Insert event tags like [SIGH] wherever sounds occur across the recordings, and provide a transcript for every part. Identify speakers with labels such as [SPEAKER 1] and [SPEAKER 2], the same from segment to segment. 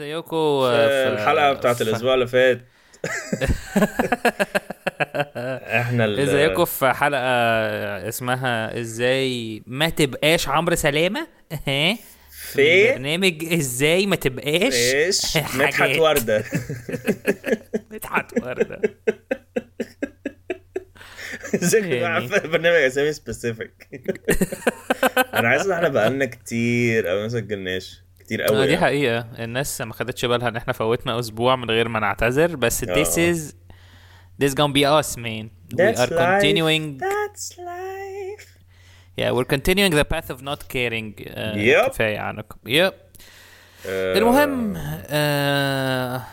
[SPEAKER 1] ايزايوكو آه، في-
[SPEAKER 2] الحلقه إيه، بتاعت
[SPEAKER 1] في- [LAUGHS]
[SPEAKER 2] الاسبوع اللي فات احنا ال-
[SPEAKER 1] ايزايوكو في حلقه اسمها ازاي ما تبقاش عمرو [LAUGHS] سلامه ها
[SPEAKER 2] في إيه؟
[SPEAKER 1] برنامج ازاي ما تبقاش [LAUGHS]
[SPEAKER 2] ايش
[SPEAKER 1] حاجات.
[SPEAKER 2] مدحت ورده
[SPEAKER 1] مدحت
[SPEAKER 2] [LAUGHS]
[SPEAKER 1] ورده
[SPEAKER 2] ازيك بقى
[SPEAKER 1] يعني.
[SPEAKER 2] عارفة برنامج اسامي
[SPEAKER 1] [LAUGHS]
[SPEAKER 2] سبيسيفيك انا عايز ان احنا بقالنا كتير قوي ما سجلناش كتير
[SPEAKER 1] آه،
[SPEAKER 2] قوي
[SPEAKER 1] دي
[SPEAKER 2] يعني.
[SPEAKER 1] حقيقه الناس ما خدتش بالها ان احنا فوتنا اسبوع من غير ما نعتذر بس
[SPEAKER 2] آه.
[SPEAKER 1] this is this gonna be us man we
[SPEAKER 2] That's
[SPEAKER 1] are
[SPEAKER 2] life.
[SPEAKER 1] continuing
[SPEAKER 2] That's life
[SPEAKER 1] yeah we're continuing the path of not caring آه،
[SPEAKER 2] Yep.
[SPEAKER 1] كفايه عنكم يب [LAUGHS]
[SPEAKER 2] آه، [LAUGHS]
[SPEAKER 1] المهم آه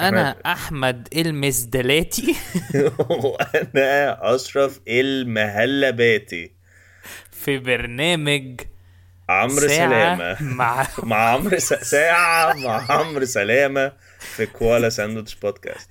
[SPEAKER 1] انا احمد المزدلاتي [LAUGHS]
[SPEAKER 2] وانا اشرف المهلباتي
[SPEAKER 1] في برنامج ساعة
[SPEAKER 2] عمرو سلامه [LAUGHS]
[SPEAKER 1] مع
[SPEAKER 2] مع عمرو س... ساعه مع عمرو سلامه في كوالا ساندوتش بودكاست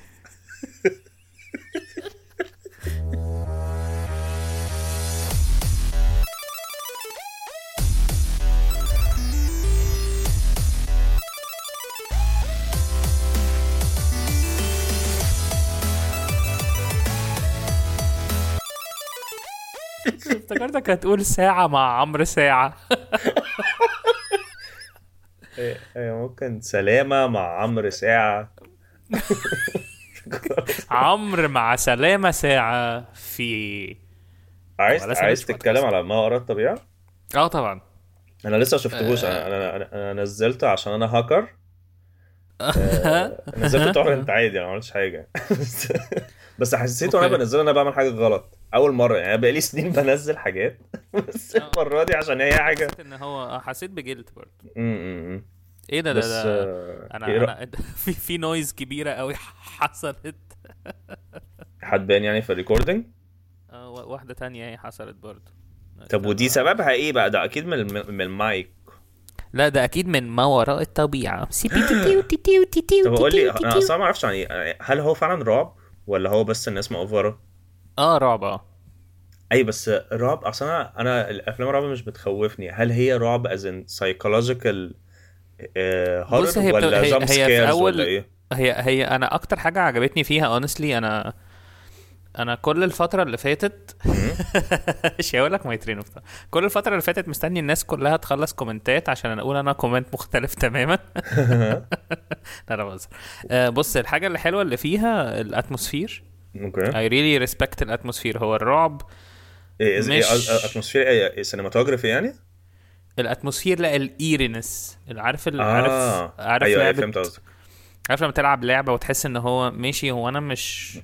[SPEAKER 1] افتكرتك هتقول ساعة مع عمرو ساعة
[SPEAKER 2] إيه، إيه، ممكن سلامه مع عمرو ساعه
[SPEAKER 1] عمرو مع سلامة ساعة في
[SPEAKER 2] عايز
[SPEAKER 1] كوالا
[SPEAKER 2] عايز
[SPEAKER 1] ساندوتش بودكاست.
[SPEAKER 2] تتكلم على ما وراء الطبيعه
[SPEAKER 1] اه طبعا
[SPEAKER 2] انا لسه ما
[SPEAKER 1] آه.
[SPEAKER 2] شفتهوش انا انا انا, أنا نزلته عشان انا هاكر
[SPEAKER 1] [LAUGHS]
[SPEAKER 2] آه، نزلت تورنت عادي انا يعني، ما عملتش حاجه بس- بس حسيت وانا
[SPEAKER 1] أوكي.
[SPEAKER 2] بنزل انا بعمل حاجه غلط اول مره يعني بقالي سنين بنزل حاجات [LAUGHS] بس
[SPEAKER 1] آه.
[SPEAKER 2] المره دي عشان هي حاجه
[SPEAKER 1] حسيت ان هو آه، حسيت بجلد برضه
[SPEAKER 2] م- م-
[SPEAKER 1] ايه ده ده,
[SPEAKER 2] بس
[SPEAKER 1] ده
[SPEAKER 2] آه،
[SPEAKER 1] انا
[SPEAKER 2] إيه رأ-
[SPEAKER 1] انا [LAUGHS] في في نويز كبيرة قوي [LAUGHS] حصلت
[SPEAKER 2] حدبان يعني في الريكوردنج
[SPEAKER 1] آه، وا- واحدة تانية هي حصلت برضه
[SPEAKER 2] طب ودي سببها ايه بقى ده اكيد من الم- من المايك
[SPEAKER 1] لا ده اكيد من ما وراء الطبيعة
[SPEAKER 2] طب قول لي انا اصلا ما اعرفش عن ايه هل هو فعلا رعب ولا هو بس الناس مأفوره
[SPEAKER 1] اه رعب اه
[SPEAKER 2] اي بس رعب اصل انا انا الافلام الرعب مش بتخوفني هل هي رعب از ان سايكولوجيكال
[SPEAKER 1] بص هي
[SPEAKER 2] هورر
[SPEAKER 1] بت-
[SPEAKER 2] آه، ولا
[SPEAKER 1] هي-
[SPEAKER 2] جامب
[SPEAKER 1] هي في
[SPEAKER 2] سكيرز
[SPEAKER 1] أول-
[SPEAKER 2] ولا ايه
[SPEAKER 1] هي هي انا اكتر حاجه عجبتني فيها اونستلي انا انا كل الفتره اللي فاتت [LAUGHS] مش هقول لك ماي اوف كل الفتره اللي فاتت مستني الناس كلها تخلص كومنتات عشان انا اقول انا كومنت مختلف
[SPEAKER 2] [LAUGHS]
[SPEAKER 1] تماما لا لا بهزر آه، بص الحاجه اللي حلوه اللي فيها الاتموسفير
[SPEAKER 2] اوكي
[SPEAKER 1] اي ريلي ريسبكت الاتموسفير هو الرعب
[SPEAKER 2] إيه از
[SPEAKER 1] مش-
[SPEAKER 2] ايه اتموسفير ايه سينماتوجرافي يعني
[SPEAKER 1] الاتموسفير لا الايرينس عارف ال- عارف
[SPEAKER 2] اه
[SPEAKER 1] عارف
[SPEAKER 2] ايوه أيوة،
[SPEAKER 1] لعبة-
[SPEAKER 2] فهمت قصدك
[SPEAKER 1] عارف لما تلعب لعبه وتحس ان هو ماشي هو انا مش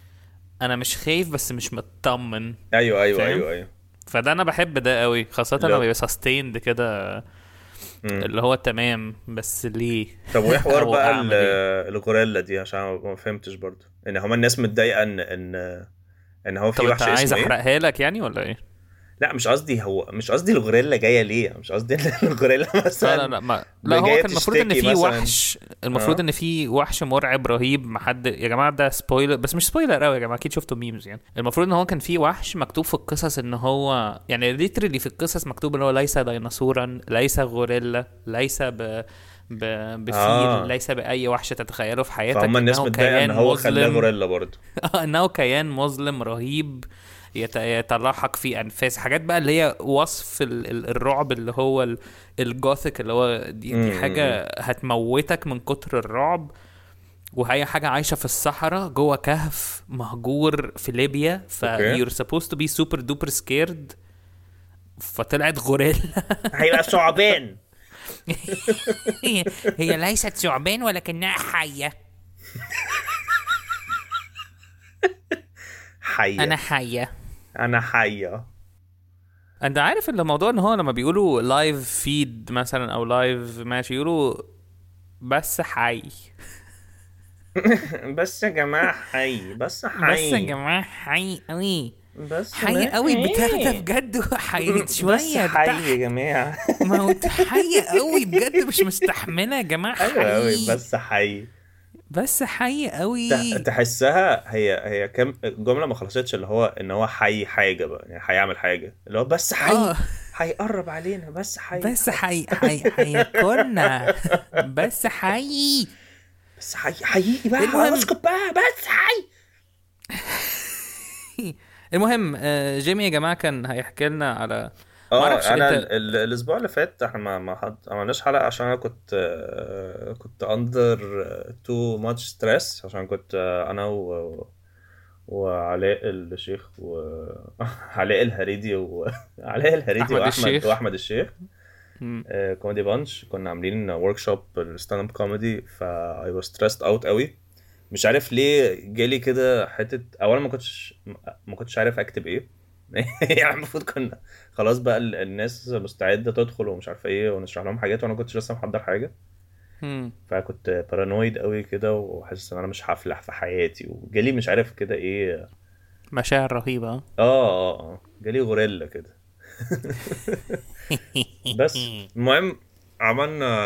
[SPEAKER 1] [CLEARS THROAT] انا مش خايف بس مش مطمن
[SPEAKER 2] ايوه ايوه
[SPEAKER 1] فاهم؟
[SPEAKER 2] ايوه ايوه
[SPEAKER 1] فده انا بحب ده قوي خاصه
[SPEAKER 2] لا.
[SPEAKER 1] لما بيبقى سستيند كده
[SPEAKER 2] مم.
[SPEAKER 1] اللي هو تمام بس ليه
[SPEAKER 2] طب وايه حوار
[SPEAKER 1] أو
[SPEAKER 2] بقى
[SPEAKER 1] أعمل
[SPEAKER 2] ال- الغوريلا دي عشان أنا ما فهمتش برضو ان هما الناس متضايقه ان ان ان هو
[SPEAKER 1] طب
[SPEAKER 2] في
[SPEAKER 1] انت
[SPEAKER 2] وحش اسمه
[SPEAKER 1] عايز
[SPEAKER 2] إيه؟
[SPEAKER 1] احرقها لك يعني ولا ايه
[SPEAKER 2] لا مش قصدي هو مش قصدي الغوريلا جايه ليه مش قصدي [LAUGHS] ان الغوريلا مثلا
[SPEAKER 1] لا لا لا ما لا هو
[SPEAKER 2] يعني بجاية
[SPEAKER 1] كان المفروض ان
[SPEAKER 2] تشتكي
[SPEAKER 1] في
[SPEAKER 2] مثلاً.
[SPEAKER 1] وحش المفروض
[SPEAKER 2] آه.
[SPEAKER 1] ان في وحش مرعب رهيب ما حد يا جماعه ده سبويلر بس مش سبويلر قوي يا جماعه اكيد شفتوا ميمز يعني المفروض ان هو كان في وحش مكتوب في القصص ان هو يعني ليترلي في القصص مكتوب ان هو ليس ديناصورا ليس غوريلا ليس ب ب بفيل
[SPEAKER 2] آه.
[SPEAKER 1] آه. ليس باي وحش تتخيله في حياتك
[SPEAKER 2] فهم الناس
[SPEAKER 1] إنه
[SPEAKER 2] متضايقه ان
[SPEAKER 1] كيان
[SPEAKER 2] هو خلاه
[SPEAKER 1] مظلم.
[SPEAKER 2] غوريلا برضو
[SPEAKER 1] [LAUGHS] آه، انه كيان مظلم رهيب يت- يتلاحق في انفاس حاجات بقى اللي هي وصف ال- ال- الرعب اللي هو ال- الجوثيك اللي هو دي, دي
[SPEAKER 2] مم.
[SPEAKER 1] حاجه هتموتك من كتر الرعب وهي حاجه عايشه في الصحراء جوه كهف مهجور في ليبيا ف
[SPEAKER 2] أوكي.
[SPEAKER 1] you're supposed to be super duper scared فطلعت غوريلا
[SPEAKER 2] هيبقى ثعبان
[SPEAKER 1] [LAUGHS] هي, هي ليست ثعبان ولكنها حيه
[SPEAKER 2] حيه
[SPEAKER 1] انا حيه
[SPEAKER 2] انا حيه
[SPEAKER 1] انت عارف ان الموضوع ان هو لما بيقولوا لايف فيد مثلا او لايف ماشي يقولوا بس حي
[SPEAKER 2] بس يا جماعه حي
[SPEAKER 1] بس
[SPEAKER 2] بس حي
[SPEAKER 1] يا جماعه حي قوي
[SPEAKER 2] بس
[SPEAKER 1] حي
[SPEAKER 2] ما-
[SPEAKER 1] قوي
[SPEAKER 2] إيه.
[SPEAKER 1] بتاع ده بجد حي
[SPEAKER 2] [LAUGHS] بس
[SPEAKER 1] شويه
[SPEAKER 2] حي
[SPEAKER 1] بتاع
[SPEAKER 2] يا جماعه
[SPEAKER 1] ما هو حي قوي بجد مش مستحمله يا جماعه
[SPEAKER 2] ايوه قوي
[SPEAKER 1] حي
[SPEAKER 2] بس حي
[SPEAKER 1] بس حي قوي
[SPEAKER 2] تح- تحسها هي هي كام الجمله ما خلصتش اللي هو ان هو حي حاجه بقى يعني هيعمل حاجه اللي هو بس حي
[SPEAKER 1] اه
[SPEAKER 2] هيقرب علينا بس حي
[SPEAKER 1] بس حي حي هياكلنا
[SPEAKER 2] [LAUGHS]
[SPEAKER 1] بس حي
[SPEAKER 2] بس حي حقيقي بقى
[SPEAKER 1] المهم-
[SPEAKER 2] اسكت بقى بس حي
[SPEAKER 1] المهم آه، جيمي يا جماعه كان هيحكي لنا على معرفش
[SPEAKER 2] اه انا
[SPEAKER 1] انت-
[SPEAKER 2] ال- الاسبوع اللي فات احنا ما ما حد- ما عملناش حلقه عشان انا كنت آه، كنت اندر تو ماتش ستريس عشان كنت آه، انا و وعلاء الشيخ [LAUGHS] وعلاء الهريدي [LAUGHS] وعلاء الهريدي
[SPEAKER 1] أحمد
[SPEAKER 2] واحمد
[SPEAKER 1] الشيخ.
[SPEAKER 2] واحمد الشيخ
[SPEAKER 1] مم.
[SPEAKER 2] آه، كوميدي بانش كنا عاملين ورك شوب ستاند اب كوميدي فاي واز ستريسد اوت قوي مش عارف ليه جالي كده حته اولا ما كنتش ما كنتش عارف اكتب ايه [LAUGHS] يعني المفروض كنا خلاص بقى ال- الناس مستعده تدخل ومش عارف ايه ونشرح لهم حاجات وانا كنتش لسه محضر حاجه
[SPEAKER 1] مم.
[SPEAKER 2] فكنت بارانويد قوي كده وحاسس ان انا مش هفلح في حياتي وجالي مش عارف كده ايه
[SPEAKER 1] مشاعر رهيبه آه.
[SPEAKER 2] اه اه اه جالي غوريلا كده [LAUGHS] بس المهم عملنا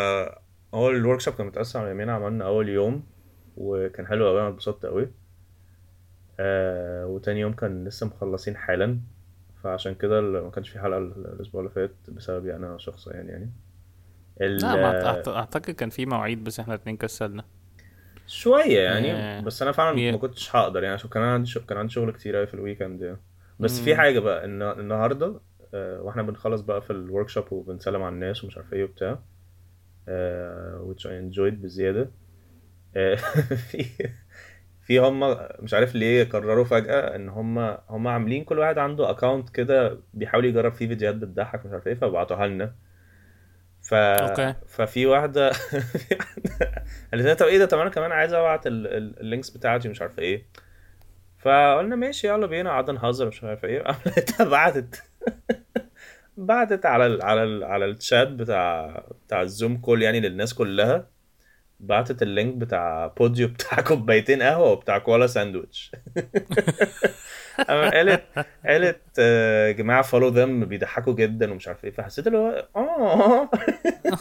[SPEAKER 2] اول الورك شوب كان متقسم على يومين عملنا اول يوم وكان حلو قوي انا اتبسطت قوي آه وتاني يوم كان لسه مخلصين حالا فعشان كده ال- ما كانش في حلقه ال- الاسبوع اللي فات بسببي انا شخصيا يعني ال-
[SPEAKER 1] لا ما أعت- أعت- اعتقد كان في مواعيد بس احنا اتنين كسلنا
[SPEAKER 2] شويه يعني
[SPEAKER 1] آه.
[SPEAKER 2] بس انا فعلا
[SPEAKER 1] مي-
[SPEAKER 2] ما كنتش هقدر يعني عشان كان عندي شغل كان عندي شغل كتير قوي في الويكند يعني بس في حاجه بقى ان النهارده آه، واحنا بنخلص بقى في الورك شوب وبنسلم على الناس ومش عارف ايه وبتاع آه، which I enjoyed بزياده آه، [LAUGHS] في في هم مش عارف ليه قرروا فجأة ان هم هم عاملين كل واحد عنده اكونت كده بيحاول يجرب فيه فيديوهات بتضحك مش عارف ايه فبعتوها لنا ف...
[SPEAKER 1] أوكي. [LAUGHS]
[SPEAKER 2] ففي واحدة [LAUGHS] في واحدة قالت لنا طب ايه ده طب انا كمان عايز ابعت ال- ال- اللينكس بتاعتي مش عارف ايه فقلنا ماشي يلا بينا قعدنا نهزر مش عارف ايه [LAUGHS] قامت بعتت بعتت على ال على ال على الشات بتاع بتاع الزوم كول يعني للناس كلها بعتت اللينك بتاع بوديو [LAUGHS] بتاع كوبايتين قهوه وبتاع كوالا ساندويتش [LAUGHS] قام قالت قالت آه، يا جماعه فولو ذم بيضحكوا جدا ومش عارف ايه فحسيت اللي هو اه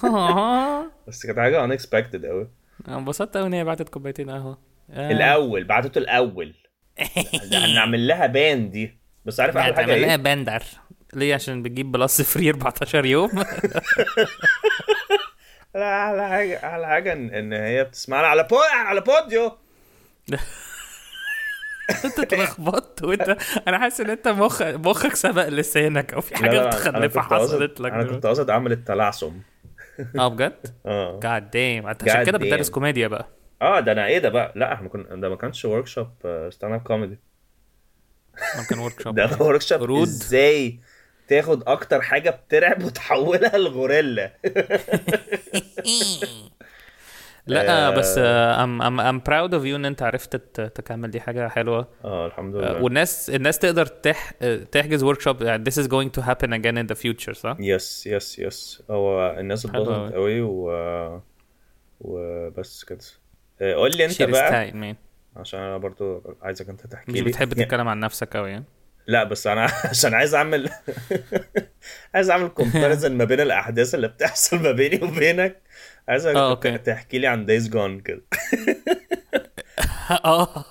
[SPEAKER 1] آه.
[SPEAKER 2] بس كانت حاجه unexpected قوي
[SPEAKER 1] انا انبسطت قوي ان هي بعتت كوبايتين قهوه آه.
[SPEAKER 2] الاول بعتته الاول
[SPEAKER 1] [LAUGHS]
[SPEAKER 2] ده هنعمل لها بان دي بس عارف احلى حاجه
[SPEAKER 1] يعني هتعمل لها
[SPEAKER 2] ايه؟
[SPEAKER 1] بندر ليه عشان بتجيب بلس فري 14 يوم [LAUGHS]
[SPEAKER 2] لا، احلى حاجه احلى حاجه ان إن هي بتسمعنا على بو... على بوديو
[SPEAKER 1] انت اتلخبطت وانت انا حاسس ان انت مخ مخك سبق لسانك او في
[SPEAKER 2] لا، لا،
[SPEAKER 1] حاجه
[SPEAKER 2] لا، أنا
[SPEAKER 1] متخلفه
[SPEAKER 2] كنت قاصد-
[SPEAKER 1] حصلت لك
[SPEAKER 2] انا
[SPEAKER 1] دلوقتي.
[SPEAKER 2] كنت قاصد اعمل التلعثم
[SPEAKER 1] اه بجد؟
[SPEAKER 2] اه
[SPEAKER 1] جاد ديم انت
[SPEAKER 2] God
[SPEAKER 1] عشان كده
[SPEAKER 2] damn.
[SPEAKER 1] بتدرس كوميديا بقى
[SPEAKER 2] اه ده انا ايه ده بقى لا احنا كنا ده ما كانش آه، ورك شوب ستاند اب كوميدي
[SPEAKER 1] ممكن ورك شوب
[SPEAKER 2] [LAUGHS] ده ورك شوب
[SPEAKER 1] رود.
[SPEAKER 2] ازاي تاخد اكتر حاجه بترعب وتحولها لغوريلا
[SPEAKER 1] لا آه، بس ام ام ام براود اوف يو ان انت عرفت ت- تكمل دي حاجه حلوه
[SPEAKER 2] اه الحمد
[SPEAKER 1] آه،
[SPEAKER 2] لله
[SPEAKER 1] والناس الناس تقدر تح تحجز يعني ورك شوب ذيس از جوينج تو هابن اجين ان ذا فيوتشر صح؟
[SPEAKER 2] يس يس يس هو الناس
[SPEAKER 1] حلو أوي.
[SPEAKER 2] اتبسطت قوي و وبس كده آه، قول لي انت
[SPEAKER 1] شير
[SPEAKER 2] بقى
[SPEAKER 1] تايم مان
[SPEAKER 2] عشان انا برضو عايزك انت تحكي
[SPEAKER 1] مش
[SPEAKER 2] لي [LAUGHS]
[SPEAKER 1] بتحب تتكلم عن نفسك قوي يعني
[SPEAKER 2] لا بس انا [LAUGHS] عشان عايز اعمل [LAUGHS] عايز اعمل كومباريزن ما بين الاحداث اللي بتحصل ما بيني وبينك عايز
[SPEAKER 1] آه، أوكي.
[SPEAKER 2] تحكي لي عن دايز جون كده
[SPEAKER 1] اه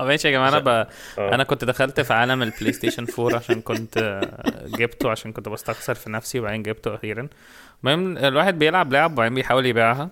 [SPEAKER 1] [LAUGHS] ماشي يا جماعه انا ب...
[SPEAKER 2] آه.
[SPEAKER 1] انا كنت دخلت في عالم البلاي ستيشن 4 عشان كنت آه، جبته عشان كنت بستخسر في نفسي وبعدين جبته اخيرا المهم الواحد بيلعب لعب وبعدين بيحاول يبيعها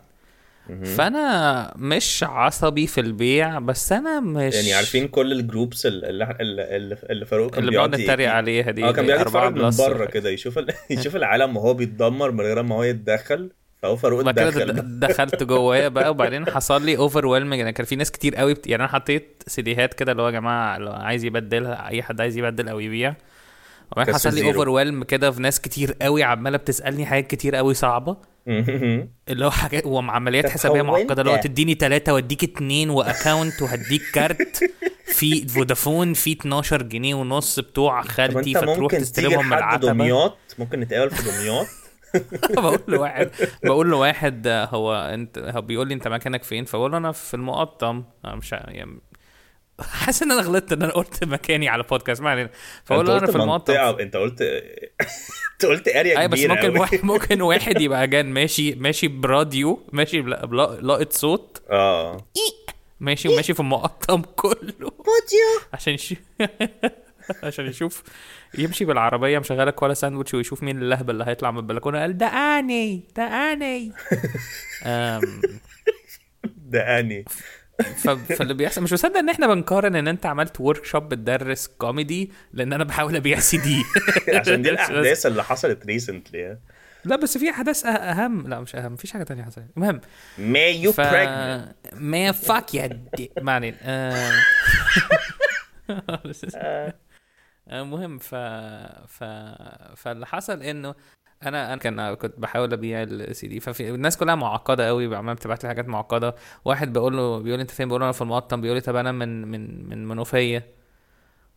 [SPEAKER 1] فانا مش عصبي في البيع بس انا مش
[SPEAKER 2] يعني عارفين كل الجروبس اللي اللي اللي فاروق كان
[SPEAKER 1] اللي بنقعد
[SPEAKER 2] بيقعد
[SPEAKER 1] نتريق
[SPEAKER 2] ي-
[SPEAKER 1] عليها دي
[SPEAKER 2] اه كان بيقعد
[SPEAKER 1] أربعة
[SPEAKER 2] يتفرج من
[SPEAKER 1] بلس
[SPEAKER 2] بره
[SPEAKER 1] وحاجة.
[SPEAKER 2] كده
[SPEAKER 1] [LAUGHS]
[SPEAKER 2] يشوف ال... يشوف العالم وهو بيتدمر من غير ما هو يتدخل فهو فاروق
[SPEAKER 1] بعد كده
[SPEAKER 2] اتدخل
[SPEAKER 1] د- دخلت جواه بقى وبعدين حصل لي اوفر ويلمنج انا كان في ناس كتير قوي بت... يعني انا حطيت سيديهات كده اللي هو يا جماعه لو عايز يبدلها اي حد عايز يبدل او يبيع وبعدين
[SPEAKER 2] كسر
[SPEAKER 1] حصل لي
[SPEAKER 2] زيرو.
[SPEAKER 1] اوفر ويلم كده في ناس كتير قوي عماله بتسالني حاجات كتير قوي صعبه
[SPEAKER 2] [LAUGHS]
[SPEAKER 1] اللي هو حاجات وعمليات
[SPEAKER 2] طب يعني.
[SPEAKER 1] حسابيه
[SPEAKER 2] هو
[SPEAKER 1] معقده اللي هو
[SPEAKER 2] أنت-
[SPEAKER 1] تديني ثلاثه واديك اثنين واكونت وهديك كارت في فودافون في 12 جنيه ونص بتوع
[SPEAKER 2] طب
[SPEAKER 1] خالتي
[SPEAKER 2] انت
[SPEAKER 1] فتروح
[SPEAKER 2] ممكن تيجي
[SPEAKER 1] تستلمهم من
[SPEAKER 2] لحد
[SPEAKER 1] العتبه
[SPEAKER 2] دمياط ممكن نتقابل في
[SPEAKER 1] [LAUGHS]
[SPEAKER 2] دمياط
[SPEAKER 1] بقول لواحد بقول لواحد آه، هو انت هو بيقول لي انت مكانك فين فبقول له انا في المقطم أنا مش ع- يعني حاسس ان انا غلطت ان انا قلت مكاني على بودكاست ما علينا فبقول له
[SPEAKER 2] انت
[SPEAKER 1] انا
[SPEAKER 2] قلت
[SPEAKER 1] في المقطم
[SPEAKER 2] منطقة- انت قلت [LAUGHS] انت قلت اريا
[SPEAKER 1] اي بس
[SPEAKER 2] كبيره
[SPEAKER 1] ممكن
[SPEAKER 2] أوي. [LAUGHS]
[SPEAKER 1] واحد ممكن واحد يبقى جان ماشي ماشي براديو ماشي بلا- بلا- لاقط صوت
[SPEAKER 2] اه
[SPEAKER 1] ماشي وماشي في المقطم [LAUGHS] كله
[SPEAKER 2] بوديو
[SPEAKER 1] عشان يشوف [LAUGHS] عشان يشوف يمشي بالعربيه مشغله كوالا ساندوتش ويشوف مين اللهبل اللي هيطلع من البلكونه قال ده اني ده
[SPEAKER 2] [LAUGHS]
[SPEAKER 1] اني أم،
[SPEAKER 2] ده اني
[SPEAKER 1] ف- فاللي بيحصل مش مصدق ان احنا بنقارن ان انت عملت ورك شوب بتدرس كوميدي لان انا بحاول ابيع سي دي
[SPEAKER 2] [LAUGHS] [LAUGHS]
[SPEAKER 1] [LAUGHS]
[SPEAKER 2] عشان دي الاحداث اللي حصلت ريسنتلي
[SPEAKER 1] لا بس في احداث أه- اهم لا مش اهم مفيش حاجه تانية حصلت المهم
[SPEAKER 2] ماي يو
[SPEAKER 1] ف
[SPEAKER 2] pregnant
[SPEAKER 1] ما فاك يا دي ما علينا [LAUGHS] آم. oh, المهم Uh, ف ف فاللي حصل انه انا انا كان كنت بحاول ابيع السي دي ففي الناس كلها معقده قوي عماله بتبعت لي حاجات معقده واحد بقول له بيقول لي انت فين بقول له انا في المقطم بيقول لي طب انا من من من منوفيه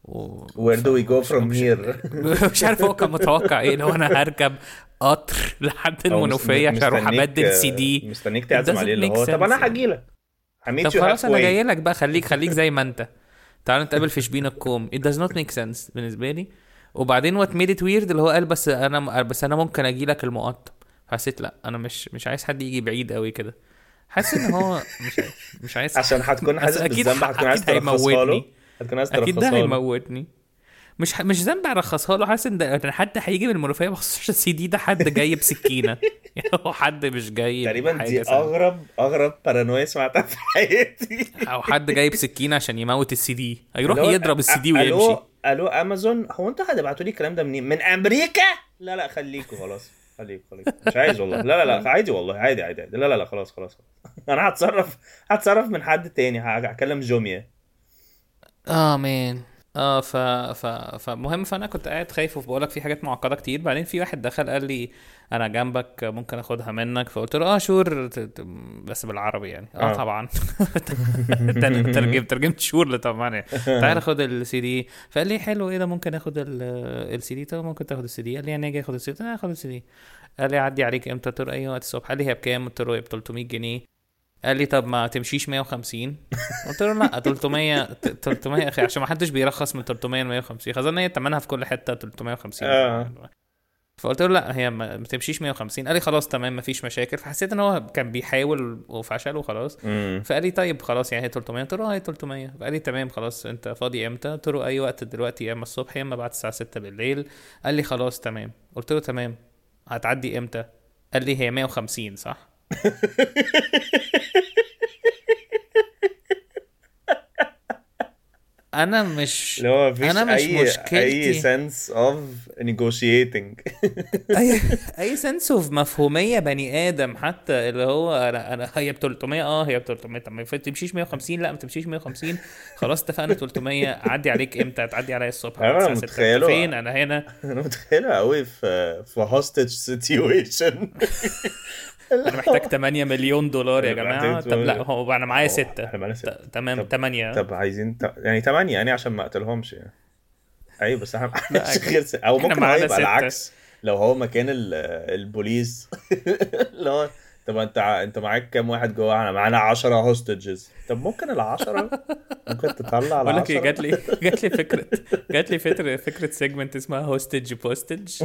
[SPEAKER 1] و...
[SPEAKER 2] Where do we go
[SPEAKER 1] مش-
[SPEAKER 2] from
[SPEAKER 1] مش-
[SPEAKER 2] here؟
[SPEAKER 1] [LAUGHS] مش عارف هو كان متوقع ايه لو انا هركب قطر لحد
[SPEAKER 2] أو
[SPEAKER 1] المنوفيه
[SPEAKER 2] مست-
[SPEAKER 1] عشان اروح
[SPEAKER 2] مستنيك- آه،
[SPEAKER 1] ابدل سي دي
[SPEAKER 2] مستنيك
[SPEAKER 1] It
[SPEAKER 2] تعزم
[SPEAKER 1] doesn't
[SPEAKER 2] عليه اللي
[SPEAKER 1] make
[SPEAKER 2] هو
[SPEAKER 1] sense
[SPEAKER 2] طب انا
[SPEAKER 1] يعني.
[SPEAKER 2] هجي لك
[SPEAKER 1] طب
[SPEAKER 2] هميت يو
[SPEAKER 1] خلاص
[SPEAKER 2] هاف
[SPEAKER 1] انا جاي
[SPEAKER 2] واي
[SPEAKER 1] [LAUGHS] لك بقى خليك خليك زي ما انت تعال نتقابل في شبين الكوم it does not make sense بالنسبه لي وبعدين what made it weird اللي هو قال بس انا بس انا ممكن اجي لك المقطم حسيت لا انا مش مش عايز حد يجي بعيد قوي كده حاسس ان هو مش عايز مش عايز
[SPEAKER 2] عشان هتكون
[SPEAKER 1] بس
[SPEAKER 2] حاسس
[SPEAKER 1] أكيد
[SPEAKER 2] بالذنب
[SPEAKER 1] ح-
[SPEAKER 2] هتكون عايز
[SPEAKER 1] أكيد
[SPEAKER 2] ترخصها له
[SPEAKER 1] هيموتني.
[SPEAKER 2] هتكون عايز
[SPEAKER 1] اكيد ده
[SPEAKER 2] ترخصها له
[SPEAKER 1] هيموتني مش ح... مش ذنب ارخصها له حاسس ان ده إن حد هيجي من المنوفيه [LAUGHS] بخصوص عشان السي دي ده حد جاي بسكينه [LAUGHS] يعني هو حد مش جاي
[SPEAKER 2] تقريبا
[SPEAKER 1] بحاجة
[SPEAKER 2] دي
[SPEAKER 1] سهلة.
[SPEAKER 2] اغرب اغرب بارانويا سمعتها في حياتي
[SPEAKER 1] او حد جايب سكينه عشان يموت السي دي هيروح
[SPEAKER 2] اللي هو
[SPEAKER 1] يضرب السي دي
[SPEAKER 2] أ-
[SPEAKER 1] ويمشي
[SPEAKER 2] الو الو امازون هو انتوا هتبعتوا لي الكلام ده منين؟ من امريكا؟ لا لا خليكوا خلاص خليكوا خليكوا مش عايز والله لا لا لا عادي والله عادي عادي عادي لا لا لا خلاص خلاص [LAUGHS] انا هتصرف هتصرف من حد تاني ه- هكلم جوميا
[SPEAKER 1] اه مان اه ف ف فمهم فانا كنت قاعد خايف وبقول لك في حاجات معقده كتير بعدين في واحد دخل قال لي انا جنبك ممكن اخدها منك فقلت له اه شور ت- ت- بس بالعربي يعني اه,
[SPEAKER 2] آه.
[SPEAKER 1] طبعا [LAUGHS] تاني ترجم ترجمت شور لطبعا يعني تعال خد السي دي فقال لي حلو ايه ده ممكن اخد السي دي طب ممكن تاخد السي دي قال لي "يعني انا اجي اخد السي دي انا اخد السي دي قال لي عدي عليك امتى قلت له اي وقت الصبح قال لي هي بكام قلت له هي ب 300 جنيه قال لي طب ما تمشيش 150 قلت له لا 300 ت- 300 اخي عشان ما حدش بيرخص من 300 ل 150 خزانه هي تمنها في كل حته 350
[SPEAKER 2] آه.
[SPEAKER 1] فقلت له لا هي ما ما تمشيش 150 قال لي خلاص تمام مفيش مشاكل فحسيت ان هو كان بيحاول وفشل وخلاص فقال لي طيب خلاص يعني هي 300 قلت له اه هي 300 فقال لي تمام خلاص انت فاضي امتى قلت له اي وقت دلوقتي يا اما الصبح يا اما بعد الساعه 6 بالليل قال لي خلاص تمام قلت له تمام هتعدي امتى قال لي هي 150
[SPEAKER 2] [LAUGHS]
[SPEAKER 1] صح انا مش
[SPEAKER 2] اللي هو مفيش
[SPEAKER 1] انا مش
[SPEAKER 2] اي
[SPEAKER 1] مشكلتي
[SPEAKER 2] اي سنس اوف نيجوشيتنج
[SPEAKER 1] اي [LAUGHS] اي سنس اوف مفهوميه بني ادم حتى اللي هو انا انا هي ب 300 اه هي ب 300 طب ما تمشيش 150 لا ما تمشيش 150 خلاص اتفقنا 300 اعدي عليك امتى هتعدي عليا الصبح
[SPEAKER 2] أنا
[SPEAKER 1] الساعة ستة.
[SPEAKER 2] متخيله.
[SPEAKER 1] فين انا هنا
[SPEAKER 2] انا متخيلها قوي في في هوستج
[SPEAKER 1] [LAUGHS]
[SPEAKER 2] سيتويشن
[SPEAKER 1] انا محتاج 8 مليون دولار يا
[SPEAKER 2] أنا
[SPEAKER 1] جماعه
[SPEAKER 2] محتاج
[SPEAKER 1] طب لا
[SPEAKER 2] تمانية.
[SPEAKER 1] هو انا معايا
[SPEAKER 2] أوه، أنا معايا
[SPEAKER 1] 6
[SPEAKER 2] ستة.
[SPEAKER 1] تمام
[SPEAKER 2] طب-
[SPEAKER 1] 8
[SPEAKER 2] طب عايزين ت... يعني ثمانية يعني عشان ما اقتلهمش يعني ايوه بس احنا معناش
[SPEAKER 1] أكيد.
[SPEAKER 2] غير س... او
[SPEAKER 1] أيوة. إحنا
[SPEAKER 2] ممكن هو
[SPEAKER 1] معانا
[SPEAKER 2] يبقى
[SPEAKER 1] ستة.
[SPEAKER 2] العكس لو هو مكان ال... البوليس [LAUGHS] اللي هو طب انت ع- انت معاك كام واحد جوه احنا معانا 10 هوستجز طب ممكن ال 10 ممكن تطلع ال
[SPEAKER 1] بقول لك ايه
[SPEAKER 2] 10
[SPEAKER 1] جات لي جات لي فكره جات لي فكره فكره سيجمنت اسمها هوستج بوستج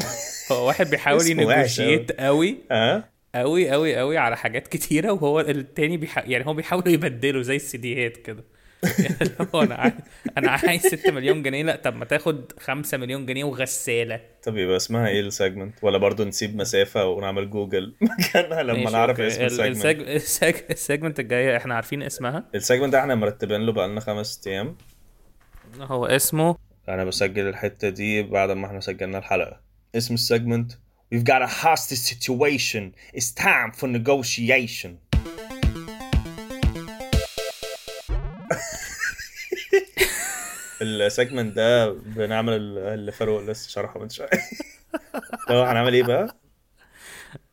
[SPEAKER 1] هو واحد بيحاول
[SPEAKER 2] اسمه وحش أوي.
[SPEAKER 1] ينيجوشيت قوي
[SPEAKER 2] ها
[SPEAKER 1] قوي قوي قوي على حاجات كتيره وهو التاني بيح... يعني هو بيحاولوا يبدلوا زي السيديهات
[SPEAKER 2] [LAUGHS]
[SPEAKER 1] كده يعني هو انا عايز انا عايز 6 مليون جنيه لا طب ما تاخد 5 مليون جنيه وغساله
[SPEAKER 2] طب يبقى اسمها ايه السيجمنت ولا برضه نسيب مسافه ونعمل جوجل [LAUGHS] مكانها لما
[SPEAKER 1] ماشي،
[SPEAKER 2] نعرف
[SPEAKER 1] أوكي.
[SPEAKER 2] اسم
[SPEAKER 1] ال-
[SPEAKER 2] السيجمنت
[SPEAKER 1] السج- السج- السيجمنت الجايه احنا عارفين اسمها
[SPEAKER 2] السيجمنت ده احنا مرتبين له بقالنا خمس ايام
[SPEAKER 1] هو اسمه
[SPEAKER 2] انا بسجل الحته دي بعد ما احنا سجلنا الحلقه اسم السيجمنت We've got a hostage situation. It's time for negotiation. [LAUGHS] السيجمنت ده بنعمل ال- اللي فاروق لسه شرحه من [LAUGHS] شويه لو هنعمل ايه بقى؟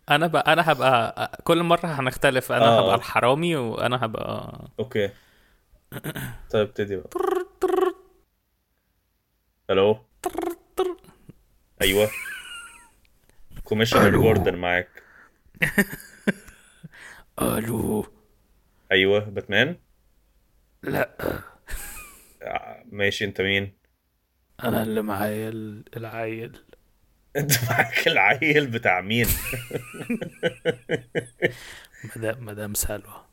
[SPEAKER 1] انا بقى انا هبقى كل مره هنختلف انا
[SPEAKER 2] آه.
[SPEAKER 1] هبقى الحرامي وانا هبقى
[SPEAKER 2] اوكي طيب ابتدي بقى الو ايوه كوميشنر جوردن معاك
[SPEAKER 1] الو
[SPEAKER 2] ايوه باتمان
[SPEAKER 1] لا
[SPEAKER 2] آه، ماشي انت مين؟ [LAUGHS]
[SPEAKER 1] انا اللي معايا العيل
[SPEAKER 2] انت معاك العيل بتاع مين؟
[SPEAKER 1] مدام مدام سلوى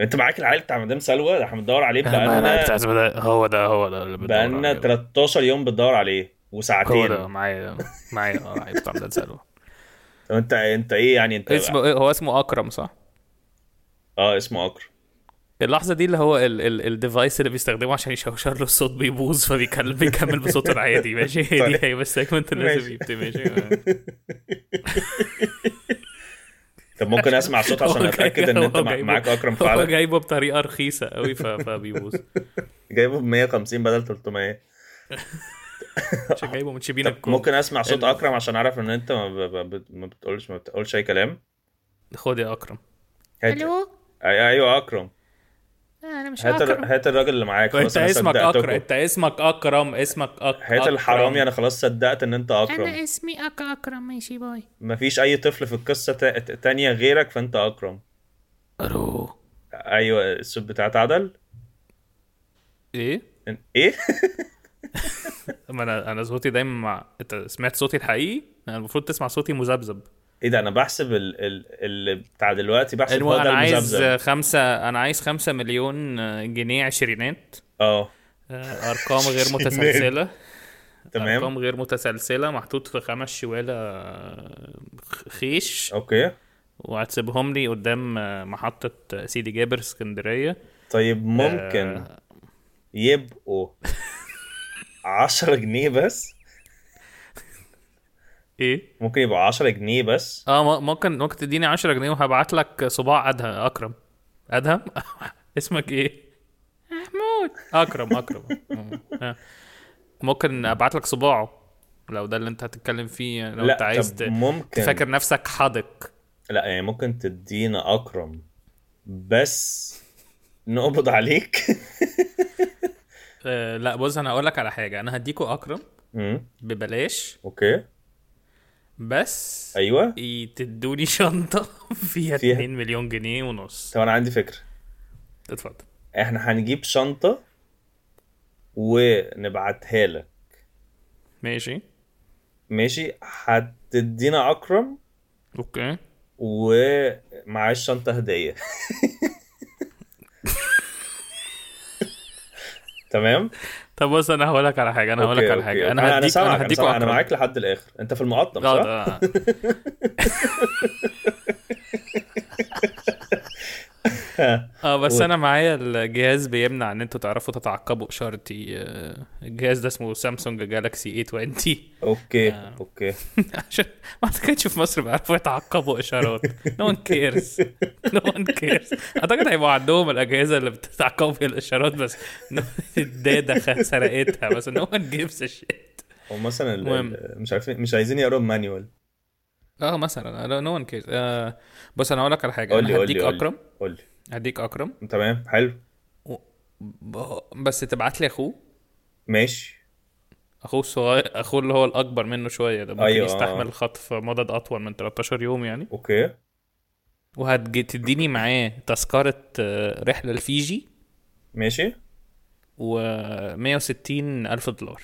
[SPEAKER 2] انت معاك العيال بتاع مدام سلوى ده احنا بندور عليه
[SPEAKER 1] أنا
[SPEAKER 2] بقالنا
[SPEAKER 1] كنت عايز أبدأ- هو ده هو ده اللي بدور
[SPEAKER 2] بقالنا
[SPEAKER 1] عليه.
[SPEAKER 2] 13 يوم بتدور عليه
[SPEAKER 1] هو
[SPEAKER 2] وساعتين
[SPEAKER 1] ده معايا معايا اه عيب بتاع مدام سلوى
[SPEAKER 2] طب انت انت ايه يعني انت
[SPEAKER 1] اسمه إيه؟ هو اسمه اكرم صح؟
[SPEAKER 2] اه اسمه اكرم
[SPEAKER 1] اللحظه دي اللي هو الديفايس اللي بيستخدمه عشان يشوشر له الصوت بيبوظ فبيكمل بيكمل بصوت العادي ماشي هي
[SPEAKER 2] طيب.
[SPEAKER 1] دي هيبقى السيجمنت اللي لازم
[SPEAKER 2] ماشي.
[SPEAKER 1] يبتدي
[SPEAKER 2] [LAUGHS]
[SPEAKER 1] ماشي آه.
[SPEAKER 2] طب ممكن اسمع صوت
[SPEAKER 1] هو
[SPEAKER 2] عشان اتاكد ان
[SPEAKER 1] جايبه-
[SPEAKER 2] انت
[SPEAKER 1] هو
[SPEAKER 2] مع-
[SPEAKER 1] جايبه-
[SPEAKER 2] معاك اكرم
[SPEAKER 1] هو
[SPEAKER 2] فعلا
[SPEAKER 1] جايبه بطريقه رخيصه قوي ف- فبيبوظ
[SPEAKER 2] جايبه ب 150 بدل 300
[SPEAKER 1] عشان جايبه من شبينا
[SPEAKER 2] طب
[SPEAKER 1] الكوم.
[SPEAKER 2] ممكن اسمع
[SPEAKER 1] ال-
[SPEAKER 2] صوت اكرم عشان اعرف ان انت ما, ب... ب- ب... ما بتقولش ما بتقولش اي كلام
[SPEAKER 1] خد يا اكرم
[SPEAKER 2] هات...
[SPEAKER 3] الو
[SPEAKER 2] أي- ايوه اكرم
[SPEAKER 3] انا مش
[SPEAKER 2] هات
[SPEAKER 3] اكرم
[SPEAKER 2] ال... هات الراجل اللي معاك خلاص
[SPEAKER 1] انت
[SPEAKER 2] انا
[SPEAKER 1] اسمك اكرم
[SPEAKER 2] صدقتكم
[SPEAKER 1] انت اسمك اكرم اسمك اكرم
[SPEAKER 2] هات الحرامي انا خلاص صدقت ان انت اكرم
[SPEAKER 3] انا اسمي أك اكرم ماشي باي
[SPEAKER 2] مفيش اي طفل في القصه تا- تا- تانية غيرك فانت اكرم
[SPEAKER 1] الو
[SPEAKER 2] ايوه الصوت بتاعت عدل
[SPEAKER 1] ايه
[SPEAKER 2] إن- [LAUGHS] ايه
[SPEAKER 1] ما انا انا صوتي دايما مع انت سمعت صوتي الحقيقي انا المفروض تسمع صوتي مذبذب
[SPEAKER 2] ايه ده انا بحسب ال... ال... اللي بتاع دلوقتي بحسب
[SPEAKER 1] انو
[SPEAKER 2] هو ده
[SPEAKER 1] انا عايز
[SPEAKER 2] المذبذب
[SPEAKER 1] خمسة انا عايز خمسة مليون آه، جنيه عشرينات
[SPEAKER 2] اه
[SPEAKER 1] آه،
[SPEAKER 2] [LAUGHS]
[SPEAKER 1] ارقام غير
[SPEAKER 2] عشرينات.
[SPEAKER 1] متسلسلة
[SPEAKER 2] تمام
[SPEAKER 1] ارقام غير متسلسلة محطوط في خمس شوالة آه، خ- خيش
[SPEAKER 2] اوكي
[SPEAKER 1] وهتسيبهم لي قدام آه، محطة آه، سيدي جابر اسكندرية
[SPEAKER 2] طيب ممكن
[SPEAKER 1] آه،
[SPEAKER 2] يبقوا 10 جنيه بس
[SPEAKER 1] ايه
[SPEAKER 2] ممكن يبقوا 10 جنيه بس
[SPEAKER 1] اه م- ممكن ممكن تديني 10 جنيه وهبعت لك صباع ادهم اكرم ادهم [LAUGHS] اسمك ايه؟
[SPEAKER 3] محمود
[SPEAKER 1] اكرم اكرم
[SPEAKER 2] [LAUGHS]
[SPEAKER 1] آه. ممكن ابعت لك صباعه لو ده اللي انت هتتكلم فيه لو
[SPEAKER 2] لا
[SPEAKER 1] انت عايز
[SPEAKER 2] طب
[SPEAKER 1] ت-
[SPEAKER 2] ممكن
[SPEAKER 1] تفكر نفسك حدق
[SPEAKER 2] لا يعني ممكن تدينا اكرم بس نقبض عليك [LAUGHS]
[SPEAKER 1] آه لا بص انا هقول لك على حاجه انا هديكوا اكرم
[SPEAKER 2] امم
[SPEAKER 1] ببلاش
[SPEAKER 2] اوكي
[SPEAKER 1] بس
[SPEAKER 2] ايوه
[SPEAKER 1] ي- [LAUGHS] تدوني شنطه فيها
[SPEAKER 2] فيها-
[SPEAKER 1] 2 مليون جنيه ونص
[SPEAKER 2] طب انا عندي فكره
[SPEAKER 1] اتفضل
[SPEAKER 2] احنا هنجيب شنطه ونبعتها لك
[SPEAKER 1] ماشي
[SPEAKER 2] ماشي هتدينا اكرم
[SPEAKER 1] اوكي
[SPEAKER 2] ومعاه الشنطه هديه [LAUGHS] تمام
[SPEAKER 1] طب بص انا هقول لك على حاجه انا هقول لك
[SPEAKER 2] أوكي،
[SPEAKER 1] على
[SPEAKER 2] أوكي.
[SPEAKER 1] حاجه انا هديك
[SPEAKER 2] سامعك،
[SPEAKER 1] انا هديكوا
[SPEAKER 2] سامعك، انا
[SPEAKER 1] اكرم
[SPEAKER 2] معاك لحد الاخر انت في المقطم
[SPEAKER 1] لا،
[SPEAKER 2] صح؟
[SPEAKER 1] ده- اه بس انا معايا الجهاز بيمنع ان انتوا تعرفوا تتعقبوا اشارتي آه، الجهاز ده اسمه سامسونج جالاكسي A20
[SPEAKER 2] اوكي
[SPEAKER 1] آه.
[SPEAKER 2] اوكي
[SPEAKER 1] [LAUGHS] عشان ما اعتقدش في مصر بيعرفوا يتعقبوا اشارات نو ون كيرز نو ون كيرز اعتقد هيبقى عندهم الاجهزه اللي بتتعقب بيها الاشارات بس [LAUGHS] no- الداده خ- سرقتها بس نو ون جيفز شيت
[SPEAKER 2] او مثلا ال-
[SPEAKER 1] المهم.
[SPEAKER 2] ال- مش عارفين مش عايزين يقروا المانيوال
[SPEAKER 1] اه مثلا نو ون كيرز آه، بص انا هقول لك على حاجه
[SPEAKER 2] قول لي
[SPEAKER 1] انا
[SPEAKER 2] قول لي
[SPEAKER 1] هديك
[SPEAKER 2] قول لي.
[SPEAKER 1] اكرم
[SPEAKER 2] قول لي
[SPEAKER 1] هديك اكرم
[SPEAKER 2] تمام حلو
[SPEAKER 1] و- ب- بس تبعت لي اخوه
[SPEAKER 2] ماشي
[SPEAKER 1] اخوه الصغير اخوه اللي هو الاكبر منه شويه ده ممكن
[SPEAKER 2] أيوة.
[SPEAKER 1] أيوة. يستحمل الخطف مدد اطول من 13 يوم يعني
[SPEAKER 2] اوكي
[SPEAKER 1] وهتديني معاه تذكره آه، رحله لفيجي
[SPEAKER 2] ماشي
[SPEAKER 1] و 160 الف دولار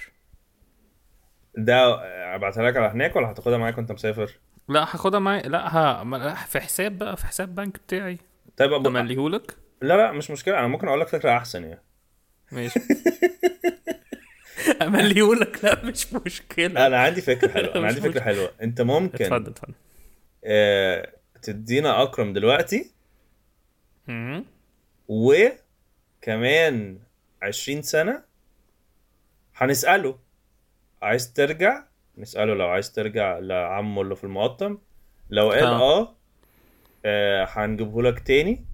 [SPEAKER 2] ده ابعتها لك على هناك ولا هتاخدها معاك وانت مسافر؟
[SPEAKER 1] لا هاخدها معايا لا ها... ما- لا، في حساب بقى في حساب بنك بتاعي
[SPEAKER 2] طيب أبو... لا
[SPEAKER 1] امليهولك
[SPEAKER 2] لا مش مشكله انا ممكن اقول لك فكره احسن يعني
[SPEAKER 1] ماشي [LAUGHS] امليهولك لا مش مشكله
[SPEAKER 2] انا عندي فكره
[SPEAKER 1] [LAUGHS]
[SPEAKER 2] حلوه انا
[SPEAKER 1] مش
[SPEAKER 2] عندي فكره
[SPEAKER 1] مشكلة.
[SPEAKER 2] حلوه انت ممكن
[SPEAKER 1] اتفضل اتفضل
[SPEAKER 2] آه... تدينا اكرم دلوقتي
[SPEAKER 1] مم.
[SPEAKER 2] وكمان 20 سنة هنسأله عايز ترجع نسأله لو عايز ترجع لعمه اللي في المقطم لو قال
[SPEAKER 1] آه.
[SPEAKER 2] اه, آه هنجيبه لك تاني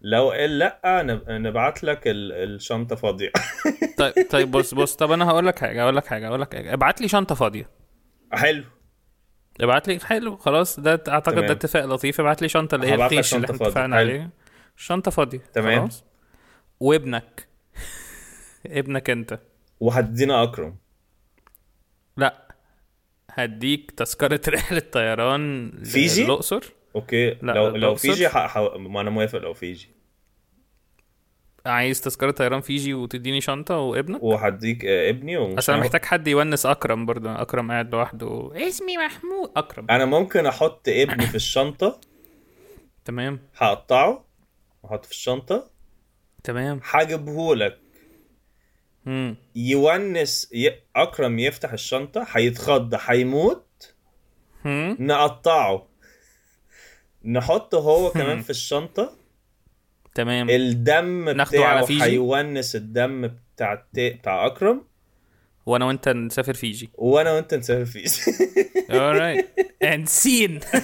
[SPEAKER 2] لو قال لا نب- نبعت لك ال- الشنطة فاضية [LAUGHS]
[SPEAKER 1] طيب طيب بص بص طب انا هقول لك حاجه هقول لك حاجه هقول لك حاجه ابعت لي شنطه فاضيه
[SPEAKER 2] حلو
[SPEAKER 1] ابعت لي حلو خلاص ده اعتقد
[SPEAKER 2] تمام.
[SPEAKER 1] ده اتفاق لطيف ابعت لي شنطه اللي هي
[SPEAKER 2] هبعت لك
[SPEAKER 1] الخيش اللي
[SPEAKER 2] شنطة
[SPEAKER 1] احنا
[SPEAKER 2] فاضية.
[SPEAKER 1] اتفقنا
[SPEAKER 2] حلو.
[SPEAKER 1] عليها شنطه فاضيه
[SPEAKER 2] تمام.
[SPEAKER 1] خلاص وابنك [LAUGHS] ابنك انت
[SPEAKER 2] وهتدينا أكرم
[SPEAKER 1] لا هديك تذكرة [LAUGHS] رحلة طيران
[SPEAKER 2] فيجي؟
[SPEAKER 1] الأقصر
[SPEAKER 2] اوكي
[SPEAKER 1] لا،
[SPEAKER 2] لو
[SPEAKER 1] لا،
[SPEAKER 2] لو
[SPEAKER 1] بص.
[SPEAKER 2] فيجي ح... ح... ما انا موافق لو فيجي
[SPEAKER 1] عايز تذكرة طيران فيجي وتديني شنطة وابنك
[SPEAKER 2] وهديك آه، ابني ومش
[SPEAKER 1] عشان
[SPEAKER 2] هن-
[SPEAKER 1] محتاج حد يونس أكرم برضه أكرم قاعد لوحده اسمي محمود أكرم
[SPEAKER 2] انا ممكن احط ابني في الشنطة
[SPEAKER 1] تمام
[SPEAKER 2] هقطعه احطه في الشنطه
[SPEAKER 1] تمام
[SPEAKER 2] هجيبهولك
[SPEAKER 1] امم
[SPEAKER 2] يونس ي... اكرم يفتح الشنطه هيتخض هيموت
[SPEAKER 1] هم؟
[SPEAKER 2] نقطعه نحطه هو كمان في الشنطه
[SPEAKER 1] تمام
[SPEAKER 2] الدم
[SPEAKER 1] ناخده على
[SPEAKER 2] بتاعه
[SPEAKER 1] فيجي؟
[SPEAKER 2] هيونس الدم بتاع الت... بتاع اكرم
[SPEAKER 1] وانا وانت نسافر فيجي
[SPEAKER 2] وانا وانت نسافر فيه [LAUGHS]
[SPEAKER 1] alright and scene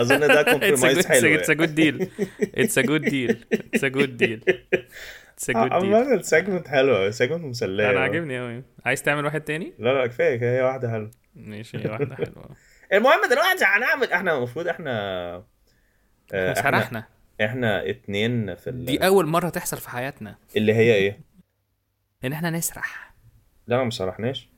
[SPEAKER 2] اظن [LAUGHS] ده
[SPEAKER 1] it's a
[SPEAKER 2] كومبرومايز
[SPEAKER 1] good
[SPEAKER 2] حلو يعني.
[SPEAKER 1] it's a good deal it's a good deal it's a good deal it's a good deal
[SPEAKER 2] عامة السيجمنت حلو قوي سيجمنت مسلية
[SPEAKER 1] انا
[SPEAKER 2] أوي.
[SPEAKER 1] عاجبني قوي عايز تعمل واحد تاني
[SPEAKER 2] لا لا كفاية كده هي واحدة حلوة
[SPEAKER 1] ماشي واحده حلوه
[SPEAKER 2] المهم دلوقتي هنعمل احنا المفروض احنا [LAUGHS] آه،
[SPEAKER 1] بس
[SPEAKER 2] احنا
[SPEAKER 1] سرحنا
[SPEAKER 2] احنا اتنين في ال...
[SPEAKER 1] دي اول مره تحصل في حياتنا
[SPEAKER 2] اللي هي ايه؟
[SPEAKER 1] ان احنا نسرح
[SPEAKER 2] لا ما مسرحناش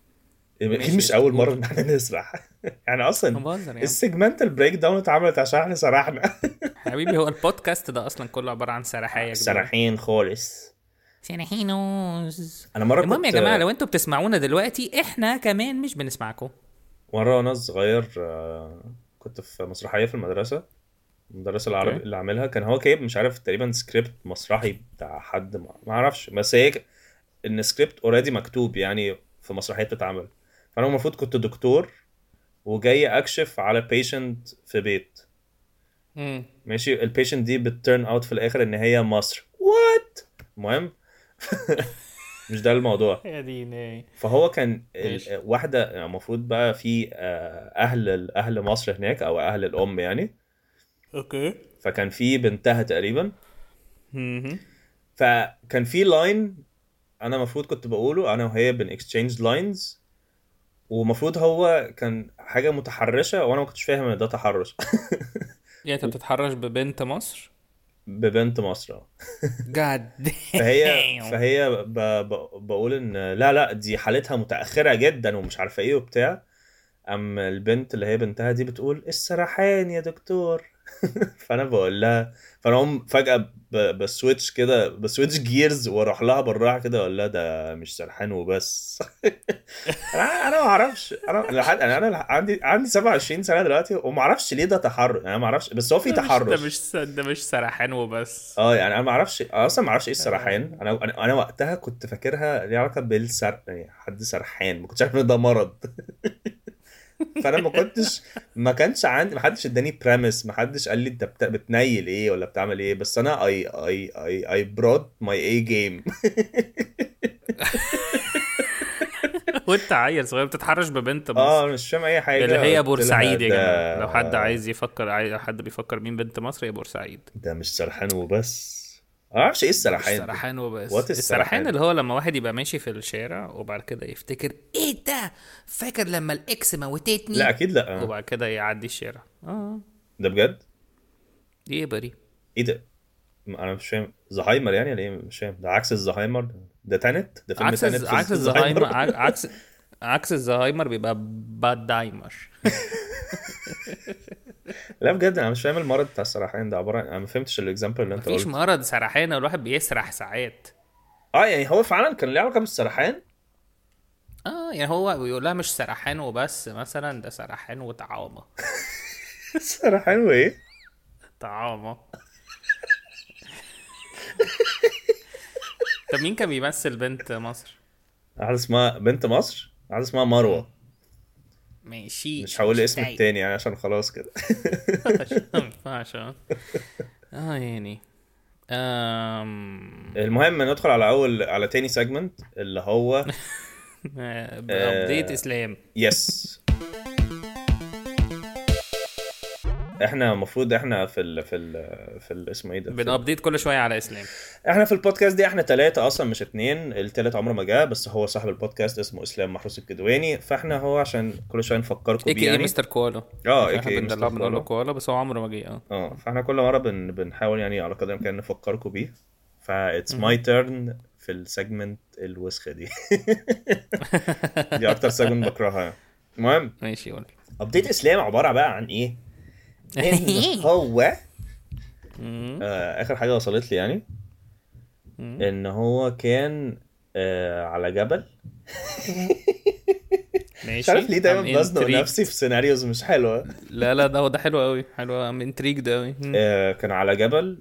[SPEAKER 2] اكيد
[SPEAKER 1] ماشي،
[SPEAKER 2] مش اول مرة ان احنا نسرح [LAUGHS] يعني
[SPEAKER 1] انا
[SPEAKER 2] اصلا
[SPEAKER 1] بهزر يا عم.
[SPEAKER 2] السيجمنت البريك داون اتعملت عشان احنا سرحنا
[SPEAKER 1] حبيبي هو البودكاست ده اصلا كله عباره عن سرحيه أيوة يا جماعة.
[SPEAKER 2] سرحين خالص
[SPEAKER 1] سرحينوز
[SPEAKER 2] انا مرة
[SPEAKER 1] المهم يا
[SPEAKER 2] كنت-
[SPEAKER 1] جماعه لو انتوا بتسمعونا دلوقتي احنا كمان مش بنسمعكم
[SPEAKER 2] مرة وأنا صغير آه، كنت في مسرحية في المدرسة المدرس العربي
[SPEAKER 1] أوكي.
[SPEAKER 2] اللي عاملها كان هو كاتب مش عارف تقريبا سكريبت مسرحي بتاع حد ما ما اعرفش بس هي ك- ان سكريبت اوريدي مكتوب يعني في مسرحية بتتعمل فانا المفروض كنت دكتور وجاي اكشف على بيشنت في بيت
[SPEAKER 1] امم
[SPEAKER 2] ماشي البيشنت دي بتترن اوت في الاخر ان هي مصر وات المهم [LAUGHS] مش ده الموضوع
[SPEAKER 1] يا ديني
[SPEAKER 2] فهو كان ال-
[SPEAKER 1] ماشي.
[SPEAKER 2] واحده المفروض بقى في آه، اهل اهل مصر هناك او اهل الام يعني
[SPEAKER 1] اوكي
[SPEAKER 2] فكان في بنتها تقريبا فكان في لاين انا المفروض كنت بقوله انا وهي بن اكسشينج لاينز ومفروض هو كان حاجه متحرشه وانا ما كنتش فاهم ان ده تحرش [LAUGHS]
[SPEAKER 1] يعني انت بتتحرش ببنت مصر
[SPEAKER 2] ببنت مصر اه
[SPEAKER 1] جاد [LAUGHS]
[SPEAKER 2] فهي فهي ب... ب... بقول ان لا لا دي حالتها متاخره جدا ومش عارفه ايه وبتاع اما البنت اللي هي بنتها دي بتقول السرحان يا دكتور [LAUGHS] فانا بقول لها فانا هم فجاه ب... بسويتش كده بسويتش جيرز واروح لها بالراحه كده اقول لها ده مش سرحان وبس [LAUGHS] انا انا ما اعرفش انا لحد انا انا عندي عندي 27 سنه دلوقتي وما اعرفش ليه ده تحرش انا ما اعرفش بس هو في تحرش
[SPEAKER 1] ده مش ده مش سرحان وبس
[SPEAKER 2] اه يعني انا ما اعرفش أنا اصلا ما اعرفش
[SPEAKER 1] آه.
[SPEAKER 2] ايه السرحان انا انا أنا وقتها كنت فاكرها ليها علاقه بالسر يعني حد سرحان ما كنتش عارف ان ده مرض [LAUGHS] فانا ما كنتش ما كانش عندي ما حدش اداني بريمس ما حدش قال لي انت بت- بتنيل ايه ولا بتعمل ايه بس انا اي اي اي اي برود ماي اي جيم
[SPEAKER 1] [LAUGHS] وانت عيل صغير بتتحرش ببنت مصر
[SPEAKER 2] اه أنا مش فاهم اي حاجه
[SPEAKER 1] اللي هي
[SPEAKER 2] قلت لها
[SPEAKER 1] بورسعيد يا
[SPEAKER 2] ده-
[SPEAKER 1] جماعه لو حد عايز يفكر عايز حد بيفكر مين بنت مصر هي بورسعيد
[SPEAKER 2] ده مش سرحان وبس ما اعرفش ايه السرحان
[SPEAKER 1] السرحان وبس
[SPEAKER 2] What is
[SPEAKER 1] السرحان
[SPEAKER 2] سرحان؟
[SPEAKER 1] اللي هو لما واحد يبقى ماشي في الشارع وبعد كده يفتكر ايه ده فاكر لما الاكس موتتني
[SPEAKER 2] لا اكيد لا
[SPEAKER 1] وبعد كده يعدي الشارع اه
[SPEAKER 2] ده بجد
[SPEAKER 1] دي ايه بري
[SPEAKER 2] ايه ده؟ ما انا مش فاهم زهايمر يعني ولا ايه مش فاهم ده عكس الزهايمر ده- ده تانت ده فيلم
[SPEAKER 1] عكس
[SPEAKER 2] تانت
[SPEAKER 1] الز-
[SPEAKER 2] في
[SPEAKER 1] عكس الزهايمر
[SPEAKER 2] [LAUGHS]
[SPEAKER 1] ع- عكس عكس الزهايمر بيبقى باد دايمر
[SPEAKER 2] لا بجد انا مش فاهم المرض بتاع السرحان ده عباره عن انا ما فهمتش الاكزامبل اللي انت
[SPEAKER 1] مفيش
[SPEAKER 2] قلته
[SPEAKER 1] مرض سرحان الواحد بيسرح ساعات
[SPEAKER 2] اه يعني هو فعلا كان له علاقه بالسرحان [LAUGHS]
[SPEAKER 1] اه يعني هو بيقول لها مش سرحان وبس مثلا ده سرحان وطعامه
[SPEAKER 2] السرحان وايه؟
[SPEAKER 1] طعامه طب مين كان بيمثل بنت مصر؟
[SPEAKER 2] واحده اسمها بنت مصر واحده اسمها مروه
[SPEAKER 1] ماشي [LAUGHS]
[SPEAKER 2] مش هقول الاسم
[SPEAKER 1] تايق.
[SPEAKER 2] التاني يعني عشان خلاص كده
[SPEAKER 1] ما ينفعش اه آه يعني أم...
[SPEAKER 2] المهم ندخل على اول على تاني سيجمنت اللي هو
[SPEAKER 1] آه،
[SPEAKER 2] آه،
[SPEAKER 1] ابديت اسلام [LAUGHS]
[SPEAKER 2] يس احنا المفروض احنا في ال في ال في ال- اسمه ايه ده؟ في ال-
[SPEAKER 1] بنابديت كل شويه على اسلام
[SPEAKER 2] احنا في البودكاست دي احنا ثلاثة اصلا مش اتنين التالت عمره ما جه بس هو صاحب البودكاست اسمه اسلام محروس الكدواني فاحنا هو عشان كل شوية نفكركم
[SPEAKER 1] اي
[SPEAKER 2] بيه
[SPEAKER 1] كي اي
[SPEAKER 2] يعني
[SPEAKER 1] مستر كوالا
[SPEAKER 2] اه اي
[SPEAKER 1] احنا
[SPEAKER 2] كي
[SPEAKER 1] بندلعه بنقول له كوالا بس هو عمره ما جه اه
[SPEAKER 2] اه فاحنا كل مرة بن... بنحاول يعني على قدر الامكان نفكركم بيه فا اتس ماي تيرن في السيجمنت الوسخة دي [LAUGHS] دي اكتر سيجمنت بكرهها يعني. المهم
[SPEAKER 1] ماشي قول
[SPEAKER 2] ابديت اسلام عبارة بقى عن ايه؟
[SPEAKER 1] [LAUGHS]
[SPEAKER 2] ان هو آه، اخر حاجه وصلت لي يعني
[SPEAKER 1] مم.
[SPEAKER 2] ان هو كان آه على جبل
[SPEAKER 1] ماشي
[SPEAKER 2] مش عارف ليه
[SPEAKER 1] I'm
[SPEAKER 2] دايما بزنق
[SPEAKER 1] intrigued.
[SPEAKER 2] نفسي في سيناريوز مش حلوه اه،
[SPEAKER 1] لا لا ده هو ده حلو قوي حلو ام انتريج ده قوي
[SPEAKER 2] آه كان على جبل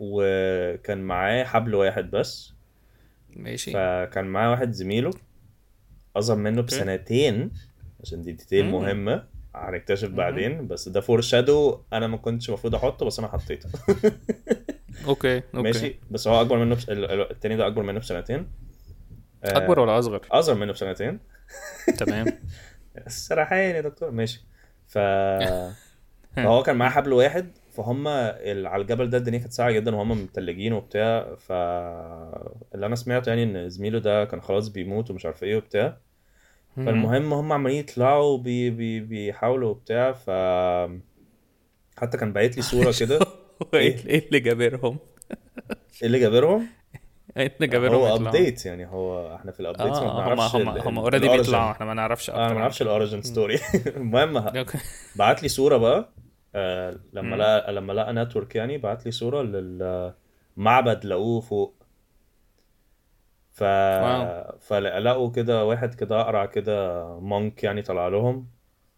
[SPEAKER 2] و آه، كان معاه حبل واحد بس
[SPEAKER 1] ماشي
[SPEAKER 2] فكان معاه واحد زميله اصغر منه بسنتين عشان دي ديتيل
[SPEAKER 1] مم.
[SPEAKER 2] مهمه هنكتشف بعدين بس ده فور شادو انا ما كنتش المفروض احطه بس انا حطيته
[SPEAKER 1] اوكي اوكي
[SPEAKER 2] ماشي بس هو اكبر منه بس... التاني ده اكبر منه بسنتين آه،
[SPEAKER 1] اكبر ولا
[SPEAKER 2] [LAUGHS]
[SPEAKER 1] اصغر
[SPEAKER 2] اصغر منه بسنتين
[SPEAKER 1] تمام
[SPEAKER 2] سرحان يا يعني دكتور
[SPEAKER 1] [LAUGHS]
[SPEAKER 2] ماشي ف فهو كان معاه حبل واحد فهم ال- على الجبل ده الدنيا كانت ساقعه جدا وهم متلجين وبتاع ف اللي انا سمعته يعني ان زميله ده كان خلاص بيموت ومش عارف ايه وبتاع فالمهم هم عمالين يطلعوا بي بي بيحاولوا وبتاع ف حتى كان باعت لي
[SPEAKER 1] [LAUGHS]
[SPEAKER 2] صوره كده
[SPEAKER 1] ايه إيه اللي جابرهم؟
[SPEAKER 2] ايه اللي جابرهم
[SPEAKER 1] ايه اللي جابرهم
[SPEAKER 2] اه، هو
[SPEAKER 1] يطلعوا؟
[SPEAKER 2] ابديت يعني هو احنا في الابديت
[SPEAKER 1] اه هم هم هم اوريدي بيطلعوا احنا ما نعرفش اكتر
[SPEAKER 2] انا اه، آه، ما اعرفش الاوريجن ستوري [LAUGHS] المهم ه-
[SPEAKER 1] [LAUGHS] اوكي
[SPEAKER 2] بعت لي صوره بقى آه
[SPEAKER 1] مم.
[SPEAKER 2] لما لقى لما لقى نتورك يعني بعت لي صوره للمعبد لقوه فوق ف
[SPEAKER 1] واو.
[SPEAKER 2] فلقوا كده واحد كده اقرع كده مونك يعني طلع لهم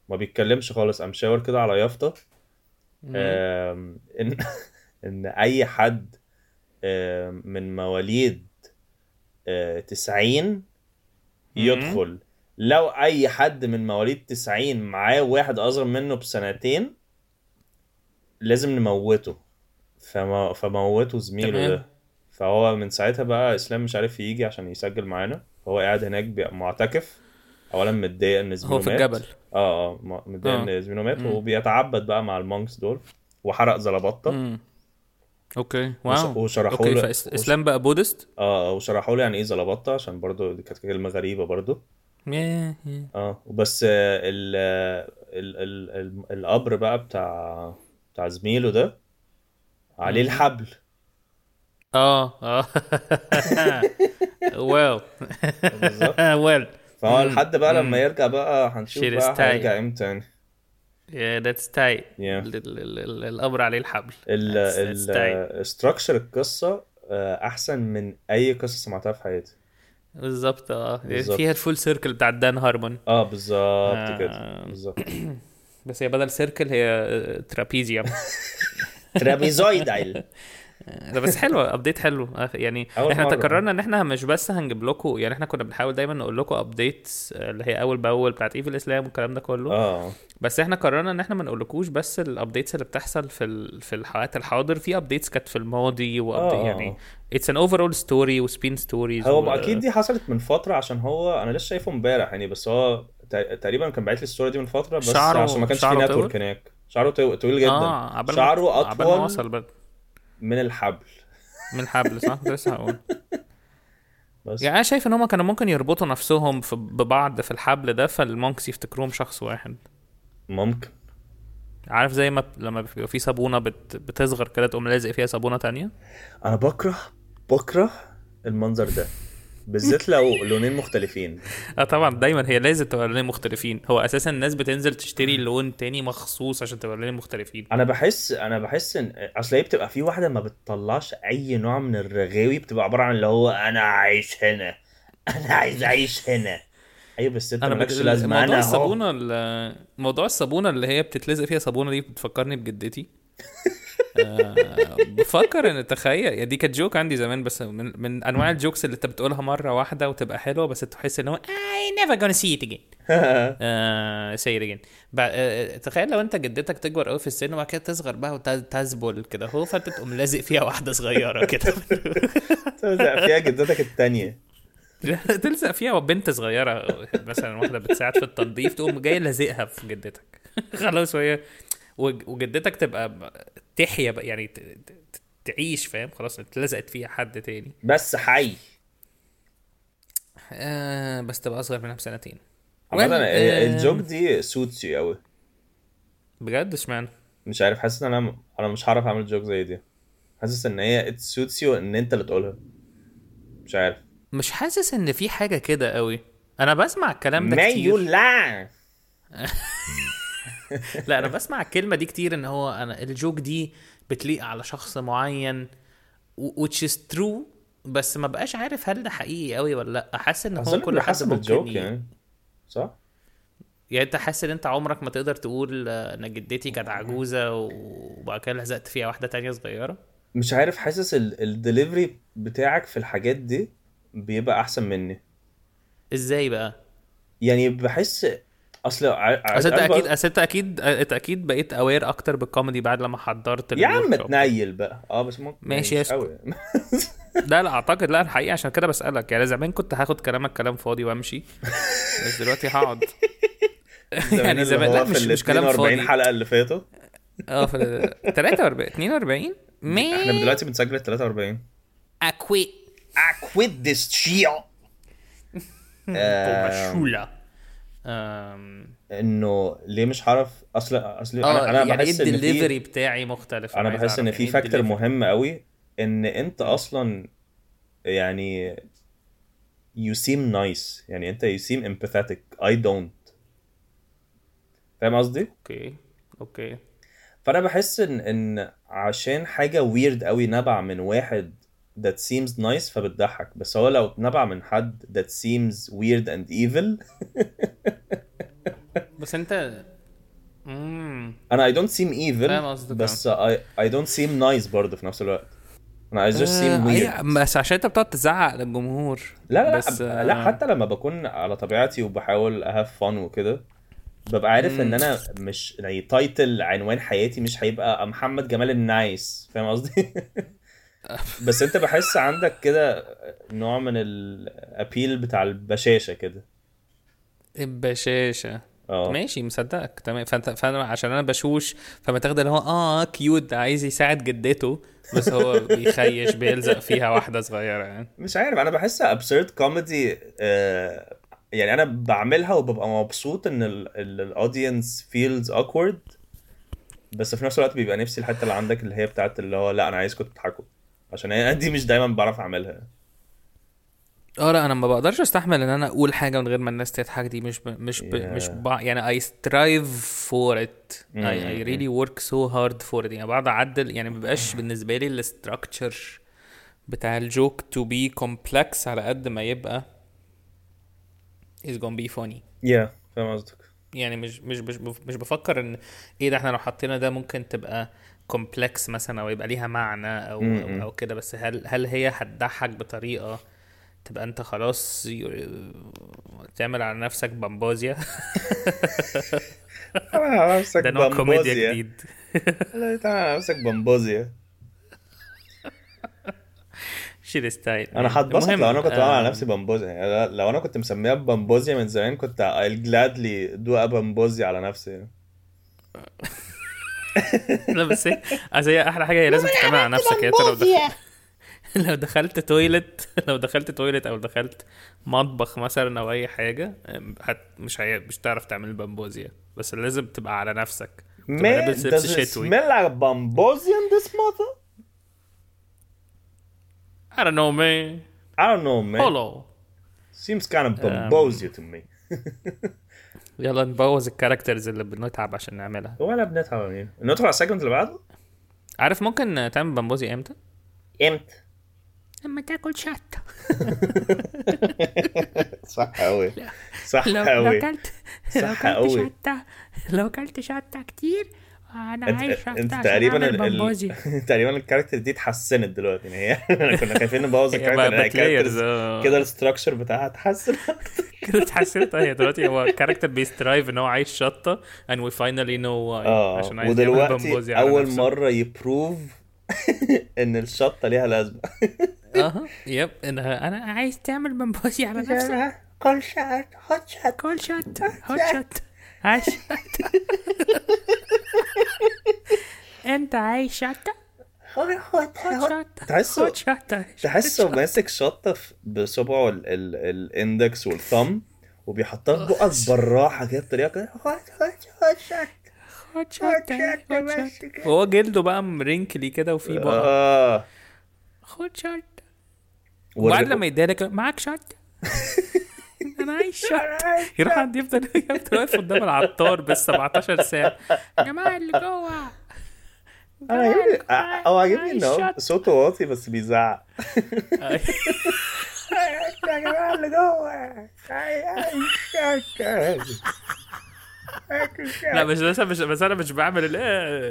[SPEAKER 2] ما بيتكلمش خالص قام شاور كده على يافطه آم، [LAUGHS] ان ان اي حد آم، من مواليد آه، 90 يدخل لو اي حد من مواليد 90 معاه واحد اصغر منه بسنتين لازم نموته فما فموته زميله
[SPEAKER 1] تمام.
[SPEAKER 2] ده فهو من ساعتها بقى اسلام مش عارف يجي عشان يسجل معانا فهو قاعد هناك بي- معتكف اولا متضايق ان زميله
[SPEAKER 1] هو في
[SPEAKER 2] مات.
[SPEAKER 1] الجبل
[SPEAKER 2] اه اه ما- متضايق
[SPEAKER 1] آه.
[SPEAKER 2] ان زميله مات
[SPEAKER 1] مم.
[SPEAKER 2] وبيتعبد بقى مع المونكس دول وحرق زلبطه
[SPEAKER 1] مم. اوكي
[SPEAKER 2] وش-
[SPEAKER 1] واو
[SPEAKER 2] وشرحوا
[SPEAKER 1] اوكي
[SPEAKER 2] له-
[SPEAKER 1] فاسلام بقى بودست
[SPEAKER 2] اه آه، وشرحوا لي يعني ايه زلبطه عشان برضو دي كانت كلمه غريبه برضو
[SPEAKER 1] ياه، ياه.
[SPEAKER 2] اه وبس آه، ال ال ال ال القبر بقى بتاع بتاع زميله ده عليه
[SPEAKER 1] مم.
[SPEAKER 2] الحبل
[SPEAKER 1] اه اه [LAUGHS] واو [LAUGHS]
[SPEAKER 2] بالظبط
[SPEAKER 1] ويل
[SPEAKER 2] فهو
[SPEAKER 1] مم.
[SPEAKER 2] الحد بقى
[SPEAKER 1] مم.
[SPEAKER 2] لما يرجع بقى هنشوف
[SPEAKER 1] Shit is
[SPEAKER 2] بقى
[SPEAKER 1] tight.
[SPEAKER 2] هيرجع امتى يعني
[SPEAKER 1] ذاتس تايت
[SPEAKER 2] Yeah.
[SPEAKER 1] الامر عليه الحبل
[SPEAKER 2] ال
[SPEAKER 1] That's- that's tight.
[SPEAKER 2] ال structure القصه آه، احسن من اي قصه سمعتها في حياتي
[SPEAKER 1] بالظبط اه
[SPEAKER 2] بالظبط.
[SPEAKER 1] فيها الفول سيركل بتاع دان هارمون
[SPEAKER 2] اه بالظبط
[SPEAKER 1] آه.
[SPEAKER 2] كده بالظبط
[SPEAKER 1] بس هي بدل سيركل هي آه، ترابيزيوم
[SPEAKER 2] [LAUGHS]
[SPEAKER 1] [LAUGHS]
[SPEAKER 2] ترابيزويدال
[SPEAKER 1] ده بس حلو ابديت حلو آه، يعني
[SPEAKER 2] أول
[SPEAKER 1] احنا
[SPEAKER 2] مرة.
[SPEAKER 1] تقررنا ان احنا مش بس هنجيب لكم يعني احنا كنا بنحاول دايما نقول لكم ابديتس اللي هي اول باول بتاعت ايفل اسلام والكلام ده كله
[SPEAKER 2] اه
[SPEAKER 1] بس احنا قررنا ان احنا ما نقولكوش بس الابديتس اللي بتحصل في ال... في الحلقات الحاضر في ابديتس كانت في الماضي وابديت
[SPEAKER 2] آه.
[SPEAKER 1] يعني اتس ان اوفرول ستوري وسبين ستوريز
[SPEAKER 2] هو اكيد دي حصلت من فتره عشان هو انا لسه شايفه امبارح يعني بس هو ت- تقريبا كان باعت لي الصوره دي من فتره بس
[SPEAKER 1] شعره-
[SPEAKER 2] عشان ما كانش في
[SPEAKER 1] شعره
[SPEAKER 2] نتورك
[SPEAKER 1] طول؟
[SPEAKER 2] هناك شعره طو- طويل جدا
[SPEAKER 1] اه عبال ما-
[SPEAKER 2] شعره
[SPEAKER 1] عبال ما
[SPEAKER 2] اطول
[SPEAKER 1] وصل بقى
[SPEAKER 2] من الحبل
[SPEAKER 1] من الحبل صح [LAUGHS] كنت لسه هقول
[SPEAKER 2] بس
[SPEAKER 1] يعني انا شايف ان هم كانوا ممكن يربطوا نفسهم في... ببعض في الحبل ده فالمونكس يفتكروهم شخص واحد
[SPEAKER 2] ممكن
[SPEAKER 1] عارف زي ما ب- لما بيبقى في صابونه بت... بتصغر كده تقوم لازق فيها صابونه تانية
[SPEAKER 2] انا بكره بكره المنظر ده بالذات لو لونين مختلفين
[SPEAKER 1] اه طبعا دايما هي لازم تبقى لونين مختلفين هو اساسا الناس بتنزل تشتري لون تاني مخصوص عشان تبقى لونين مختلفين
[SPEAKER 2] انا بحس انا بحس ان اصل هي بتبقى في واحده ما بتطلعش اي نوع من الرغاوي بتبقى عباره عن اللي هو انا عايش هنا انا عايز اعيش هنا ايوه بس انت
[SPEAKER 1] انا
[SPEAKER 2] مالكش
[SPEAKER 1] بت-
[SPEAKER 2] لازمه
[SPEAKER 1] موضوع
[SPEAKER 2] انا اهو
[SPEAKER 1] الصابونه ال- موضوع الصابونه اللي هي بتتلزق فيها صابونه دي بتفكرني
[SPEAKER 2] [LAUGHS]
[SPEAKER 1] بجدتي آه، بفكر ان تخيل يعني دي كانت جوك عندي زمان بس من, من انواع الجوكس اللي انت بتقولها مره واحده وتبقى حلوه بس تحس ان هو I never gonna see it again
[SPEAKER 2] [LAUGHS]
[SPEAKER 1] آه say it again ب- آه، تخيل لو انت جدتك تكبر قوي في السن وبعد كده تصغر بقى وتذبل كده هو فانت تقوم لازق فيها واحده صغيره كده
[SPEAKER 2] تلزق فيها جدتك التانية
[SPEAKER 1] [LAUGHS] تلزق فيها وبنت صغيره مثلا واحده بتساعد في التنظيف تقوم جاي لازقها في جدتك [LAUGHS] خلاص وهي وج- وجدتك تبقى ب- تحيا بقى يعني ت- ت- تعيش فاهم خلاص اتلزقت فيها حد تاني
[SPEAKER 2] بس حي
[SPEAKER 1] آه بس تبقى اصغر منها بسنتين
[SPEAKER 2] عامة
[SPEAKER 1] Well، آه،
[SPEAKER 2] الجوك دي سوتسي قوي
[SPEAKER 1] بجد اشمعنى
[SPEAKER 2] مش عارف حاسس ان انا انا مش هعرف اعمل جوك زي دي حاسس ان هي it suits you ان انت اللي تقولها مش عارف
[SPEAKER 1] مش حاسس ان في حاجه كده قوي انا بسمع الكلام ده
[SPEAKER 2] ما
[SPEAKER 1] كتير
[SPEAKER 2] يولع
[SPEAKER 1] لا انا بسمع الكلمه دي كتير ان هو انا الجوك دي بتليق على شخص معين و- which is true بس ما بقاش عارف هل ده حقيقي قوي ولا لا حاسس ان هو
[SPEAKER 2] اظن
[SPEAKER 1] كل
[SPEAKER 2] كل
[SPEAKER 1] حد
[SPEAKER 2] حسب
[SPEAKER 1] ممكن
[SPEAKER 2] الجوك
[SPEAKER 1] ي-
[SPEAKER 2] يعني صح؟
[SPEAKER 1] يعني انت حاسس ان انت عمرك ما تقدر تقول آه، انا جدتي كانت عجوزه وبعد كده لزقت فيها واحده تانية صغيره
[SPEAKER 2] مش عارف حاسس الدليفري بتاعك في الحاجات دي بيبقى احسن مني
[SPEAKER 1] ازاي بقى؟
[SPEAKER 2] يعني بحس اصل ع-
[SPEAKER 1] اصل انت
[SPEAKER 2] عارف بقى-
[SPEAKER 1] اكيد اصل انت اكيد انت اكيد بقيت اوير اكتر بالكوميدي بعد لما حضرت
[SPEAKER 2] يا عم
[SPEAKER 1] الworkshop.
[SPEAKER 2] تنيل بقى اه بس ممكن
[SPEAKER 1] ماشي،
[SPEAKER 2] مش
[SPEAKER 1] اسكت.
[SPEAKER 2] قوي يعني.
[SPEAKER 1] لا لا اعتقد لا الحقيقه عشان كده بسالك يعني زمان كنت هاخد كلامك كلام فاضي
[SPEAKER 2] [LAUGHS]
[SPEAKER 1] وامشي بس دلوقتي هقعد يعني
[SPEAKER 2] اللي
[SPEAKER 1] زمان
[SPEAKER 2] هو
[SPEAKER 1] لا
[SPEAKER 2] في
[SPEAKER 1] مش
[SPEAKER 2] ال
[SPEAKER 1] مش كلام
[SPEAKER 2] 42
[SPEAKER 1] فاضي
[SPEAKER 2] حلقه اللي فاتوا
[SPEAKER 1] اه في 43 42
[SPEAKER 2] احنا
[SPEAKER 1] مي
[SPEAKER 2] دلوقتي بنسجل ال 43
[SPEAKER 1] اكوي
[SPEAKER 2] I quit this shit آه.
[SPEAKER 1] مشولة آم،
[SPEAKER 2] انه ليه مش هعرف اصل اصل
[SPEAKER 1] اه
[SPEAKER 2] انا انا
[SPEAKER 1] يعني ايه
[SPEAKER 2] بحس ان في
[SPEAKER 1] الدليفري بتاعي مختلف
[SPEAKER 2] انا
[SPEAKER 1] عايز
[SPEAKER 2] بحس ان
[SPEAKER 1] أعرف
[SPEAKER 2] في
[SPEAKER 1] يعني إيه
[SPEAKER 2] فاكتور
[SPEAKER 1] الدليفري.
[SPEAKER 2] مهم قوي ان انت اصلا يعني you seem nice يعني انت you seem empathetic I don't فاهم قصدي؟
[SPEAKER 1] اوكي اوكي
[SPEAKER 2] فانا بحس ان ان عشان حاجه ويرد قوي نبع من واحد that seems nice فبتضحك بس هو لو نبع من حد that seems weird and evil
[SPEAKER 1] بس انت امم
[SPEAKER 2] انا I don't seem evil
[SPEAKER 1] فاهم قصدك، آه.
[SPEAKER 2] بس I, I don't seem nice برضه في نفس الوقت انا I just seem
[SPEAKER 1] آه،
[SPEAKER 2] weird
[SPEAKER 1] أي- بس عشان انت بتقعد تزعق للجمهور
[SPEAKER 2] لا لا
[SPEAKER 1] بس
[SPEAKER 2] بس
[SPEAKER 1] آه،
[SPEAKER 2] لا حتى لما بكون على طبيعتي وبحاول اهاف فن وكده ببقى عارف ان انا مش يعني تايتل عنوان حياتي مش هيبقى محمد جمال النايس فاهم
[SPEAKER 1] [LAUGHS]
[SPEAKER 2] قصدي بس انت بحس عندك كده نوع من الابيل بتاع البشاشه كده
[SPEAKER 1] البشاشه
[SPEAKER 2] اه
[SPEAKER 1] ماشي مصدقك تمام فانت فانا عشان انا بشوش فبتاخد اللي هو اه كيوت ده عايز يساعد جدته بس هو بيخيش بيلزق فيها واحده صغيره يعني
[SPEAKER 2] مش عارف انا بحس absurd كوميدي يعني انا بعملها وببقى مبسوط ان الاودينس فيلز awkward بس في نفس الوقت بيبقى نفسي الحته اللي عندك اللي هي بتاعت اللي هو لا انا عايزكم تضحكوا عشان انا دي مش دايما بعرف اعملها
[SPEAKER 1] اه لا انا ما بقدرش استحمل ان انا اقول حاجه من غير ما الناس تضحك دي مش ب... مش ب... مش
[SPEAKER 2] Yeah.
[SPEAKER 1] ب... يعني اي سترايف فور ات اي اي
[SPEAKER 2] Mm.
[SPEAKER 1] ريلي ورك سو هارد فور ات يعني بقعد اعدل يعني ما بيبقاش بالنسبه لي الاستراكشر بتاع الجوك تو بي كومبلكس على قد ما يبقى is gonna be funny
[SPEAKER 2] يا فاهم قصدك [LAUGHS]
[SPEAKER 1] يعني مش مش مش, مش بفكر ان ايه ده احنا لو حطينا ده ممكن تبقى كومبلكس مثلا او يبقى ليها معنى او
[SPEAKER 2] م- م.
[SPEAKER 1] او, أو كده بس هل هل هي هتضحك بطريقه تبقى انت خلاص ي- تعمل على نفسك بامبوزيا [LAUGHS]
[SPEAKER 2] انا آه، همسك
[SPEAKER 1] ده نوع كوميديا
[SPEAKER 2] بمبوزيا
[SPEAKER 1] جديد
[SPEAKER 2] [LAUGHS] لا، تعالى همسك بمبوزيا
[SPEAKER 1] شيل ستايل
[SPEAKER 2] انا هتبسط
[SPEAKER 1] المهم،
[SPEAKER 2] لو انا كنت بعمل
[SPEAKER 1] آه،
[SPEAKER 2] على نفسي بمبوزيا يعني لو انا كنت مسميها بمبوزيا من زمان كنت I'll gladly do a بمبوزيا على نفسي
[SPEAKER 1] لا بس هي اصل هي احلى حاجه هي لازم تعمل على نفسك يعني انت لو دخلت [LAUGHS] لو دخلت تويلت لو دخلت تويلت او دخلت مطبخ مثلا او اي حاجه أم، هت مش هي... مش هتعرف تعمل البامبوزيا بس لازم تبقى على نفسك تبقى
[SPEAKER 2] Man,
[SPEAKER 1] لابس
[SPEAKER 2] does
[SPEAKER 1] لبس
[SPEAKER 2] it
[SPEAKER 1] شتوي
[SPEAKER 2] smell like bamboozia in this mother?
[SPEAKER 1] I don't know man
[SPEAKER 2] I don't know, man.
[SPEAKER 1] hello
[SPEAKER 2] Seems kind of bamboozia to me.
[SPEAKER 1] يلا نبوظ الكاركترز اللي بنتعب عشان نعملها
[SPEAKER 2] ولا بنتعب مين؟ ندخل على السيجمنت اللي بعده؟
[SPEAKER 1] عارف ممكن تعمل بامبوزيا امتى؟
[SPEAKER 2] امتى؟
[SPEAKER 3] لما تاكل شطة
[SPEAKER 2] صح قوي صح
[SPEAKER 3] [LAUGHS] لو لو
[SPEAKER 2] قوي
[SPEAKER 3] اكلت
[SPEAKER 2] صح
[SPEAKER 3] لو اكلت
[SPEAKER 2] أوي.
[SPEAKER 3] شطة لو اكلت شطة كتير انا عايز
[SPEAKER 2] انت
[SPEAKER 3] شطة
[SPEAKER 2] انت
[SPEAKER 3] عشان
[SPEAKER 2] تقريبا
[SPEAKER 3] أعمل
[SPEAKER 2] ال- [LAUGHS]
[SPEAKER 3] بمبوزيا.
[SPEAKER 2] ال... تقريبا الكاركتر دي اتحسنت دلوقتي يعني هي كنا خايفين نبوظ
[SPEAKER 1] هي
[SPEAKER 2] الكاركتر
[SPEAKER 1] بقى
[SPEAKER 2] لأن
[SPEAKER 1] بتلايرز،
[SPEAKER 2] الكاركترز
[SPEAKER 1] آه.
[SPEAKER 2] كده الاستراكشر بتاعها اتحسن
[SPEAKER 1] [LAUGHS] كده اتحسنت هي دلوقتي هو الكاركتر بيسترايف ان هو عايز شطه and we finally know why
[SPEAKER 2] اه
[SPEAKER 1] عشان عايز يعمل
[SPEAKER 2] ودلوقتي
[SPEAKER 1] بامبوزيا على
[SPEAKER 2] اول
[SPEAKER 1] نفسه.
[SPEAKER 2] مره [LAUGHS] يبروف ان الشطه ليها [LAUGHS] لازمه
[SPEAKER 1] اها يب انها انا عايز تعمل بامبوزيا على نفسك
[SPEAKER 2] كل شهر هوت شط
[SPEAKER 3] كل شطة هوت شطة عايز شطة [LAUGHS] انت عايز شطة
[SPEAKER 2] هوت
[SPEAKER 3] هوت شطة
[SPEAKER 2] تحسه-
[SPEAKER 3] هوت شطة
[SPEAKER 2] تحسه ماسك شطه في- بصبعه ال- ال- الاندكس والثumb وبيحطها في بقك بالراحه كده بطريقه كده هوت هوت هوت شط
[SPEAKER 3] هوت
[SPEAKER 2] هوت
[SPEAKER 3] شطة
[SPEAKER 2] شط
[SPEAKER 3] هوت شطة
[SPEAKER 2] ماشي كده.
[SPEAKER 1] هو جلده بقى مرنكلي كده وفي بقى
[SPEAKER 2] اه
[SPEAKER 3] خد شط
[SPEAKER 1] وبعد
[SPEAKER 2] والر-
[SPEAKER 1] لما يديلك معاك شط
[SPEAKER 3] انا عايز
[SPEAKER 2] [LAUGHS]
[SPEAKER 3] شط
[SPEAKER 1] يروح عند يفضل [LAUGHS] يفضل واقف قدام العطار بال 17 ساعه
[SPEAKER 3] يا جماعة اللي جوه
[SPEAKER 2] انا عاجبني
[SPEAKER 3] آه،
[SPEAKER 2] او عاجبني
[SPEAKER 3] آه،
[SPEAKER 2] ان هو
[SPEAKER 3] الشط.
[SPEAKER 2] يعني صوته واطي بس بيزعق [LAUGHS]
[SPEAKER 1] آه،
[SPEAKER 2] يا جماعه اللي جوه
[SPEAKER 1] لا مش بس مش بس انا مش بعمل ال-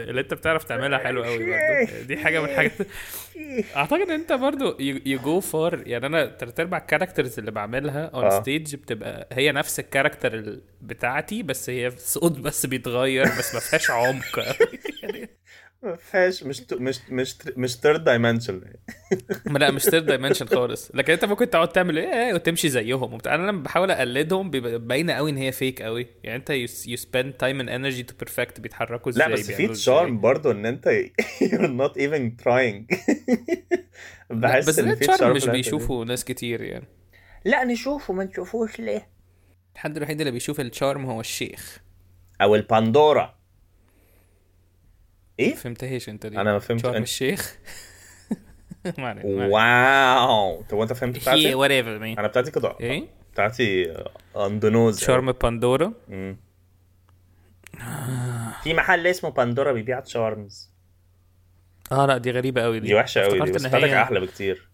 [SPEAKER 1] اللي انت بتعرف تعملها حلو قوي برضو دي حاجه من الحاجات اعتقد ان انت برضو يو جو فار يعني انا تلات ارباع الكاركترز اللي بعملها اون
[SPEAKER 2] آه.
[SPEAKER 1] ستيج بتبقى هي نفس الكاركتر ال- بتاعتي بس هي صوت بس بيتغير بس ما فيهاش عمق [LAUGHS] يعني
[SPEAKER 2] ما فيهاش مش تو- مش مش تر- مش ثيرد دايمنشن [LAUGHS]
[SPEAKER 1] ما لا مش ثيرد دايمنشن خالص لكن انت ممكن تقعد تعمل ايه وتمشي زيهم وبتاع انا لما بحاول اقلدهم بيبقى باينه قوي ان هي فيك قوي يعني انت يو سبيند تايم اند انرجي تو بيرفكت بيتحركوا ازاي
[SPEAKER 2] لا بس في
[SPEAKER 1] بيعملوا ازاي.
[SPEAKER 2] تشارم برضه ان انت [LAUGHS] you're not even trying
[SPEAKER 1] لا،
[SPEAKER 2] بحس
[SPEAKER 1] بس
[SPEAKER 2] ان
[SPEAKER 1] ده
[SPEAKER 2] في
[SPEAKER 1] تشارم مش
[SPEAKER 2] charm في الحتة دي.
[SPEAKER 1] بيشوفوا ناس كتير يعني
[SPEAKER 2] لا نشوفه ما نشوفوش ليه
[SPEAKER 1] الحد الوحيد اللي بيشوف التشارم هو الشيخ
[SPEAKER 2] او الباندورا ايه
[SPEAKER 1] ما فهمتهاش انت دي
[SPEAKER 2] أنا ما فهمت-
[SPEAKER 1] تشارم
[SPEAKER 2] أنا-
[SPEAKER 1] الشيخ [LAUGHS] ما علينا، ما علينا.
[SPEAKER 2] واو طب وانت فهمت
[SPEAKER 1] هي
[SPEAKER 2] بتاعتي
[SPEAKER 1] وات ايفر
[SPEAKER 2] انا بتاعتي كده
[SPEAKER 1] ايه
[SPEAKER 2] بتاعتي آه، اندونوز
[SPEAKER 1] تشارم باندورا
[SPEAKER 2] في محل اسمه باندورا بيبيع تشارمز
[SPEAKER 1] اه لا دي غريبه قوي دي
[SPEAKER 2] دي وحشه قوي دي
[SPEAKER 1] افتكرت
[SPEAKER 2] بس
[SPEAKER 1] ان
[SPEAKER 2] بتاعتك
[SPEAKER 1] هي
[SPEAKER 2] احلى بكتير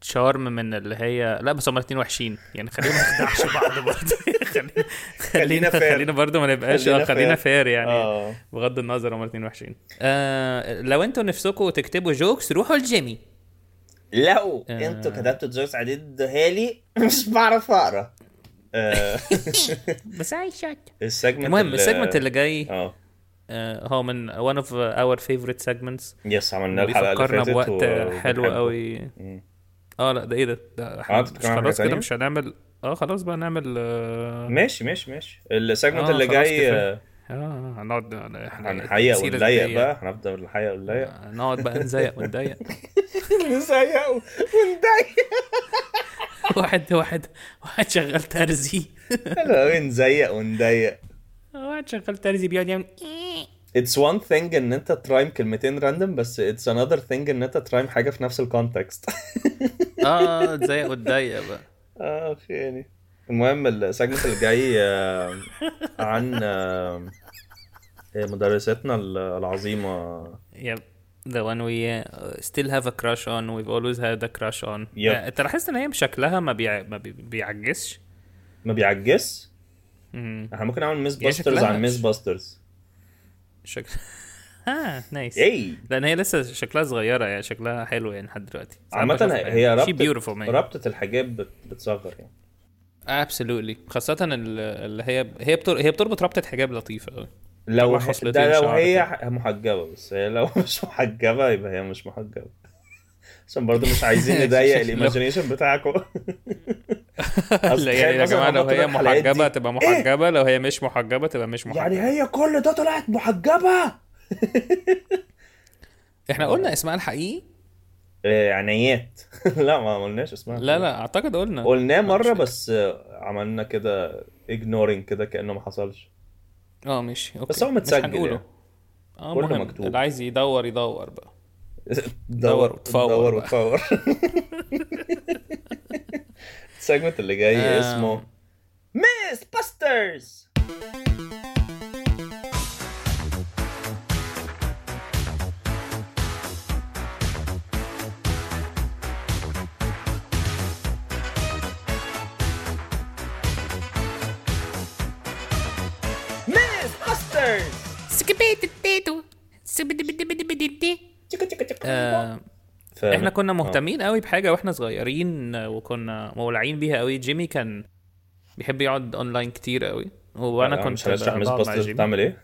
[SPEAKER 1] تشارم من اللي هي لا بس هما الاثنين وحشين يعني خلينا ما نخدعش بعض برضه [LAUGHS] خلينا
[SPEAKER 2] خلينا
[SPEAKER 1] خلينا
[SPEAKER 2] fair.
[SPEAKER 1] خلينا برضه ما نبقاش
[SPEAKER 2] خلينا
[SPEAKER 1] آه، خلينا
[SPEAKER 2] fair.
[SPEAKER 1] فير يعني
[SPEAKER 2] آه.
[SPEAKER 1] بغض النظر هما الاثنين وحشين آه لو انتوا نفسكم تكتبوا جوكس روحوا لجيمي
[SPEAKER 2] لو
[SPEAKER 1] آه.
[SPEAKER 2] انتوا كتبتوا جوكس عديد هالي [LAUGHS] مش بعرف اقرا آه، [LAUGHS]
[SPEAKER 3] بس اي شوت
[SPEAKER 2] السيجمنت
[SPEAKER 1] المهم
[SPEAKER 2] ال-
[SPEAKER 1] السيجمنت اللي جاي
[SPEAKER 2] اه
[SPEAKER 1] آه هو من one of our favorite segments
[SPEAKER 2] يس عملنا الحلقه اللي
[SPEAKER 1] بيفكرنا
[SPEAKER 2] فاتت
[SPEAKER 1] بوقت
[SPEAKER 2] و-
[SPEAKER 1] حلو
[SPEAKER 2] وبنحبه.
[SPEAKER 1] قوي اه لا ده ايه ده, ده احنا
[SPEAKER 2] أنت
[SPEAKER 1] مش
[SPEAKER 2] بتتكلم عن حاجة
[SPEAKER 1] خلاص كده
[SPEAKER 2] تانية؟
[SPEAKER 1] مش هنعمل اه خلاص بقى نعمل اه
[SPEAKER 2] ماشي ماشي ماشي السيجمنت
[SPEAKER 1] آه،
[SPEAKER 2] اللي
[SPEAKER 1] خلاص
[SPEAKER 2] جاي
[SPEAKER 1] كفاية.
[SPEAKER 2] آه،
[SPEAKER 1] آه، هنقعد احنا
[SPEAKER 2] هنحيق
[SPEAKER 1] التمثيل
[SPEAKER 2] ونضيق
[SPEAKER 1] الذاتية.
[SPEAKER 2] بقى هنبدا بالحيق ونضيق
[SPEAKER 1] نقعد بقى نزيق [LAUGHS] ونضيق
[SPEAKER 2] [LAUGHS] نضيق ونضيق
[SPEAKER 1] واحد واحد واحد شغال ترزي
[SPEAKER 2] حلو قوي نزيق ونديق
[SPEAKER 1] [LAUGHS] واحد شغال ترزي بيقعد يعمل
[SPEAKER 2] اتس one thing ان انت ترايم كلمتين راندم بس اتس another thing ان انت ترايم حاجه في نفس [LAUGHS] الكونتكست
[SPEAKER 1] اه تزيق وتضيق بقى
[SPEAKER 2] اه اخي يعني المهم السيجمنت اللي جاي آه، عن آه، إيه، مدرستنا العظيمه
[SPEAKER 1] يب the one we uh, still have a crush on we've always had a crush on
[SPEAKER 2] Yep.
[SPEAKER 1] آه، انت لاحظت ان هي شكلها ما, بيع... ما بي... بيعجزش
[SPEAKER 2] ما بيعجز
[SPEAKER 1] مم.
[SPEAKER 2] احنا ممكن نعمل ميس
[SPEAKER 1] يا
[SPEAKER 2] باسترز
[SPEAKER 1] شكلها
[SPEAKER 2] عن ميس
[SPEAKER 1] [LAUGHS]
[SPEAKER 2] باسترز
[SPEAKER 1] شكل اه نايس
[SPEAKER 2] اي
[SPEAKER 1] لان هي لسه شكلها صغيره يعني شكلها حلو يعني لحد دلوقتي
[SPEAKER 2] عامة هي
[SPEAKER 1] يعني. شي
[SPEAKER 2] ربطة
[SPEAKER 1] بيوتيفول
[SPEAKER 2] ربطة الحجاب بت- بتصغر يعني
[SPEAKER 1] ابسولوتلي خاصه ال- اللي هي هي بتر... هي بتربط ربطه حجاب لطيفه قوي
[SPEAKER 2] لو
[SPEAKER 1] طبعا
[SPEAKER 2] ح-
[SPEAKER 1] خصلتين
[SPEAKER 2] ده لو
[SPEAKER 1] شعر
[SPEAKER 2] هي
[SPEAKER 1] كده.
[SPEAKER 2] ح- محجبة بس هي لو [LAUGHS] مش محجبة يبقى هي مش محجبة عشان برضه
[SPEAKER 1] [LAUGHS]
[SPEAKER 2] مش عايزين نضيق الايماجينيشن بتاعكم أصل
[SPEAKER 1] لا
[SPEAKER 2] تخيل
[SPEAKER 1] يعني يا
[SPEAKER 2] مثلاً
[SPEAKER 1] جماعه
[SPEAKER 2] هما
[SPEAKER 1] لو
[SPEAKER 2] طول
[SPEAKER 1] هي
[SPEAKER 2] الحلقات دي-
[SPEAKER 1] محجبه تبقى
[SPEAKER 2] إيه؟
[SPEAKER 1] محجبه لو هي مش محجبه تبقى مش محجبه
[SPEAKER 2] يعني هي كل ده طلعت محجبة
[SPEAKER 1] احنا قلنا اسمها الحقيقي
[SPEAKER 2] آه، عنايات [LAUGHS] لا ما قلناش اسمها
[SPEAKER 1] لا لا اعتقد قلنا
[SPEAKER 2] قلناه مرة
[SPEAKER 1] فاكر.
[SPEAKER 2] بس آه، عملنا كده ignoring كده كأنه ما حصلش
[SPEAKER 1] اه ماشي اوكي
[SPEAKER 2] بس هو
[SPEAKER 1] مش
[SPEAKER 2] متسجل
[SPEAKER 1] هنقوله.
[SPEAKER 2] يعني.
[SPEAKER 1] اه
[SPEAKER 2] كله
[SPEAKER 1] مهم
[SPEAKER 2] مكتوب.
[SPEAKER 1] اللي عايز يدور يدور بقى
[SPEAKER 2] دور
[SPEAKER 1] وتفور
[SPEAKER 2] دور
[SPEAKER 1] بقى.
[SPEAKER 2] [LAUGHS] وتفور السيجمنت اللي جاي
[SPEAKER 1] آه.
[SPEAKER 2] اسمه ميس باسترز ميس باسترز
[SPEAKER 3] سكبيت التيتو سبدبدبدبدبدي
[SPEAKER 1] آه احنا
[SPEAKER 2] آه.
[SPEAKER 1] كنا مهتمين قوي بحاجه واحنا صغيرين آه، وكنا مولعين بيها قوي جيمي كان بيحب يقعد اونلاين كتير قوي وانا كنت
[SPEAKER 2] آه، مش هشرح
[SPEAKER 1] بقعد
[SPEAKER 2] ميس
[SPEAKER 1] مع
[SPEAKER 2] باسترز
[SPEAKER 1] جيمي.
[SPEAKER 2] بتعمل [LAUGHS] ايه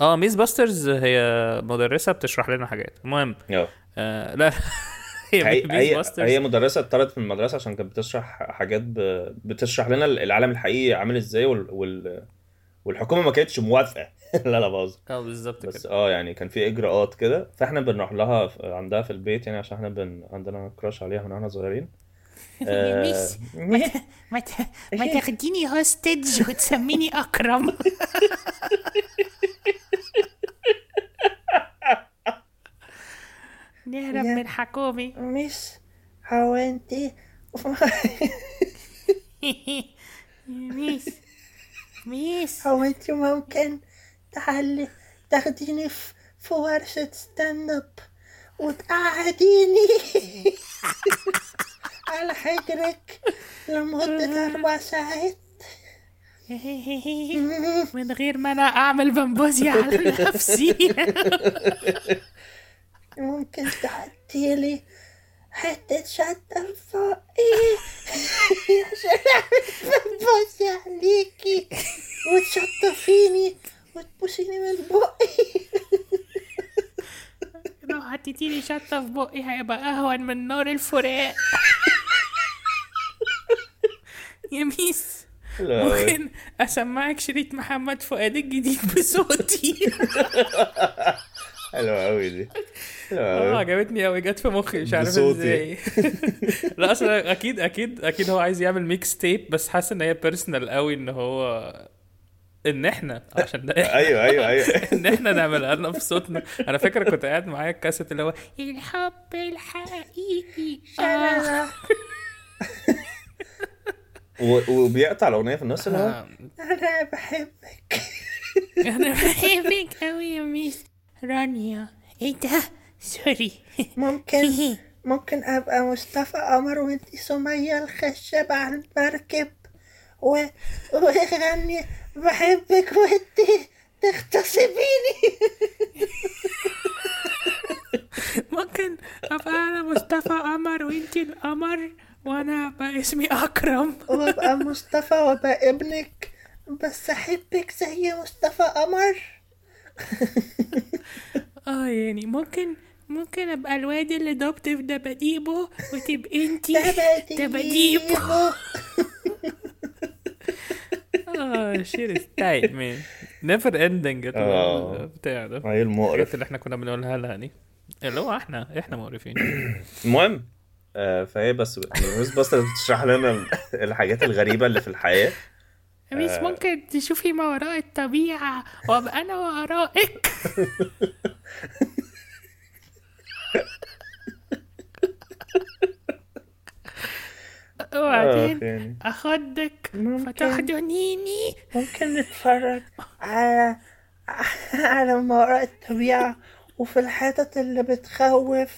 [SPEAKER 1] اه ميس باسترز هي مدرسه بتشرح لنا حاجات المهم
[SPEAKER 2] آه.
[SPEAKER 1] آه لا [LAUGHS] هي
[SPEAKER 2] هي
[SPEAKER 1] ميس
[SPEAKER 2] هي,
[SPEAKER 1] باسترز
[SPEAKER 2] هي مدرسه اتطردت من المدرسه عشان كانت بتشرح حاجات ب... بتشرح لنا العالم الحقيقي عامل ازاي وال... وال... والحكومه ما كانتش موافقه [LAUGHS] لا لا باظ
[SPEAKER 1] اه بالظبط
[SPEAKER 2] بس
[SPEAKER 1] كده
[SPEAKER 2] اه يعني كان في اجراءات كده فاحنا بنروح لها في- عندها في البيت يعني عشان احنا بن... عندنا كراش عليها من واحنا صغيرين آه،
[SPEAKER 3] ميس. ما ت- ما تاخديني هوستج وتسميني اكرم نهرب من [LAUGHS] الحكومة
[SPEAKER 4] مش [LAUGHS] حاولتي
[SPEAKER 3] ميس ميس [LAUGHS]
[SPEAKER 4] حاولتي ممكن تعلي تاخديني في في ورشة ستاند اب وتقعديني [LAUGHS] على حجرك لمدة أربع ساعات [LAUGHS]
[SPEAKER 3] من غير ما انا اعمل بمبوزيا
[SPEAKER 4] [LAUGHS]
[SPEAKER 3] على نفسي [LAUGHS]
[SPEAKER 4] ممكن تحطيلي حتة شطة فوقي [LAUGHS] عشان أعمل ببص عليكي وتشطفيني وتبوسيني من بقي
[SPEAKER 3] لو حطيتيلي شطه في بقي هيبقى اهون من نار الفراق [LAUGHS] يا ميس
[SPEAKER 2] حلو أوي.
[SPEAKER 3] ممكن اسمعك شريط محمد فؤاد الجديد
[SPEAKER 4] [LAUGHS]
[SPEAKER 3] بصوتي
[SPEAKER 2] حلوه قوي دي حلوه
[SPEAKER 1] اه
[SPEAKER 2] قوي
[SPEAKER 1] عجبتني قوي جت في مخي مش عارف
[SPEAKER 2] آه. بصوتي.
[SPEAKER 1] ازاي [LAUGHS] لا اصلا اكيد اكيد اكيد هو عايز يعمل ميكس تيب بس حاسس ان هي بيرسونال قوي ان هو ان احنا عشان
[SPEAKER 2] [LAUGHS]
[SPEAKER 1] ده [LAUGHS] إحنا.
[SPEAKER 2] ايوه ايوه ايوه
[SPEAKER 1] ان احنا نعملها لنا في صوتنا انا فاكر كنت قاعد معايا الكاسيت اللي هو
[SPEAKER 3] الحب
[SPEAKER 4] [LAUGHS]
[SPEAKER 3] الحقيقي آه.
[SPEAKER 4] شرارة
[SPEAKER 2] و- وبيقطع الاغنيه في النص اللي هو
[SPEAKER 4] أنا بحبك
[SPEAKER 3] انا بحبك قوي يا ميس رانيا ايه ده سوري
[SPEAKER 4] ممكن
[SPEAKER 3] [LAUGHS]
[SPEAKER 4] ممكن أبقى مصطفى قمر وأنتي سمية الخشب على المركب و... وأغني بحبك وأنتي تغتصبيني
[SPEAKER 3] ممكن ابقى انا مصطفى قمر وانتي القمر وانا ابقى اسمي اكرم
[SPEAKER 4] وابقى مصطفى وابقى ابنك بس احبك زي مصطفى قمر
[SPEAKER 3] اه يعني ممكن ممكن ابقى الواد اللي ضبط في دباديبه وتبقي
[SPEAKER 4] [LAUGHS]
[SPEAKER 3] انتي دباديبو
[SPEAKER 4] دباديبو
[SPEAKER 1] اه شير از تايت مان نيفر اندنج
[SPEAKER 2] آه.
[SPEAKER 1] بتاع ده
[SPEAKER 2] ايه
[SPEAKER 1] الحاجات
[SPEAKER 2] المقرف
[SPEAKER 1] اللي احنا كنا بنقولها لها دي اللي هو احنا احنا
[SPEAKER 2] [COUGHS]
[SPEAKER 1] مقرفين
[SPEAKER 2] المهم آه، فهي بس ميس باستر بتشرح لنا ال- الحاجات الغريبه اللي في الحياه
[SPEAKER 3] مش ممكن تشوفي ما وراء الطبيعة وابقى انا ورائك
[SPEAKER 2] آه،
[SPEAKER 3] وبعدين
[SPEAKER 2] يعني
[SPEAKER 3] اخدك فتحضنيني
[SPEAKER 4] ممكن نتفرج على [LAUGHS] على ما وراء الطبيعة وفي الحتت اللي بتخوف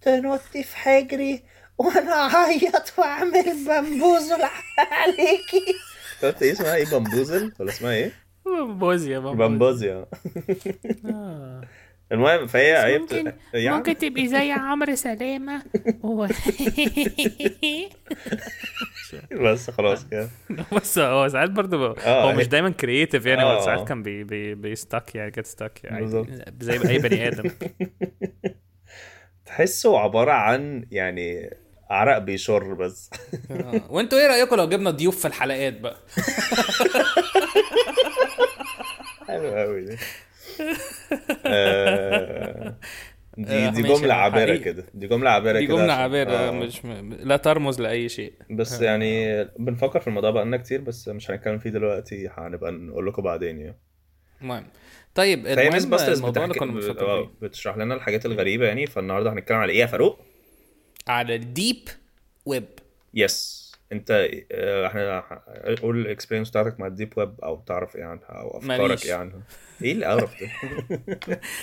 [SPEAKER 4] تنطي في حجري وانا اعيط واعمل بمبوزل عليكي
[SPEAKER 2] قلت ايه اسمها ايه بامبوزل ولا اسمها ايه؟
[SPEAKER 1] بمبوزيا بمبوزيا
[SPEAKER 2] بامبوزيا
[SPEAKER 1] آه.
[SPEAKER 2] المهم فهي هي بت-
[SPEAKER 3] ممكن
[SPEAKER 2] يا عم،
[SPEAKER 3] ممكن تبقي زي عمرو سلامة و... [LAUGHS]
[SPEAKER 2] بس خلاص كده
[SPEAKER 1] [LAUGHS] بس هو ساعات برضه ب...
[SPEAKER 2] آه،
[SPEAKER 1] هو مش
[SPEAKER 2] هي-
[SPEAKER 1] دايما كرييتيف يعني
[SPEAKER 2] آه.
[SPEAKER 1] هو ساعات كان بي بي بيستاك يعني جت ستاك يعني
[SPEAKER 2] بالظبط.
[SPEAKER 1] زي اي بني
[SPEAKER 2] [LAUGHS]
[SPEAKER 1] ادم
[SPEAKER 2] تحسه عباره عن يعني عرق بيشر [LAUGHS] بس
[SPEAKER 1] وانتوا ايه رايكم لو جبنا ضيوف في الحلقات بقى؟
[SPEAKER 2] حلو قوي ده آه، دي
[SPEAKER 1] آه،
[SPEAKER 2] دي
[SPEAKER 1] ماشي،
[SPEAKER 2] جمله عابره
[SPEAKER 1] حقيقي.
[SPEAKER 2] كده دي جمله عابره كده
[SPEAKER 1] دي جمله
[SPEAKER 2] عشان-
[SPEAKER 1] عابره
[SPEAKER 2] آه.
[SPEAKER 1] مش م... لا ترمز لاي شيء
[SPEAKER 2] بس يعني بنفكر في الموضوع بقالنا كتير بس مش هنتكلم فيه دلوقتي هنبقى نقول لكم بعدين يعني
[SPEAKER 1] المهم طيب
[SPEAKER 2] فهي ميس
[SPEAKER 1] المهم
[SPEAKER 2] باسترز
[SPEAKER 1] الموضوع اللي
[SPEAKER 2] بتحكي-
[SPEAKER 1] كنا
[SPEAKER 2] بت-
[SPEAKER 1] بنفكر
[SPEAKER 2] آه،
[SPEAKER 1] فيه
[SPEAKER 2] بتشرح لنا الحاجات الغريبه يعني فالنهارده هنتكلم على ايه يا فاروق؟
[SPEAKER 1] على الديب [LAUGHS] ويب
[SPEAKER 2] يس انت آه، احنا ح- قول الاكسبيرينس بتاعتك مع الديب ويب او تعرف ايه عنها او افكارك
[SPEAKER 1] ماليش.
[SPEAKER 2] ايه عنها ايه القرف ده؟
[SPEAKER 1] [LAUGHS]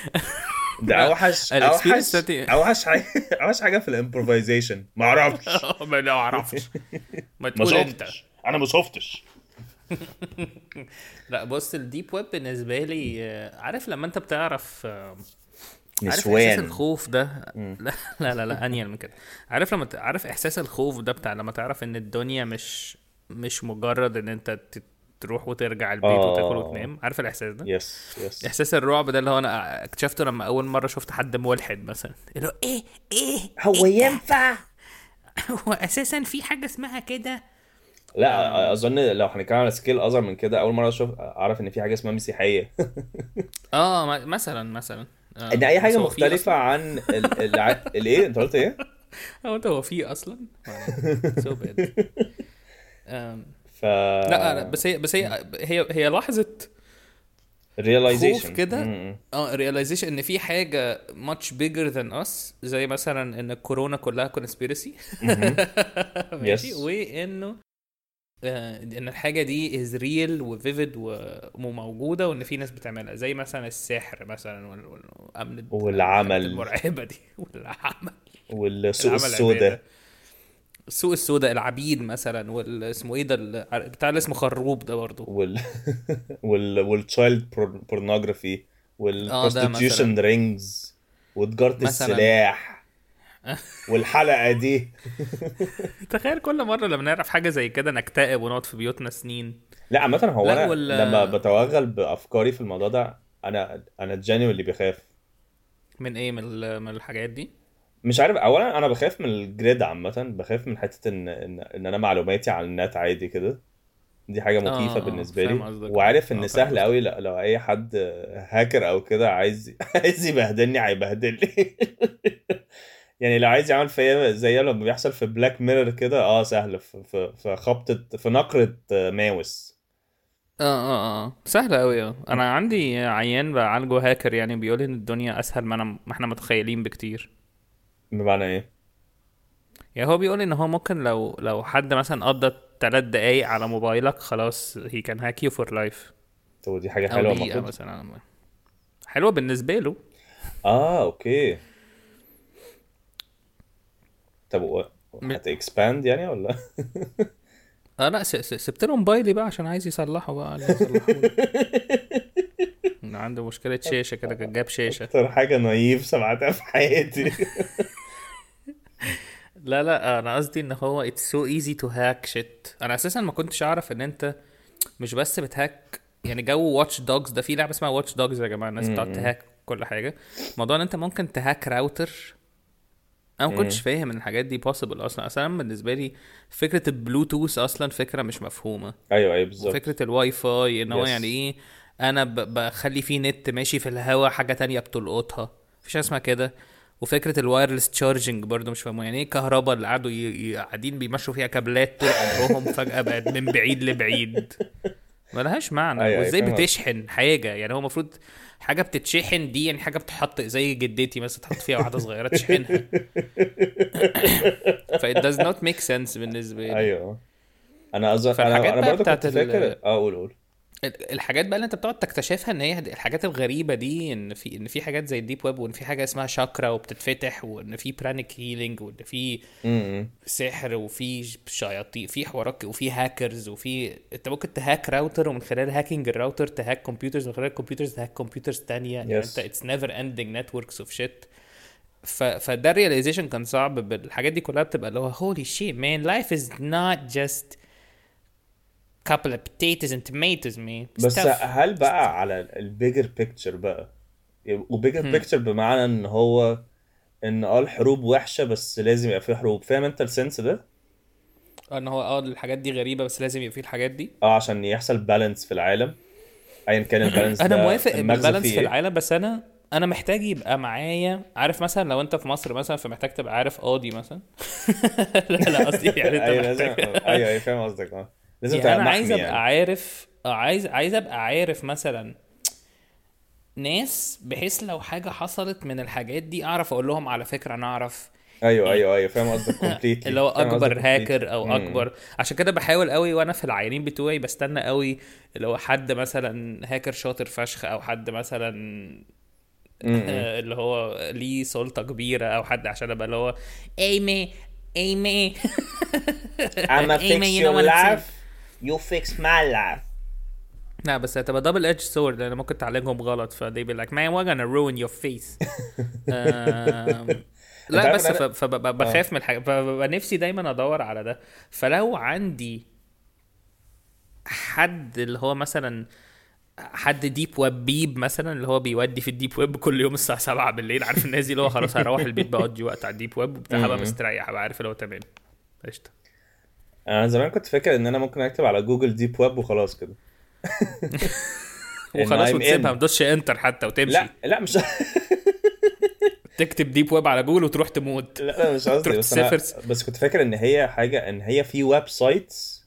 [SPEAKER 2] ده اوحش
[SPEAKER 1] ال experience
[SPEAKER 2] اوحش
[SPEAKER 1] بتاعتي-
[SPEAKER 2] اوحش حاجه اوحش حاجه في الامبروفيزيشن
[SPEAKER 1] [LAUGHS]
[SPEAKER 2] معرفش
[SPEAKER 1] آه، ما لا اعرفش ما
[SPEAKER 2] ما
[SPEAKER 1] تقول انت
[SPEAKER 2] شفتش انا ما شفتش
[SPEAKER 1] [LAUGHS] لا بص الديب ويب بالنسبه لي آه، عارف لما انت بتعرف آه، عارف احساس
[SPEAKER 2] نسوان
[SPEAKER 1] الخوف ده لا لا لا, لا انيل من كده عارف لما ت- عارف احساس الخوف ده بتاع لما تعرف ان الدنيا مش مش مجرد ان انت ت- تروح وترجع البيت
[SPEAKER 2] آه.
[SPEAKER 1] وتاكل وتنام عارف الاحساس ده
[SPEAKER 2] يس يس
[SPEAKER 1] احساس الرعب ده اللي هو انا اكتشفته لما اول مره شفت حد ملحد مثلا اللي هو ايه ايه [LAUGHS]
[SPEAKER 4] هو ينفع
[SPEAKER 3] هو اساسا في حاجة اسمها كده
[SPEAKER 2] لا اظن لو هنتكلم على سكيل اصغر من كده اول مره اشوف اعرف ان في حاجه اسمها
[SPEAKER 1] [LAUGHS]
[SPEAKER 2] مسيحيه
[SPEAKER 1] آه، اه م- مثلا مثلا آه،
[SPEAKER 2] ان اي
[SPEAKER 1] بس
[SPEAKER 2] حاجه
[SPEAKER 1] هو في
[SPEAKER 2] مختلفه عن ال- الع- الايه انت قلت ايه
[SPEAKER 1] أصلاً- هو انت هو في
[SPEAKER 2] [LAUGHS]
[SPEAKER 1] اصلا سو [LAUGHS] باد
[SPEAKER 2] ف
[SPEAKER 1] لا
[SPEAKER 2] آه.
[SPEAKER 1] لا بس هي بس هي هي هي لحظه
[SPEAKER 2] realization.
[SPEAKER 1] خوف كده
[SPEAKER 2] م- م.
[SPEAKER 1] اه ريلايزيشن ان في حاجه ماتش بيجر ذان اس زي مثلا ان الكورونا كلها كونسبيرسي [LAUGHS]
[SPEAKER 2] [LAUGHS]
[SPEAKER 1] ماشي
[SPEAKER 2] Yes.
[SPEAKER 1] وانه آه، ان الحاجه دي از ريل وفيفيد وموجوده وان في ناس بتعملها زي مثلا السحر مثلا وال- وال- وامن
[SPEAKER 2] والعمل.
[SPEAKER 1] المرعبه دي [LAUGHS] والعمل
[SPEAKER 2] والسوق
[SPEAKER 1] العمل
[SPEAKER 2] السوداء
[SPEAKER 1] عبادة. السوق السوداء العبيد مثلا والاسمه ايه ده الع- بتاع اللي اسمه خروب ده برضه
[SPEAKER 2] وال [LAUGHS] وال والتشايلد بورنوجرافي
[SPEAKER 1] آه، ده
[SPEAKER 2] والبروستيوشن رينجز وتجارة
[SPEAKER 1] مثلاً. [LAUGHS]
[SPEAKER 2] السلاح والحلقة دي
[SPEAKER 1] تخيل كل مره لما نعرف حاجه زي كده نكتئب ونقعد في بيوتنا سنين
[SPEAKER 2] لا عامة هو
[SPEAKER 1] لا،
[SPEAKER 2] انا
[SPEAKER 1] وال-
[SPEAKER 2] لما بتوغل بافكاري في الموضوع ده انا انا اللي بخاف
[SPEAKER 1] من ايه من, ال- من الحاجات دي
[SPEAKER 2] مش عارف اولا انا بخاف من الجريد عامه بخاف من حته ان ان, إن انا معلوماتي على النت عادي كده دي حاجه مخيفه
[SPEAKER 1] آه،
[SPEAKER 2] بالنسبه
[SPEAKER 1] فاهم
[SPEAKER 2] لي
[SPEAKER 1] قصدك.
[SPEAKER 2] وعارف
[SPEAKER 1] آه،
[SPEAKER 2] ان
[SPEAKER 1] فاهم
[SPEAKER 2] سهل
[SPEAKER 1] قصدك.
[SPEAKER 2] قوي لو, لو اي حد هاكر او كده عايز عايز يبهدلني هيبهدلني [LAUGHS] يعني لو عايز يعمل فيا زي لما بيحصل في بلاك ميرور كده اه سهل في في, في خبطه في نقره ماوس
[SPEAKER 1] اه اه اه سهله قوي اه انا عندي عيان بعالجه هاكر يعني بيقول لي ان الدنيا اسهل ما انا ما احنا متخيلين بكتير
[SPEAKER 2] بمعنى ايه؟
[SPEAKER 1] يعني هو بيقول ان هو ممكن لو لو حد مثلا قضى ثلاث دقايق على موبايلك خلاص هي كان هاك يو فور لايف
[SPEAKER 2] طب دي حاجه حلوه
[SPEAKER 1] او دقيقه
[SPEAKER 2] المفروض
[SPEAKER 1] مثلا حلوه بالنسبه له
[SPEAKER 2] اه اوكي طب و...
[SPEAKER 1] م-
[SPEAKER 2] هتكسباند يعني
[SPEAKER 1] [LAUGHS]
[SPEAKER 2] ولا
[SPEAKER 1] اه لا س- س- سبت له موبايلي بقى عشان عايز يصلحه بقى اللي يصلحه له. عنده مشكله شاشه كده كان جاب شاشه
[SPEAKER 2] اكتر حاجه نايف سمعتها في حياتي
[SPEAKER 1] [LAUGHS] لا لا انا قصدي ان هو اتس سو ايزي تو هاك شيت انا اساسا ما كنتش اعرف ان انت مش بس بتهاك يعني جو واتش دوجز ده في لعبه اسمها واتش دوجز يا جماعه الناس بتقعد تهاك كل حاجه موضوع ان انت ممكن تهاك راوتر انا ما كنتش فاهم ان الحاجات دي possible اصلا اصلا أنا بالنسبه لي فكره البلوتوث اصلا فكره مش مفهومه
[SPEAKER 2] ايوه ايوه بالظبط
[SPEAKER 1] فكره الواي فاي ان هو
[SPEAKER 2] Yes.
[SPEAKER 1] يعني ايه انا ب- بخلي فيه نت ماشي في الهوا حاجه تانية بتلقطها مفيش حاجه اسمها كده وفكره الوايرلس تشارجنج برضو مش فاهمه يعني ايه كهرباء اللي قعدوا ي- ي- قاعدين بيمشوا فيها كابلات طول
[SPEAKER 2] [LAUGHS]
[SPEAKER 1] عمرهم فجاه بقت من بعيد لبعيد ملهاش معنى
[SPEAKER 2] أيوة، أيوة،
[SPEAKER 1] وازاي
[SPEAKER 2] فاهم قصدك.
[SPEAKER 1] بتشحن حاجه يعني هو المفروض حاجه بتتشحن دي يعني حاجه بتحط زي جدتي مثلا تحط فيها واحده صغيره
[SPEAKER 2] [LAUGHS]
[SPEAKER 1] تشحنها [LAUGHS] فايت داز نوت ميك سنس بالنسبه لي
[SPEAKER 2] ايوه انا اظن
[SPEAKER 1] إيه؟ فالحاجات
[SPEAKER 2] انا انا
[SPEAKER 1] بقى
[SPEAKER 2] برضه
[SPEAKER 1] بتاعت
[SPEAKER 2] كنت
[SPEAKER 1] ال-
[SPEAKER 2] فاكر اه قول قول
[SPEAKER 1] ال- الحاجات بقى اللي انت بتقعد تكتشفها ان هي هد- الحاجات الغريبه دي ان في ان في حاجات زي الديب ويب وان في حاجه اسمها شاكرا وبتتفتح وان في برانيك هيلينج وان في
[SPEAKER 2] م- م.
[SPEAKER 1] سحر وفي ش- شياطين في حوارات ك- وفي هاكرز وفي انت ممكن تهاك راوتر ومن خلال هاكينج الراوتر تهاك كمبيوترز ومن خلال الكمبيوترز تهاك كمبيوترز تانية يعني
[SPEAKER 2] Yes.
[SPEAKER 1] انت اتس نيفر اندنج نتوركس اوف شيت ف... فده الرياليزيشن كان صعب بال- الحاجات دي كلها بتبقى اللي هو هولي شيت مان لايف از نوت جاست couple of potatoes and tomatoes man
[SPEAKER 2] بس
[SPEAKER 1] Stuff.
[SPEAKER 2] هل بقى على البيجر بيكتشر بقى وبيجر بيكتشر بمعنى ان هو ان اه الحروب وحشه بس لازم يبقى في حروب فاهم انت السنس ده؟
[SPEAKER 1] ان هو اه الحاجات دي غريبه بس لازم يبقى فيه الحاجات دي
[SPEAKER 2] اه عشان يحصل بالانس في العالم ايا
[SPEAKER 1] [COUGHS]
[SPEAKER 2] كان البالانس
[SPEAKER 1] انا
[SPEAKER 2] ده
[SPEAKER 1] موافق ان
[SPEAKER 2] المغزى
[SPEAKER 1] البالانس
[SPEAKER 2] فيه
[SPEAKER 1] في
[SPEAKER 2] إيه؟
[SPEAKER 1] العالم بس انا انا محتاج يبقى معايا عارف مثلا لو انت في مصر مثلا فمحتاج تبقى عارف قاضي مثلا [LAUGHS] لا لا قصدي
[SPEAKER 2] [LAUGHS]
[SPEAKER 1] يعني
[SPEAKER 2] ايوه
[SPEAKER 1] انت
[SPEAKER 2] لازم
[SPEAKER 1] محتاج
[SPEAKER 2] ايوه ايوه فاهم قصدك اه لازم
[SPEAKER 1] يعني
[SPEAKER 2] تبقى
[SPEAKER 1] انا
[SPEAKER 2] محمي
[SPEAKER 1] عايز
[SPEAKER 2] يعني.
[SPEAKER 1] ابقى عارف آه، عايز عايز ابقى عارف مثلا ناس بحيث لو حاجه حصلت من الحاجات دي اعرف اقول لهم على فكره انا اعرف
[SPEAKER 2] ايوه ايوه ايوه فاهم قصدك كومبليتلي
[SPEAKER 1] يعني [LAUGHS] اللي هو اكبر هاكر او
[SPEAKER 2] [LAUGHS]
[SPEAKER 1] اكبر عشان كده بحاول قوي وانا في العيانين بتوعي بستنى قوي اللي هو حد مثلا هاكر شاطر فشخ او حد مثلا آه، اللي هو ليه سلطه كبيره او حد عشان ابقى اللي هو ايمي [LAUGHS] ايمي [LAUGHS]
[SPEAKER 2] اما
[SPEAKER 1] Amen, you know what I'm saying.
[SPEAKER 2] يو فيكس ماي لايف
[SPEAKER 1] لا بس هتبقى دبل ايدج سورد لان ممكن تعلمهم غلط فدي بي لايك مان وي gonna ruin your
[SPEAKER 2] [LAUGHS]
[SPEAKER 1] face آم، لا
[SPEAKER 2] عارف
[SPEAKER 1] بس
[SPEAKER 2] إن أنا- آه.
[SPEAKER 1] فبخاف من الحاجه فببقى نفسي دايما ادور على ده فلو عندي حد اللي هو مثلا حد ديب ويب بيب مثلا اللي هو بيودي في الديب ويب كل يوم الساعه 7 بالليل عارف الناس دي اللي هو خلاص هروح البيت بقضي وقت على الديب ويب وبتاع هبقى مستريح هبقى عارف اللي هو تمام قشطه
[SPEAKER 2] انا زمان كنت فاكر ان انا ممكن اكتب على جوجل ديب ويب وخلاص
[SPEAKER 1] [LAUGHS]
[SPEAKER 2] كده إن
[SPEAKER 1] وخلاص
[SPEAKER 2] I'm in.
[SPEAKER 1] وتسيبها ما تدوسش انتر حتى وتمشي
[SPEAKER 2] لا لا مش [LAUGHS]
[SPEAKER 1] تكتب ديب ويب على جوجل وتروح تموت
[SPEAKER 2] لا أنا مش قصدي
[SPEAKER 1] تروح
[SPEAKER 2] بس أنا
[SPEAKER 1] تسافر.
[SPEAKER 2] بس كنت فاكر ان هي حاجه ان هي في ويب سايتس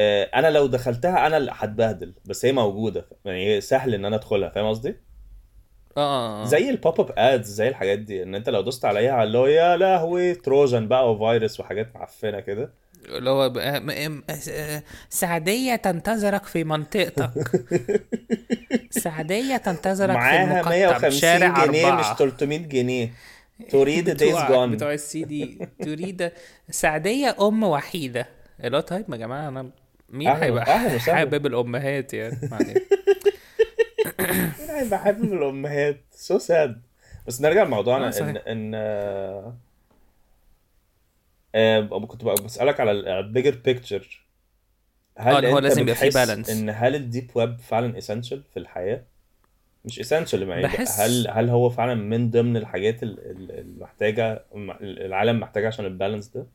[SPEAKER 2] آه، انا لو دخلتها انا اللي هتبهدل بس هي موجوده يعني هي سهل ان انا ادخلها فاهم قصدي؟
[SPEAKER 1] اه
[SPEAKER 2] زي البوب اب ادز زي الحاجات دي ان انت لو دوست عليها على اللي هو يا لهوي تروجن بقى وفيروس وحاجات معفنه كده
[SPEAKER 1] اللي هو بقى- م- م- آه، سعدية تنتظرك في
[SPEAKER 2] [LAUGHS]
[SPEAKER 1] منطقتك سعدية تنتظرك في
[SPEAKER 2] معاها
[SPEAKER 1] المقطم شارع
[SPEAKER 2] 150 جنيه مش
[SPEAKER 1] أربعة
[SPEAKER 2] 300 جنيه
[SPEAKER 1] [LAUGHS]
[SPEAKER 2] تريد دايز
[SPEAKER 1] بتوع-
[SPEAKER 2] جون
[SPEAKER 1] بتوع السي دي تريد سعدية أم وحيدة اللي هو طيب يا جماعة أنا مين
[SPEAKER 2] أهلا-
[SPEAKER 1] هيبقى
[SPEAKER 2] أهلا وسهلا.
[SPEAKER 1] حابب الأمهات يعني ما علينا.
[SPEAKER 2] مين هيبقى حابب الامهات سو ساد بس نرجع
[SPEAKER 1] آه،
[SPEAKER 2] لموضوعنا ان
[SPEAKER 1] صحيح.
[SPEAKER 2] ان آه، آه كنت بقى بسالك على البيجر بيكتشر
[SPEAKER 1] آه،
[SPEAKER 2] هل
[SPEAKER 1] اللي هو
[SPEAKER 2] انت
[SPEAKER 1] لازم يبقى فيه
[SPEAKER 2] بتحس
[SPEAKER 1] balance.
[SPEAKER 2] ان هل الديب ويب فعلا اسينشال في الحياه مش اسينشال يعني
[SPEAKER 1] بحس-
[SPEAKER 2] هل هل هو فعلا من ضمن الحاجات ال- ال- المحتاجه العالم محتاجه عشان البالانس ده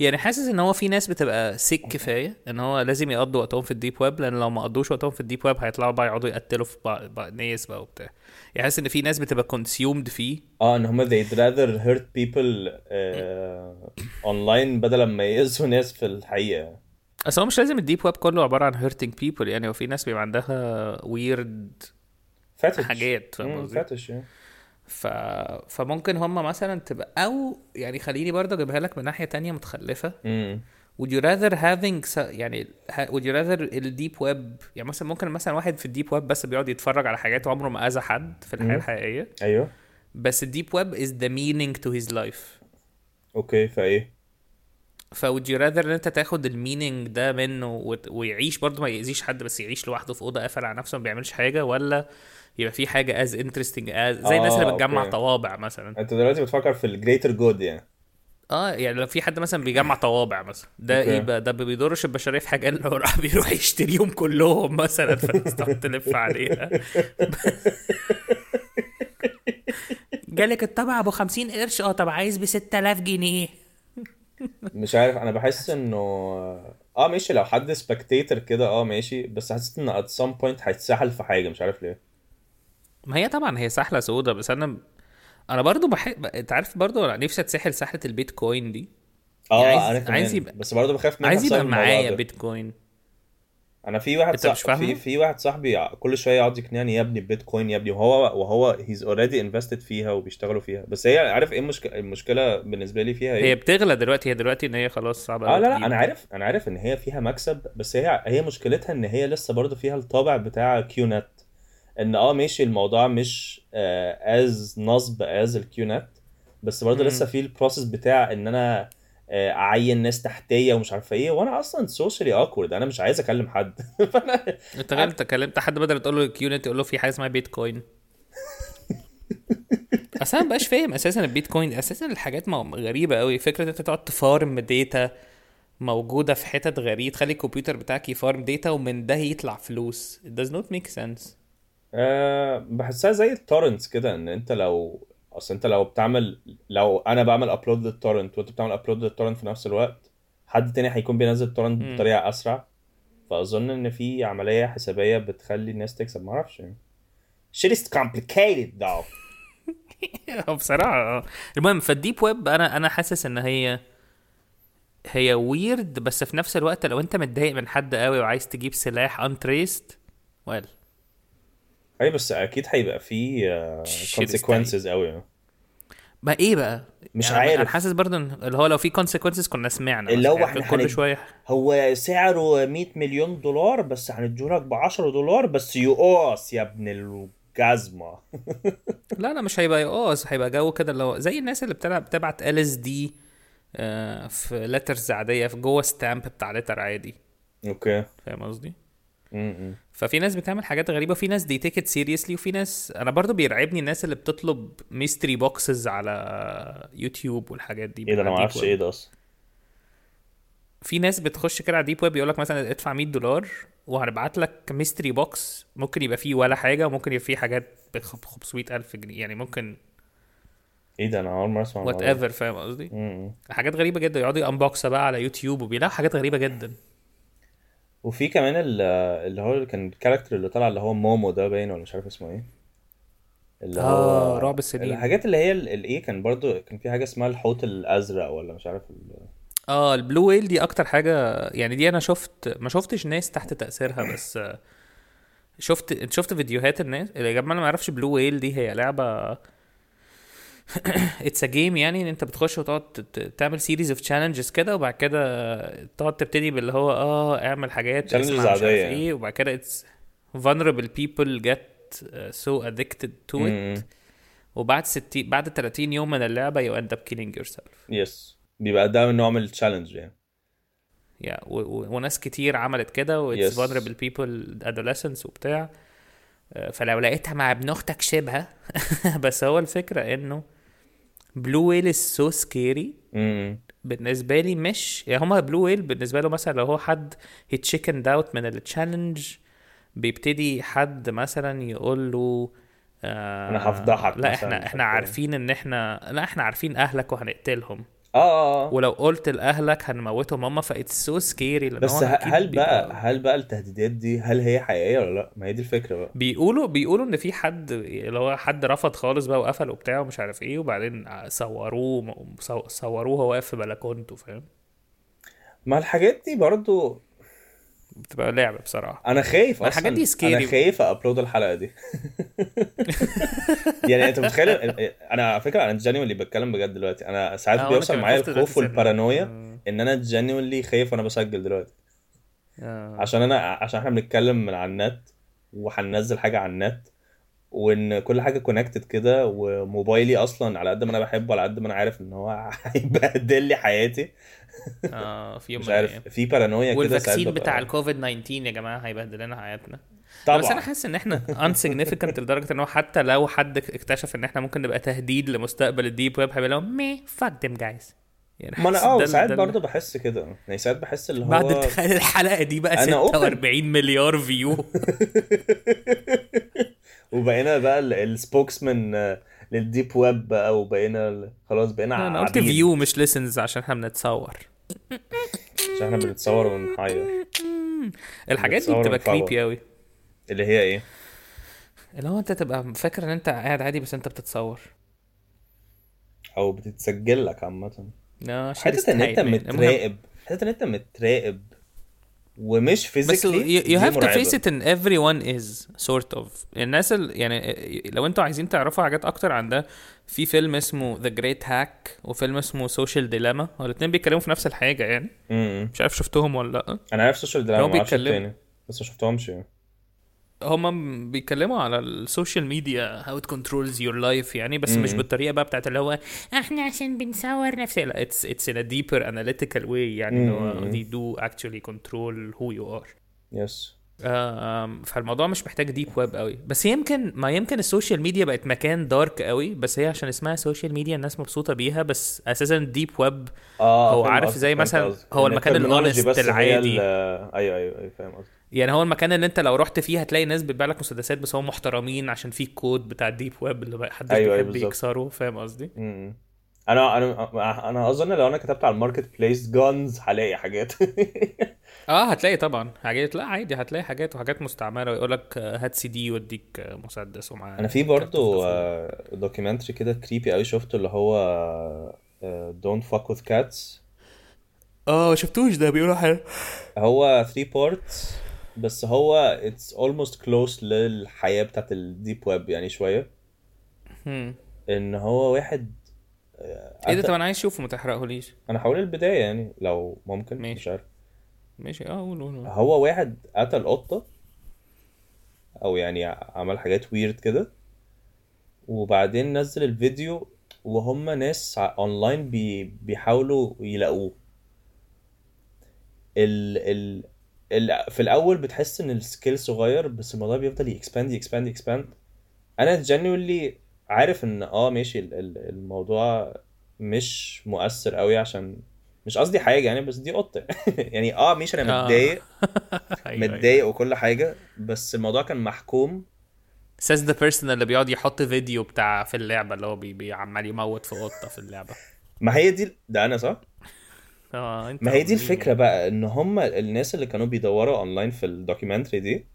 [SPEAKER 1] يعني حاسس ان هو في ناس بتبقى سيك كفايه ان هو لازم يقضوا وقتهم في الديب ويب لان لو ما قضوش وقتهم في الديب ويب هيطلعوا بقى يقعدوا يقتلوا في بعض بعض- ناس بقى وبتاع يعني حاسس ان في ناس بتبقى كونسيومد فيه
[SPEAKER 2] اه ان هم they'd rather hurt people
[SPEAKER 1] [COUGHS]
[SPEAKER 2] آه online بدل ما يأذوا ناس في الحقيقه
[SPEAKER 1] اصل هو مش لازم الديب ويب كله عباره عن هيرتنج بيبل يعني هو في ناس بيبقى عندها ويرد
[SPEAKER 2] فاتش
[SPEAKER 1] حاجات، فاهم قصدي؟
[SPEAKER 2] فاتش
[SPEAKER 1] ف... فممكن هم مثلا تبقى او يعني خليني برضه اجيبها لك من ناحيه تانية متخلفه
[SPEAKER 2] امم
[SPEAKER 1] would you rather having s- يعني ه- would you rather الديب ويب يعني مثلا ممكن مثلا واحد في الديب ويب بس بيقعد يتفرج على حاجات عمره ما اذى حد في الحياه الحقيقيه
[SPEAKER 2] ايوه
[SPEAKER 1] بس الديب ويب is the meaning to his life
[SPEAKER 2] اوكي فايه
[SPEAKER 1] ف would you rather ان انت تاخد المينينج ده منه وت- ويعيش برضه ما يأذيش حد بس يعيش لوحده في اوضه قافل على نفسه ما بيعملش حاجه ولا يبقى في حاجه as interesting as زي الناس
[SPEAKER 2] آه،
[SPEAKER 1] اللي بتجمع
[SPEAKER 2] أوكي.
[SPEAKER 1] طوابع مثلا
[SPEAKER 2] انت دلوقتي بتفكر في الجريتر جود يعني
[SPEAKER 1] اه يعني لو في حد مثلا بيجمع طوابع مثلا ده
[SPEAKER 2] أوكي.
[SPEAKER 1] ايه بقى ده ما بيضرش البشريه في حاجه اللي هو راح [LAUGHS] بيروح يشتريهم كلهم مثلا فالناس تقعد تلف
[SPEAKER 2] [LAUGHS]
[SPEAKER 1] عليها جالك الطبع ابو 50 قرش اه طب عايز ب 6000 جنيه
[SPEAKER 2] مش عارف انا بحس انه اه ماشي لو حد سبكتيتر كده اه ماشي بس حسيت ان at some point هيتسحل في حاجه مش عارف ليه
[SPEAKER 1] ما هي طبعا هي سحله سودة بس انا انا برضو بحب انت عارف برضو أنا نفسي اتسحل سحله البيتكوين دي
[SPEAKER 2] اه
[SPEAKER 1] يعني عايز-
[SPEAKER 2] انا كمان
[SPEAKER 1] عايز يبقى-
[SPEAKER 2] بس برضه بخاف منها
[SPEAKER 1] عايز يبقى
[SPEAKER 2] بسبب الموضوع
[SPEAKER 1] معايا
[SPEAKER 2] ده.
[SPEAKER 1] بيتكوين
[SPEAKER 2] انا في واحد
[SPEAKER 1] أنت مش
[SPEAKER 2] صاحبي
[SPEAKER 1] فاهمه؟
[SPEAKER 2] في في واحد صاحبي كل شويه يقعد يقنعني يا ابني بيتكوين يا ابني وهو وهو هيز اوريدي انفستد فيها وبيشتغلوا فيها بس هي عارف ايه المشكله المشكله بالنسبه لي فيها ايه؟
[SPEAKER 1] هي بتغلى دلوقتي هي دلوقتي ان هي خلاص صعبه
[SPEAKER 2] اه
[SPEAKER 1] أوي
[SPEAKER 2] لا لا
[SPEAKER 1] تجيب.
[SPEAKER 2] انا عارف انا عارف ان هي فيها مكسب بس هي هي مشكلتها ان هي لسه برضه فيها الطابع بتاع كيونات ان اه ماشي الموضوع مش از نصب از الكيونات بس برضه لسه في البروسيس بتاع ان انا آه، اعين ناس تحتيه ومش عارف ايه وانا اصلا سوشيالي اوكورد انا مش عايز اكلم حد [LAUGHS] فانا
[SPEAKER 1] انت غلط كلمت حد بدل ما تقول له الكيونت تقول له في حاجه اسمها
[SPEAKER 2] [LAUGHS]
[SPEAKER 1] بيتكوين اصل انا مبقاش فاهم اساسا البيتكوين اساسا الحاجات مو- غريبه قوي فكره ان انت تقعد تفارم داتا موجوده في حتت غريبه تخلي الكمبيوتر بتاعك يفارم داتا ومن ده يطلع فلوس it does not make sense
[SPEAKER 2] أه بحسها زي التورنتس كده ان انت لو اصل انت لو بتعمل لو انا بعمل ابلود للتورنت وانت بتعمل ابلود للتورنت في نفس الوقت حد تاني هيكون بينزل التورنت بطريقه اسرع فاظن ان في عمليه حسابيه بتخلي الناس تكسب ما اعرفش يعني shit is complicated though
[SPEAKER 1] [LAUGHS] اه بصراحه اه. المهم فالديب ويب انا انا حاسس ان هي هي ويرد بس في نفس الوقت لو انت متضايق من حد قوي وعايز تجيب سلاح انتريست ويل
[SPEAKER 2] اي بس اكيد هيبقى في آه،
[SPEAKER 1] Shit is
[SPEAKER 2] consequences يعني. قوي
[SPEAKER 1] ما ايه بقى
[SPEAKER 2] مش
[SPEAKER 1] أنا-
[SPEAKER 2] عارف.
[SPEAKER 1] انا حاسس برضه إن اللي هو لو في كونسيكونسز كنا سمعنا
[SPEAKER 2] اللي هو
[SPEAKER 1] مثلاً،
[SPEAKER 2] إحنا
[SPEAKER 1] كل
[SPEAKER 2] هنت-
[SPEAKER 1] شويه
[SPEAKER 2] هو سعره 100 مليون دولار بس هنديهولك ب 10 دولار بس يقاص يا ابن [LAUGHS] الجزمه
[SPEAKER 1] لا لا مش هيبقى يقاص هيبقى جو كده اللي هو زي الناس اللي بتلعب بتبعت ال اس دي آه، في لترز عاديه في جوه ستامب بتاع لتر عادي
[SPEAKER 2] اوكي
[SPEAKER 1] فاهم قصدي؟
[SPEAKER 2] م-م.
[SPEAKER 1] ففي ناس بتعمل حاجات غريبه وفي ناس دي تيكت سيريسلي وفي ناس انا برضو بيرعبني الناس اللي بتطلب ميستري بوكسز على يوتيوب والحاجات دي
[SPEAKER 2] ايه ده انا
[SPEAKER 1] على
[SPEAKER 2] ما
[SPEAKER 1] الديب
[SPEAKER 2] اعرفش
[SPEAKER 1] ويب.
[SPEAKER 2] ايه ده اصلا
[SPEAKER 1] في ناس بتخش كده على ديب ويب يقول لك مثلا ادفع 100 دولار وهنبعت لك ميستري بوكس ممكن يبقى فيه ولا حاجه وممكن يبقى فيه حاجات ب 500000 جنيه يعني ممكن
[SPEAKER 2] ايه ده انا اول مره اسمع
[SPEAKER 1] وات
[SPEAKER 2] الموضوع ده.
[SPEAKER 1] ايفر فاهم قصدي؟
[SPEAKER 2] م-م.
[SPEAKER 1] حاجات غريبه جدا يقعدوا انبوكسها بقى على يوتيوب وبيلاقوا حاجات غريبه جدا
[SPEAKER 2] وفي كمان ال- اللي هو كان الكاركتر اللي طلع اللي هو مومو ده باين ولا مش عارف اسمه ايه اللي
[SPEAKER 1] آه،
[SPEAKER 2] هو
[SPEAKER 1] رعب السنين.
[SPEAKER 2] الحاجات اللي هي ال- الايه كان برضو كان في حاجه اسمها الحوت الازرق ولا مش عارف ال-
[SPEAKER 1] اه البلو ويل دي اكتر حاجه يعني دي انا شفت ما شفتش ناس تحت تاثيرها بس آه، شفت شفت فيديوهات الناس اللي يا جماعه اللي ما يعرفش بلو ويل دي هي [COUGHS] لعبه اتس جيم يعني ان انت بتخش وتقعد ت- ت- تعمل سيريز اوف تشالنجز كده وبعد كده تقعد تبتدي باللي هو اه اعمل حاجات
[SPEAKER 2] Challenges
[SPEAKER 1] اسمع مش عارف
[SPEAKER 2] عادية. يعني.
[SPEAKER 1] ايه وبعد كده اتس vulnerable people get uh, so addicted to it
[SPEAKER 2] م-م.
[SPEAKER 1] وبعد 60 بعد 30 يوم من اللعبه يو اند اب كيلينج يور سيلف
[SPEAKER 2] يس بيبقى ده نوع من التشالنج يعني
[SPEAKER 1] يا و- و- وناس كتير عملت كده
[SPEAKER 2] Yes.
[SPEAKER 1] واتس فولنربل بيبل adolescents وبتاع آه، فلو لقيتها مع ابن اختك شبه [LAUGHS] بس هو الفكره انه بلو ويل از سو سكيري
[SPEAKER 2] امم
[SPEAKER 1] بالنسبه لي مش يعني هما بلو ويل بالنسبه له مثلا لو هو حد هيتشيكن داوت من التشالنج بيبتدي حد مثلا يقول له آه
[SPEAKER 2] أنا هفضحك
[SPEAKER 1] لا
[SPEAKER 2] مثلاً،
[SPEAKER 1] احنا احنا عارفين ان احنا لا احنا عارفين اهلك وهنقتلهم
[SPEAKER 2] اه اه, آه.
[SPEAKER 1] ولو قلت لاهلك هنموتهم هم فاتس سو سكيري
[SPEAKER 2] بس ه- هل بقى هل بقى التهديدات دي هل هي حقيقيه ولا لا؟ ما هي دي الفكره بقى
[SPEAKER 1] بيقولوا بيقولوا ان في حد اللي هو حد رفض خالص بقى وقفل وبتاع ومش عارف ايه وبعدين صوروه صو- صوروه وهو واقف في بلكونته فاهم
[SPEAKER 2] ما الحاجات دي برضو
[SPEAKER 1] بتبقى لعبه بصراحه
[SPEAKER 2] انا خايف اصلا
[SPEAKER 1] الحاجات دي
[SPEAKER 2] انا
[SPEAKER 1] scary.
[SPEAKER 2] خايف ابلود الحلقه
[SPEAKER 1] [LAUGHS]
[SPEAKER 2] دي يعني انت متخيل انا على فكره انا جينيولي بتكلم بجد دلوقتي انا ساعات
[SPEAKER 1] آه، وأنا
[SPEAKER 2] بيوصل
[SPEAKER 1] كمان
[SPEAKER 2] معايا
[SPEAKER 1] خفت
[SPEAKER 2] الخوف
[SPEAKER 1] دلوقتي سنة.
[SPEAKER 2] والبارانويا
[SPEAKER 1] آه.
[SPEAKER 2] ان انا جينيولي خايف وانا بسجل دلوقتي
[SPEAKER 1] آه.
[SPEAKER 2] عشان انا عشان احنا بنتكلم من على النت وهننزل حاجه على النت وان كل حاجه كونكتد كده وموبايلي اصلا على قد ما انا بحبه على قد ما انا عارف ان هو [LAUGHS] هيبهدل لي حياتي
[SPEAKER 1] اه في يوم
[SPEAKER 2] مش
[SPEAKER 1] من
[SPEAKER 2] عارف
[SPEAKER 1] الأيام.
[SPEAKER 2] في بارانويا كده ساعات
[SPEAKER 1] والفاكسين
[SPEAKER 2] ببقى-
[SPEAKER 1] بتاع الكوفيد 19 يا جماعه هيبهدل لنا حياتنا طبعا. بس انا
[SPEAKER 2] طبعا
[SPEAKER 1] حاسس ان احنا unsignificant لدرجه ان هو حتى لو حد اكتشف ان احنا ممكن نبقى تهديد لمستقبل الديب ويب هيبقى لهم مي فاك ذيم جايز يعني
[SPEAKER 2] ما
[SPEAKER 1] [LAUGHS]
[SPEAKER 2] انا
[SPEAKER 1] حاسس ده
[SPEAKER 2] اه
[SPEAKER 1] ال-
[SPEAKER 2] ساعات
[SPEAKER 1] ده ال-
[SPEAKER 2] برضه بحس كده يعني ساعات بحس اللي هو
[SPEAKER 1] بعد تخيل الحلقه دي بقى
[SPEAKER 2] أنا open.
[SPEAKER 1] 46 مليار فيو
[SPEAKER 2] [LAUGHS] وبقينا بقى السبوكسمان للديب ويب آه، بقى وبقينا ال- خلاص بقينا
[SPEAKER 1] انا قلت
[SPEAKER 2] عبيد.
[SPEAKER 1] فيو مش ليسنز عشان احنا بنتصور
[SPEAKER 2] عشان احنا بنتصور ونحير
[SPEAKER 1] الحاجات دي
[SPEAKER 2] بنتصور
[SPEAKER 1] بتبقى
[SPEAKER 2] ونفوق.
[SPEAKER 1] كريبي قوي
[SPEAKER 2] اللي هي ايه؟
[SPEAKER 1] اللي هو انت تبقى فاكر ان انت قاعد عادي بس انت بتتصور
[SPEAKER 2] او بتتسجل لك عامة
[SPEAKER 1] لا شيء
[SPEAKER 2] حتة ان انت
[SPEAKER 1] يستحيل، man. المهم-
[SPEAKER 2] متراقب حتة ان انت متراقب ومش
[SPEAKER 1] بس
[SPEAKER 2] فيزيكلي
[SPEAKER 1] you, you have to face it and everyone is sort of الناس ال... يعني لو انتوا عايزين تعرفوا حاجات اكتر عن ده في فيلم اسمه The Great Hack وفيلم اسمه Social Dilemma هو الاتنين بيتكلموا في نفس الحاجة يعني مش عارف شفتهم ولا لا
[SPEAKER 2] انا عارف سوشيال دراما
[SPEAKER 1] هو
[SPEAKER 2] ما اعرفش
[SPEAKER 1] بيتكلم.
[SPEAKER 2] التاني بس ما شفتهمش يعني
[SPEAKER 1] هما م- بيتكلموا على السوشيال ميديا how it controls your life يعني بس مش بالطريقة بقى بتاعت اللي هو احنا عشان بنصور نفسنا لا it's, it's in a deeper analytical way يعني إن هو they do actually control who you are
[SPEAKER 2] يس
[SPEAKER 1] آم، فالموضوع مش محتاج ديب ويب قوي بس يمكن ما يمكن السوشيال ميديا بقت مكان دارك قوي بس هي عشان اسمها سوشيال ميديا الناس مبسوطه بيها بس اساسا ديب ويب
[SPEAKER 2] اه
[SPEAKER 1] هو
[SPEAKER 2] فاهم
[SPEAKER 1] عارف
[SPEAKER 2] قصدك،
[SPEAKER 1] زي
[SPEAKER 2] فهمت
[SPEAKER 1] مثلا
[SPEAKER 2] قصدك.
[SPEAKER 1] هو
[SPEAKER 2] إن
[SPEAKER 1] المكان
[SPEAKER 2] الترمينولوجي
[SPEAKER 1] ال honest
[SPEAKER 2] بس هي
[SPEAKER 1] العادي.
[SPEAKER 2] ال- ايوه ايوه ايوه فاهم قصدك
[SPEAKER 1] يعني هو المكان اللي انت لو رحت فيه هتلاقي ناس بتبيع لك مسدسات بس هم محترمين عشان في كود بتاع الديب ويب اللي بقى- حدش
[SPEAKER 2] أيوة،
[SPEAKER 1] أيوة
[SPEAKER 2] أيوة،
[SPEAKER 1] بيحب
[SPEAKER 2] بالظبط.
[SPEAKER 1] يكسره فاهم قصدي؟
[SPEAKER 2] مم. انا انا انا اظن لو انا كتبت على الماركت بليس جانز هلاقي حاجات [LAUGHS]
[SPEAKER 1] اه هتلاقي طبعا حاجات لا عادي هتلاقي حاجات وحاجات مستعمره ويقول لك آه، هات سي دي واديك آه، مسدس ومعاه
[SPEAKER 2] انا في
[SPEAKER 1] كارت
[SPEAKER 2] برضو
[SPEAKER 1] تليفون.
[SPEAKER 2] دوكيومنتري كده كريبي قوي شفته اللي هو آه، دونت فاك وذ كاتس آه،
[SPEAKER 1] اه شفتوش ده بيقولوا حلو
[SPEAKER 2] هو 3 بارتس بس هو اتس اولموست كلوز للحياه بتاعت الديب ويب يعني شويه
[SPEAKER 1] هم.
[SPEAKER 2] ان هو واحد
[SPEAKER 1] ايه ده طب انا عايز اشوفه ما تحرقهوليش
[SPEAKER 2] انا هقول البدايه يعني لو ممكن
[SPEAKER 1] ماشي.
[SPEAKER 2] مش عارف
[SPEAKER 1] ماشي اه قول قول قول.
[SPEAKER 2] هو واحد قتل قطة أو يعني عمل حاجات ويرد كده وبعدين نزل الفيديو وهم ناس ع- أونلاين بي بيحاولوا يلاقوه ال ال ال في الأول بتحس إن السكيل صغير بس الموضوع بيفضل يكسباند يكسباند يكسباند أنا جينيولي عارف إن آه ماشي ال- ال- الموضوع مش مؤثر قوي عشان مش قصدي حاجة يعني بس دي قطة [LAUGHS] يعني آه ماشي أنا
[SPEAKER 1] آه.
[SPEAKER 2] متضايق
[SPEAKER 1] أيوة، أيوة.
[SPEAKER 2] متضايق وكل حاجه بس الموضوع كان محكوم
[SPEAKER 1] says the person اللي بيقعد يحط فيديو بتاع في اللعبه اللي هو بي- بي- عمال يموت في قطه في اللعبه
[SPEAKER 2] ما هي دي ده انا صح
[SPEAKER 1] اه انت
[SPEAKER 2] ما هي دي
[SPEAKER 1] مين؟
[SPEAKER 2] الفكره بقى ان هم الناس اللي كانوا بيدوروا اونلاين في الدوكيومنتري دي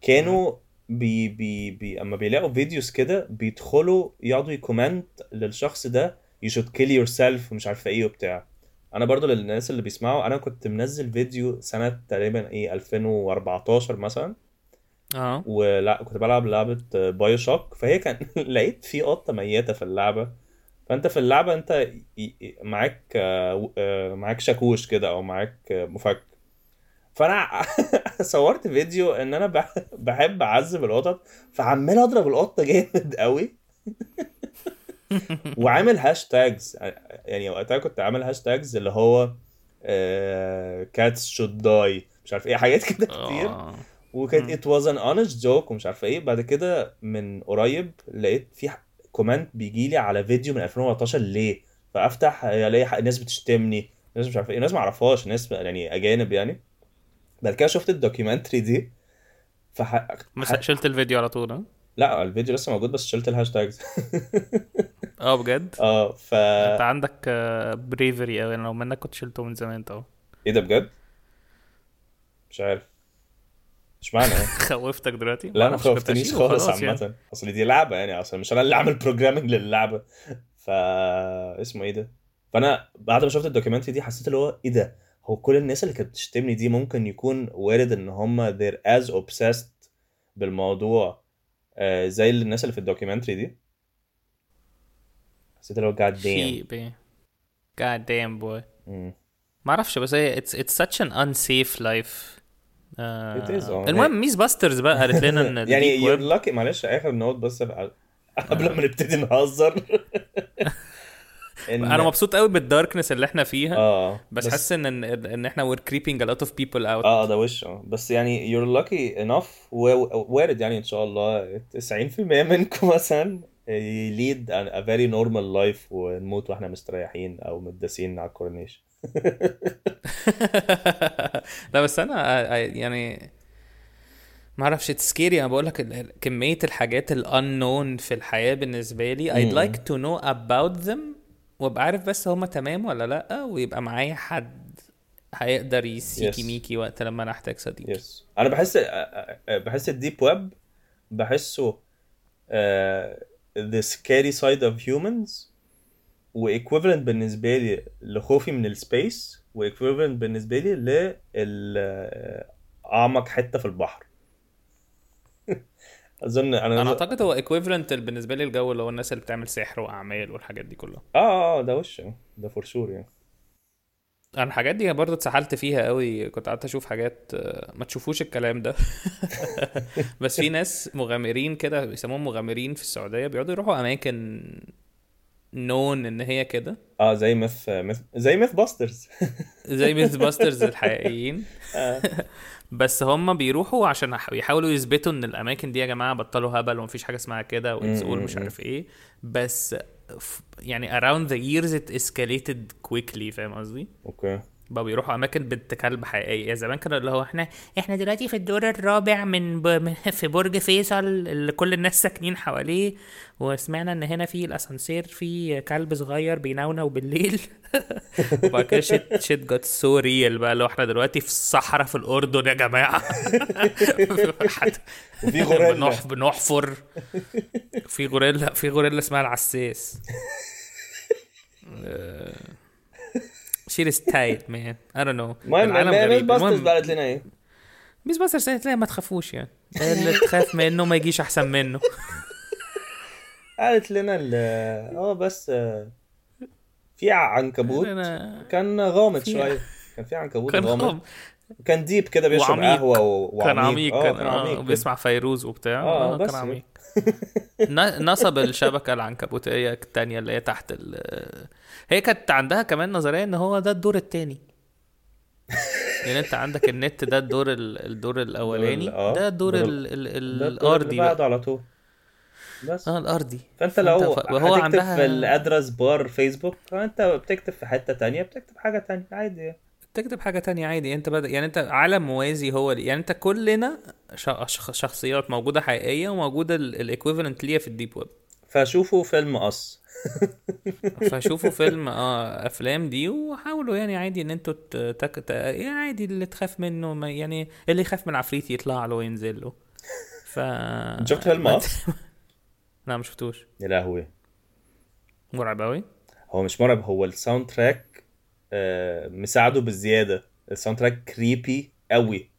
[SPEAKER 2] كانوا بي بي بي اما بيلاقوا فيديوز كده بيدخلوا يقعدوا يكومنت للشخص ده you should kill yourself ومش عارفه ايه وبتاع انا برضو للناس اللي بيسمعوا انا كنت منزل فيديو سنه تقريبا ايه 2014 مثلا
[SPEAKER 1] اه
[SPEAKER 2] ولا كنت بلعب لعبة بايو شوك فهي كان [LAUGHS] لقيت في قطة ميتة في اللعبة فانت في اللعبة انت ي- ي- معاك آه، و- آه، معاك شاكوش كده او معاك آه، مفك فانا [LAUGHS] صورت فيديو ان انا بح- بحب اعذب القطط فعمال اضرب القطة [LAUGHS] جامد قوي وعامل هاشتاجز يعني وقتها كنت عامل هاشتاجز اللي هو آه، كاتس شود داي مش عارف ايه حاجات كده كتير
[SPEAKER 1] آه.
[SPEAKER 2] وكانت ات واز ان اونست جوك ومش عارف ايه بعد كده من قريب لقيت في ح- كومنت بيجي لي على فيديو من 2014 ليه فافتح الاقي ح- ناس بتشتمني ناس مش عارف ايه ناس ما اعرفهاش ناس يعني اجانب يعني بعد كده شفت الدوكيومنتري دي فح...
[SPEAKER 1] مس- شلت الفيديو على طول اه. ها؟
[SPEAKER 2] لا الفيديو لسه موجود بس شلت الهاشتاجز [LAUGHS]
[SPEAKER 1] اه بجد
[SPEAKER 2] اه ف
[SPEAKER 1] انت عندك بريفري قوي انا لو منك كنت شلته من زمان طبعا
[SPEAKER 2] ايه ده بجد؟ مش عارف مش معنى يعني
[SPEAKER 1] [LAUGHS] خوفتك دلوقتي
[SPEAKER 2] لا انا
[SPEAKER 1] معرفش، كنت
[SPEAKER 2] خوفتنيش
[SPEAKER 1] هشيله
[SPEAKER 2] خالص
[SPEAKER 1] خلاص يعني.
[SPEAKER 2] عامة اصل دي لعبة يعني اصل مش انا اللي عامل بروجرامنج للعبة فا اسمه ايه ده؟ فانا بعد ما شفت الدوكيومنتري دي حسيت اللي هو ايه ده؟ هو كل الناس اللي كانت بتشتمني دي ممكن يكون وارد ان هم they're as obsessed بالموضوع آه، زي اللي الناس اللي في الدوكيومنتري دي حسيت اللي هو god damn
[SPEAKER 1] شيب ايه جاد دام بوي
[SPEAKER 2] مم.
[SPEAKER 1] ما اعرفش بس هي اتس اتس such an unsafe life آه،
[SPEAKER 2] It is, آه.
[SPEAKER 1] المهم ميز باسترز بقى قالت لنا
[SPEAKER 2] [LAUGHS]
[SPEAKER 1] ان
[SPEAKER 2] يعني
[SPEAKER 1] الديب ويب-
[SPEAKER 2] you're lucky معلش اخر نوت بس على-
[SPEAKER 1] آه.
[SPEAKER 2] قبل ما نبتدي
[SPEAKER 1] [LAUGHS]
[SPEAKER 2] نهزر إن-
[SPEAKER 1] انا مبسوط قوي بالداركنس اللي احنا فيها
[SPEAKER 2] اه
[SPEAKER 1] بس حاسس ان ان ان احنا وير كريبينج ا لوت اوف بيبل اوت
[SPEAKER 2] اه ده وش اه بس يعني you're lucky enough و- وارد يعني ان شاء الله 90% منكم مثلا يليد a very normal life ونموت واحنا مستريحين او متداسين على الكورنيش
[SPEAKER 1] [LAUGHS] لا بس انا I- I- يعني ما اعرفش سكيري انا بقول لك ال- ال- كميه الحاجات الانون في الحياه بالنسبه لي I'd like to know about them وابقى عارف بس هما تمام ولا لا ويبقى معايا حد هيقدر يسيكي
[SPEAKER 2] Yes.
[SPEAKER 1] ميكي وقت لما انا احتاج صديق
[SPEAKER 2] يس انا بحس بحس الديب ويب بحسه آه، the scary side of humans وايكويفالنت بالنسبه لي لخوفي من السبيس وايكويفالنت بالنسبه لي ل اعمق حته في البحر [LAUGHS] اظن انا
[SPEAKER 1] انا اعتقد هو ايكويفالنت بالنسبه لي الجو اللي هو الناس اللي بتعمل سحر واعمال والحاجات دي كلها
[SPEAKER 2] اه اه ده وش ده فور شور يعني
[SPEAKER 1] انا الحاجات دي برضه اتسحلت فيها قوي كنت قعدت اشوف حاجات آه، ما تشوفوش الكلام ده [LAUGHS] بس في ناس مغامرين كده بيسموهم مغامرين في السعوديه بيقعدوا يروحوا اماكن نون ان هي كده
[SPEAKER 2] اه زي ميث ميث زي ميث باسترز [LAUGHS]
[SPEAKER 1] زي ميث باسترز الحقيقيين [LAUGHS] بس هم بيروحوا عشان يح- يحاولوا يثبتوا ان الاماكن دي يا جماعه بطلوا هبل ومفيش حاجه اسمها كده وتقول مش عارف ايه بس ف- يعني around the years it escalated quickly فاهم قصدي؟
[SPEAKER 2] اوكي
[SPEAKER 1] بقوا بيروحوا اماكن بنت كلب حقيقيه يعني زمان كانوا اللي هو احنا احنا دلوقتي في الدور الرابع من, ب... من [LAUGHS] في برج فيصل اللي كل الناس ساكنين حواليه وسمعنا ان هنا في الاسانسير في كلب صغير بينونو بالليل [LAUGHS] وبعد كده شيت شيت جت سو ريل بقى لو احنا دلوقتي في الصحراء في الاردن يا [LAUGHS] جماعه حت- [LAUGHS]
[SPEAKER 2] وفي غوريلا.
[SPEAKER 1] بنح- بنحفر في غوريلا في غوريلا اسمها
[SPEAKER 2] [LAUGHS]
[SPEAKER 1] العساس شير ستايل مان اي دونت نو
[SPEAKER 2] المهم ميث باسترز
[SPEAKER 1] المهم
[SPEAKER 2] قالت لنا ايه
[SPEAKER 1] ميس باستر سيت لا ما تخافوش يعني اللي تخاف منه ما يجيش احسن
[SPEAKER 2] [LAUGHS]
[SPEAKER 1] منه
[SPEAKER 2] قالت لنا ال اه بس آه، في عنكبوت
[SPEAKER 1] أنا-
[SPEAKER 2] كان غامض
[SPEAKER 1] في-
[SPEAKER 2] شويه كان في عنكبوت
[SPEAKER 1] كان
[SPEAKER 2] غامض
[SPEAKER 1] غامض.
[SPEAKER 2] كان ديب كده بيشرب
[SPEAKER 1] وعميق.
[SPEAKER 2] قهوه و- وعميق
[SPEAKER 1] كان عميق
[SPEAKER 2] آه،
[SPEAKER 1] كان,
[SPEAKER 2] كان
[SPEAKER 1] آه،
[SPEAKER 2] عميق كده.
[SPEAKER 1] بيسمع فيروز وبتاع
[SPEAKER 2] آه،
[SPEAKER 1] اه
[SPEAKER 2] بس
[SPEAKER 1] كان
[SPEAKER 2] [LAUGHS]
[SPEAKER 1] عميق ن- نصب الشبكه العنكبوتيه الثانيه اللي هي تحت ال هي كانت عندها كمان نظريه ان هو ده الدور الثاني يعني انت عندك النت ده الدور ال- الدور الاولاني
[SPEAKER 2] دور ال- آه،
[SPEAKER 1] ده الدور
[SPEAKER 2] دور
[SPEAKER 1] ال- ال- ال-
[SPEAKER 2] ده الدور اللي
[SPEAKER 1] الارضي بقى
[SPEAKER 2] بعده على طول بس
[SPEAKER 1] اه الارضي
[SPEAKER 2] فانت لو
[SPEAKER 1] ف- وهو
[SPEAKER 2] هتكتب في
[SPEAKER 1] عندها
[SPEAKER 2] الادرس بار فيسبوك فانت بتكتب في حته تانية بتكتب حاجه تانية عادي
[SPEAKER 1] تكتب حاجه تانية عادي انت بدأ يعني انت عالم موازي هو لي. يعني انت كلنا ش- شخ- شخصيات موجوده حقيقيه وموجوده الايكويفالنت ليها في الديب
[SPEAKER 2] [LAUGHS]
[SPEAKER 1] ويب
[SPEAKER 2] فشوفوا فيلم قص
[SPEAKER 1] فشوفوا فيلم اه افلام دي وحاولوا يعني عادي ان انتوا ت- تك... ت... يعني عادي اللي تخاف منه ما يعني اللي يخاف من العفريت يطلع له وينزل له ف
[SPEAKER 2] [LAUGHS] شفت فيلم آه؟ قص
[SPEAKER 1] [LAUGHS] لا ما شفتوش
[SPEAKER 2] يا لهوي
[SPEAKER 1] مرعب قوي
[SPEAKER 2] هو مش مرعب هو الساوند تراك آه، مساعده بالزياده الساوند تراك كريبي قوي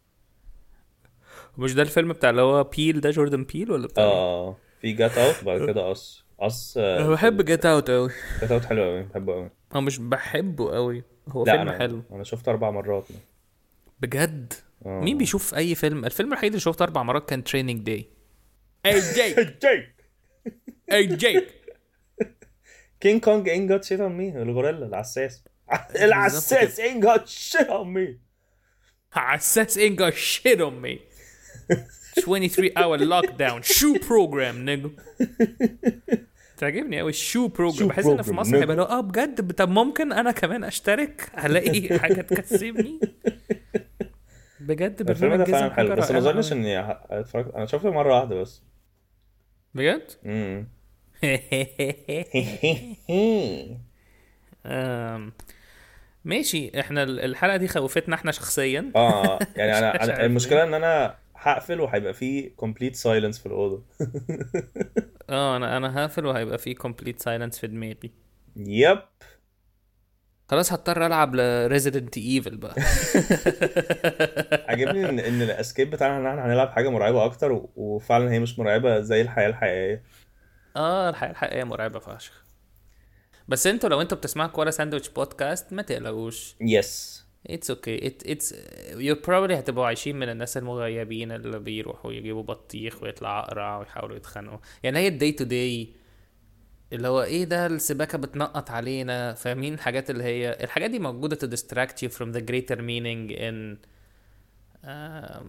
[SPEAKER 1] مش ده الفيلم بتاع اللي هو بيل ده جوردن بيل ولا بتاع مين؟
[SPEAKER 2] اه في جات اوت بعد كده آه، قص قص
[SPEAKER 1] انا بحب جيت اوت قوي
[SPEAKER 2] جات اوت حلو قوي بحبه قوي
[SPEAKER 1] او مش بحبه قوي هو
[SPEAKER 2] لا
[SPEAKER 1] فيلم
[SPEAKER 2] انا
[SPEAKER 1] حلو
[SPEAKER 2] انا شفته اربع مرات
[SPEAKER 1] بجد
[SPEAKER 2] آه.
[SPEAKER 1] مين بيشوف اي فيلم الفيلم الوحيد اللي شفته اربع مرات كان تريننج داي
[SPEAKER 2] جاي
[SPEAKER 5] Hey Jake.
[SPEAKER 2] كينج كونج ان جوت شيت اون مي الغوريلا العساس العساس ان جوت شيت اون مي
[SPEAKER 5] Assess ain't got shit on me. 23 hour lockdown shoe program nigga. تعجبني قوي الشو بروجرام
[SPEAKER 2] Shoe
[SPEAKER 5] بحس ان في
[SPEAKER 2] program,
[SPEAKER 5] مصر
[SPEAKER 2] nigga.
[SPEAKER 5] هيبقى لو اه بجد طب ممكن انا كمان اشترك هلاقي حاجه تكسبني بجد
[SPEAKER 2] الفيلم ده
[SPEAKER 5] برنامج
[SPEAKER 2] فعلا
[SPEAKER 5] جزم
[SPEAKER 2] حلو
[SPEAKER 5] حاجه
[SPEAKER 2] بس ما
[SPEAKER 5] رائعة
[SPEAKER 2] اظنش
[SPEAKER 5] أوي.
[SPEAKER 2] اني ه- اتفرجت انا شفته مره واحده بس
[SPEAKER 5] بجد [LAUGHS]
[SPEAKER 2] [LAUGHS] امم
[SPEAKER 1] أم، ماشي احنا ال- الحلقه دي خوفتنا احنا شخصيا
[SPEAKER 2] اه يعني
[SPEAKER 1] مش
[SPEAKER 2] انا
[SPEAKER 1] عارف
[SPEAKER 2] أنا- المشكله ان انا هقفل وهيبقى فيه كومبليت سايلنس في الاوضه
[SPEAKER 1] اه انا انا هقفل وهيبقى في كومبليت سايلنس في دماغي
[SPEAKER 2] يب
[SPEAKER 1] خلاص هضطر العب لريزيدنت ايفل [LAUGHS] بقى
[SPEAKER 2] عجبني ان ان الاسكيب بتاعنا ان احنا هنلعب حاجه مرعبه اكتر و- وفعلا هي مش مرعبه زي الحياه الحقيقيه
[SPEAKER 1] اه الحقيقه الحقيقه مرعبه فشخ بس انتوا لو انتوا بتسمعوا كوره ساندويتش بودكاست ما تقلقوش
[SPEAKER 2] يس
[SPEAKER 1] اتس اوكي اتس يو بروبلي هتبقوا عايشين من الناس المغيبين اللي بيروحوا يجيبوا بطيخ ويطلع اقرع ويحاولوا يتخانقوا يعني هي الداي تو داي اللي هو ايه ده السباكه بتنقط علينا فاهمين الحاجات اللي هي الحاجات دي موجوده to distract you from the greater meaning in um,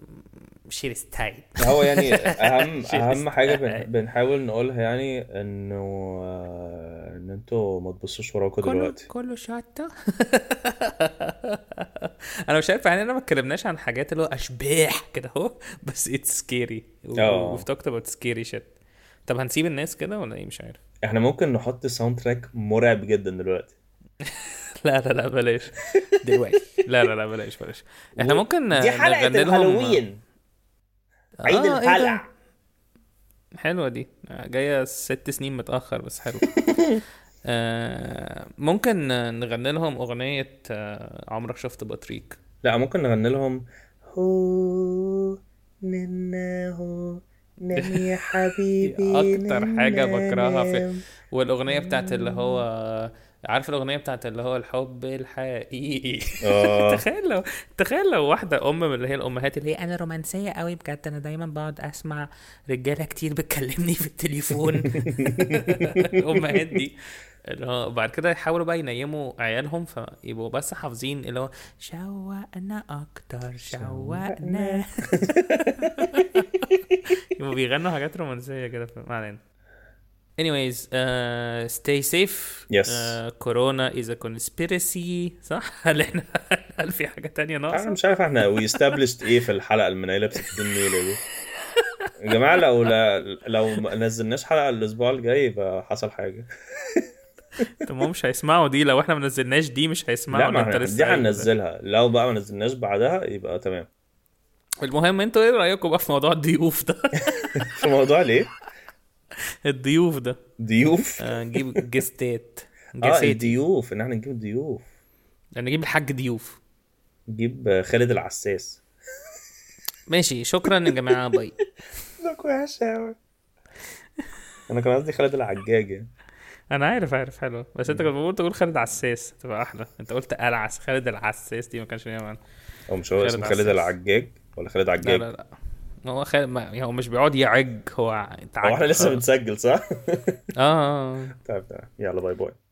[SPEAKER 1] شيرستاين [LAUGHS]
[SPEAKER 2] هو يعني اهم اهم حاجه بن- بنحاول نقولها يعني انه آه، ان انتوا ما تبصوش وراكم
[SPEAKER 1] كله
[SPEAKER 2] دلوقتي
[SPEAKER 1] كله [LAUGHS] شطه انا مش عارف يعني انا ما اتكلمناش عن حاجات اللي هو اشباح كده اهو بس اتس سكيري
[SPEAKER 2] آه.
[SPEAKER 1] وي توكت اباوت سكيري شيت طب هنسيب الناس كده ولا ايه مش عارف [LAUGHS]
[SPEAKER 2] احنا ممكن نحط ساوند تراك مرعب جدا دلوقتي
[SPEAKER 1] لا لا لا بلاش دلوقتي لا لا لا بلاش بلاش احنا ممكن
[SPEAKER 2] دي حلقه
[SPEAKER 1] آه، نغني لهم-
[SPEAKER 2] الهالوين عيد
[SPEAKER 1] آه، إيه ده؟
[SPEAKER 2] الهلع
[SPEAKER 1] حلوه دي جايه ست سنين متاخر بس
[SPEAKER 2] [LAUGHS]
[SPEAKER 1] حلو آه ممكن نغني لهم اغنيه آه عمرك شفت بطريق
[SPEAKER 2] لا ممكن نغني لهم هو ننه
[SPEAKER 1] [LAUGHS]
[SPEAKER 2] نن يا حبيبي
[SPEAKER 1] اكتر حاجه
[SPEAKER 2] نن-
[SPEAKER 1] بكرهها في والاغنيه بتاعت اللي هو عارف الاغنيه بتاعت اللي هو الحب الحقيقي [LAUGHS]
[SPEAKER 2] آه.
[SPEAKER 1] تخيل لو تخيل لو واحده ام من اللي هي الامهات اللي هي انا رومانسيه قوي بجد انا دايما بقعد اسمع رجاله كتير بتكلمني في التليفون [LAUGHS] الامهات دي اللي هو بعد كده يحاولوا بقى ينيموا عيالهم فيبقوا بس حافظين اللي هو شوقنا اكتر شوقنا يبقوا بيغنوا حاجات رومانسيه كده ف- ما علينا anyways uh, stay safe
[SPEAKER 2] Yes.
[SPEAKER 1] uh, corona is a conspiracy [LAUGHS] صح هل احنا هل في حاجه تانية
[SPEAKER 2] انا
[SPEAKER 1] ناقصه
[SPEAKER 2] مش عارف احنا وي established ايه في الحلقه المنيله ب 60 نيله دي يا جماعه لو لا لو ما نزلناش حلقه الاسبوع الجاي يبقى حصل حاجه
[SPEAKER 1] طب هم مش هيسمعوا دي لو احنا ما نزلناش دي مش هيسمعوا
[SPEAKER 2] لا
[SPEAKER 1] إن
[SPEAKER 2] ما احنا دي
[SPEAKER 1] قايل ده.
[SPEAKER 2] هننزلها لو بقى ما نزلناش بعدها يبقى تمام
[SPEAKER 1] المهم انتوا ايه رايكم بقى في موضوع الضيوف [LAUGHS] ده
[SPEAKER 2] في موضوع ليه
[SPEAKER 1] الضيوف ده [LAUGHS]
[SPEAKER 2] ضيوف
[SPEAKER 1] آه، نجيب جستات
[SPEAKER 2] اه
[SPEAKER 1] جساتي
[SPEAKER 2] الضيوف ان احنا نجيب ضيوف
[SPEAKER 1] نجيب الحاج ضيوف
[SPEAKER 2] نجيب خالد العساس
[SPEAKER 1] ماشي شكرا يا جماعه باي
[SPEAKER 4] لوك وحش قوي
[SPEAKER 2] انا كان قصدي خالد العجاج يعني
[SPEAKER 1] انا عارف عارف حلو بس انت كنت بقول تقول خالد عساس تبقى احلى انت قلت العس خالد العساس دي ما كانش ليها معنى
[SPEAKER 2] او مش هو
[SPEAKER 1] خالد
[SPEAKER 2] اسمه خالد
[SPEAKER 1] العساس.
[SPEAKER 2] العجاج ولا خالد
[SPEAKER 1] لا
[SPEAKER 2] عجاج
[SPEAKER 1] لا لا هو خالد ما يعني هو مش بيقعد يعج هو
[SPEAKER 2] هو احنا
[SPEAKER 1] تعج
[SPEAKER 2] لسه بنسجل صح؟ [LAUGHS]
[SPEAKER 1] اه
[SPEAKER 2] طيب تمام. يلا باي باي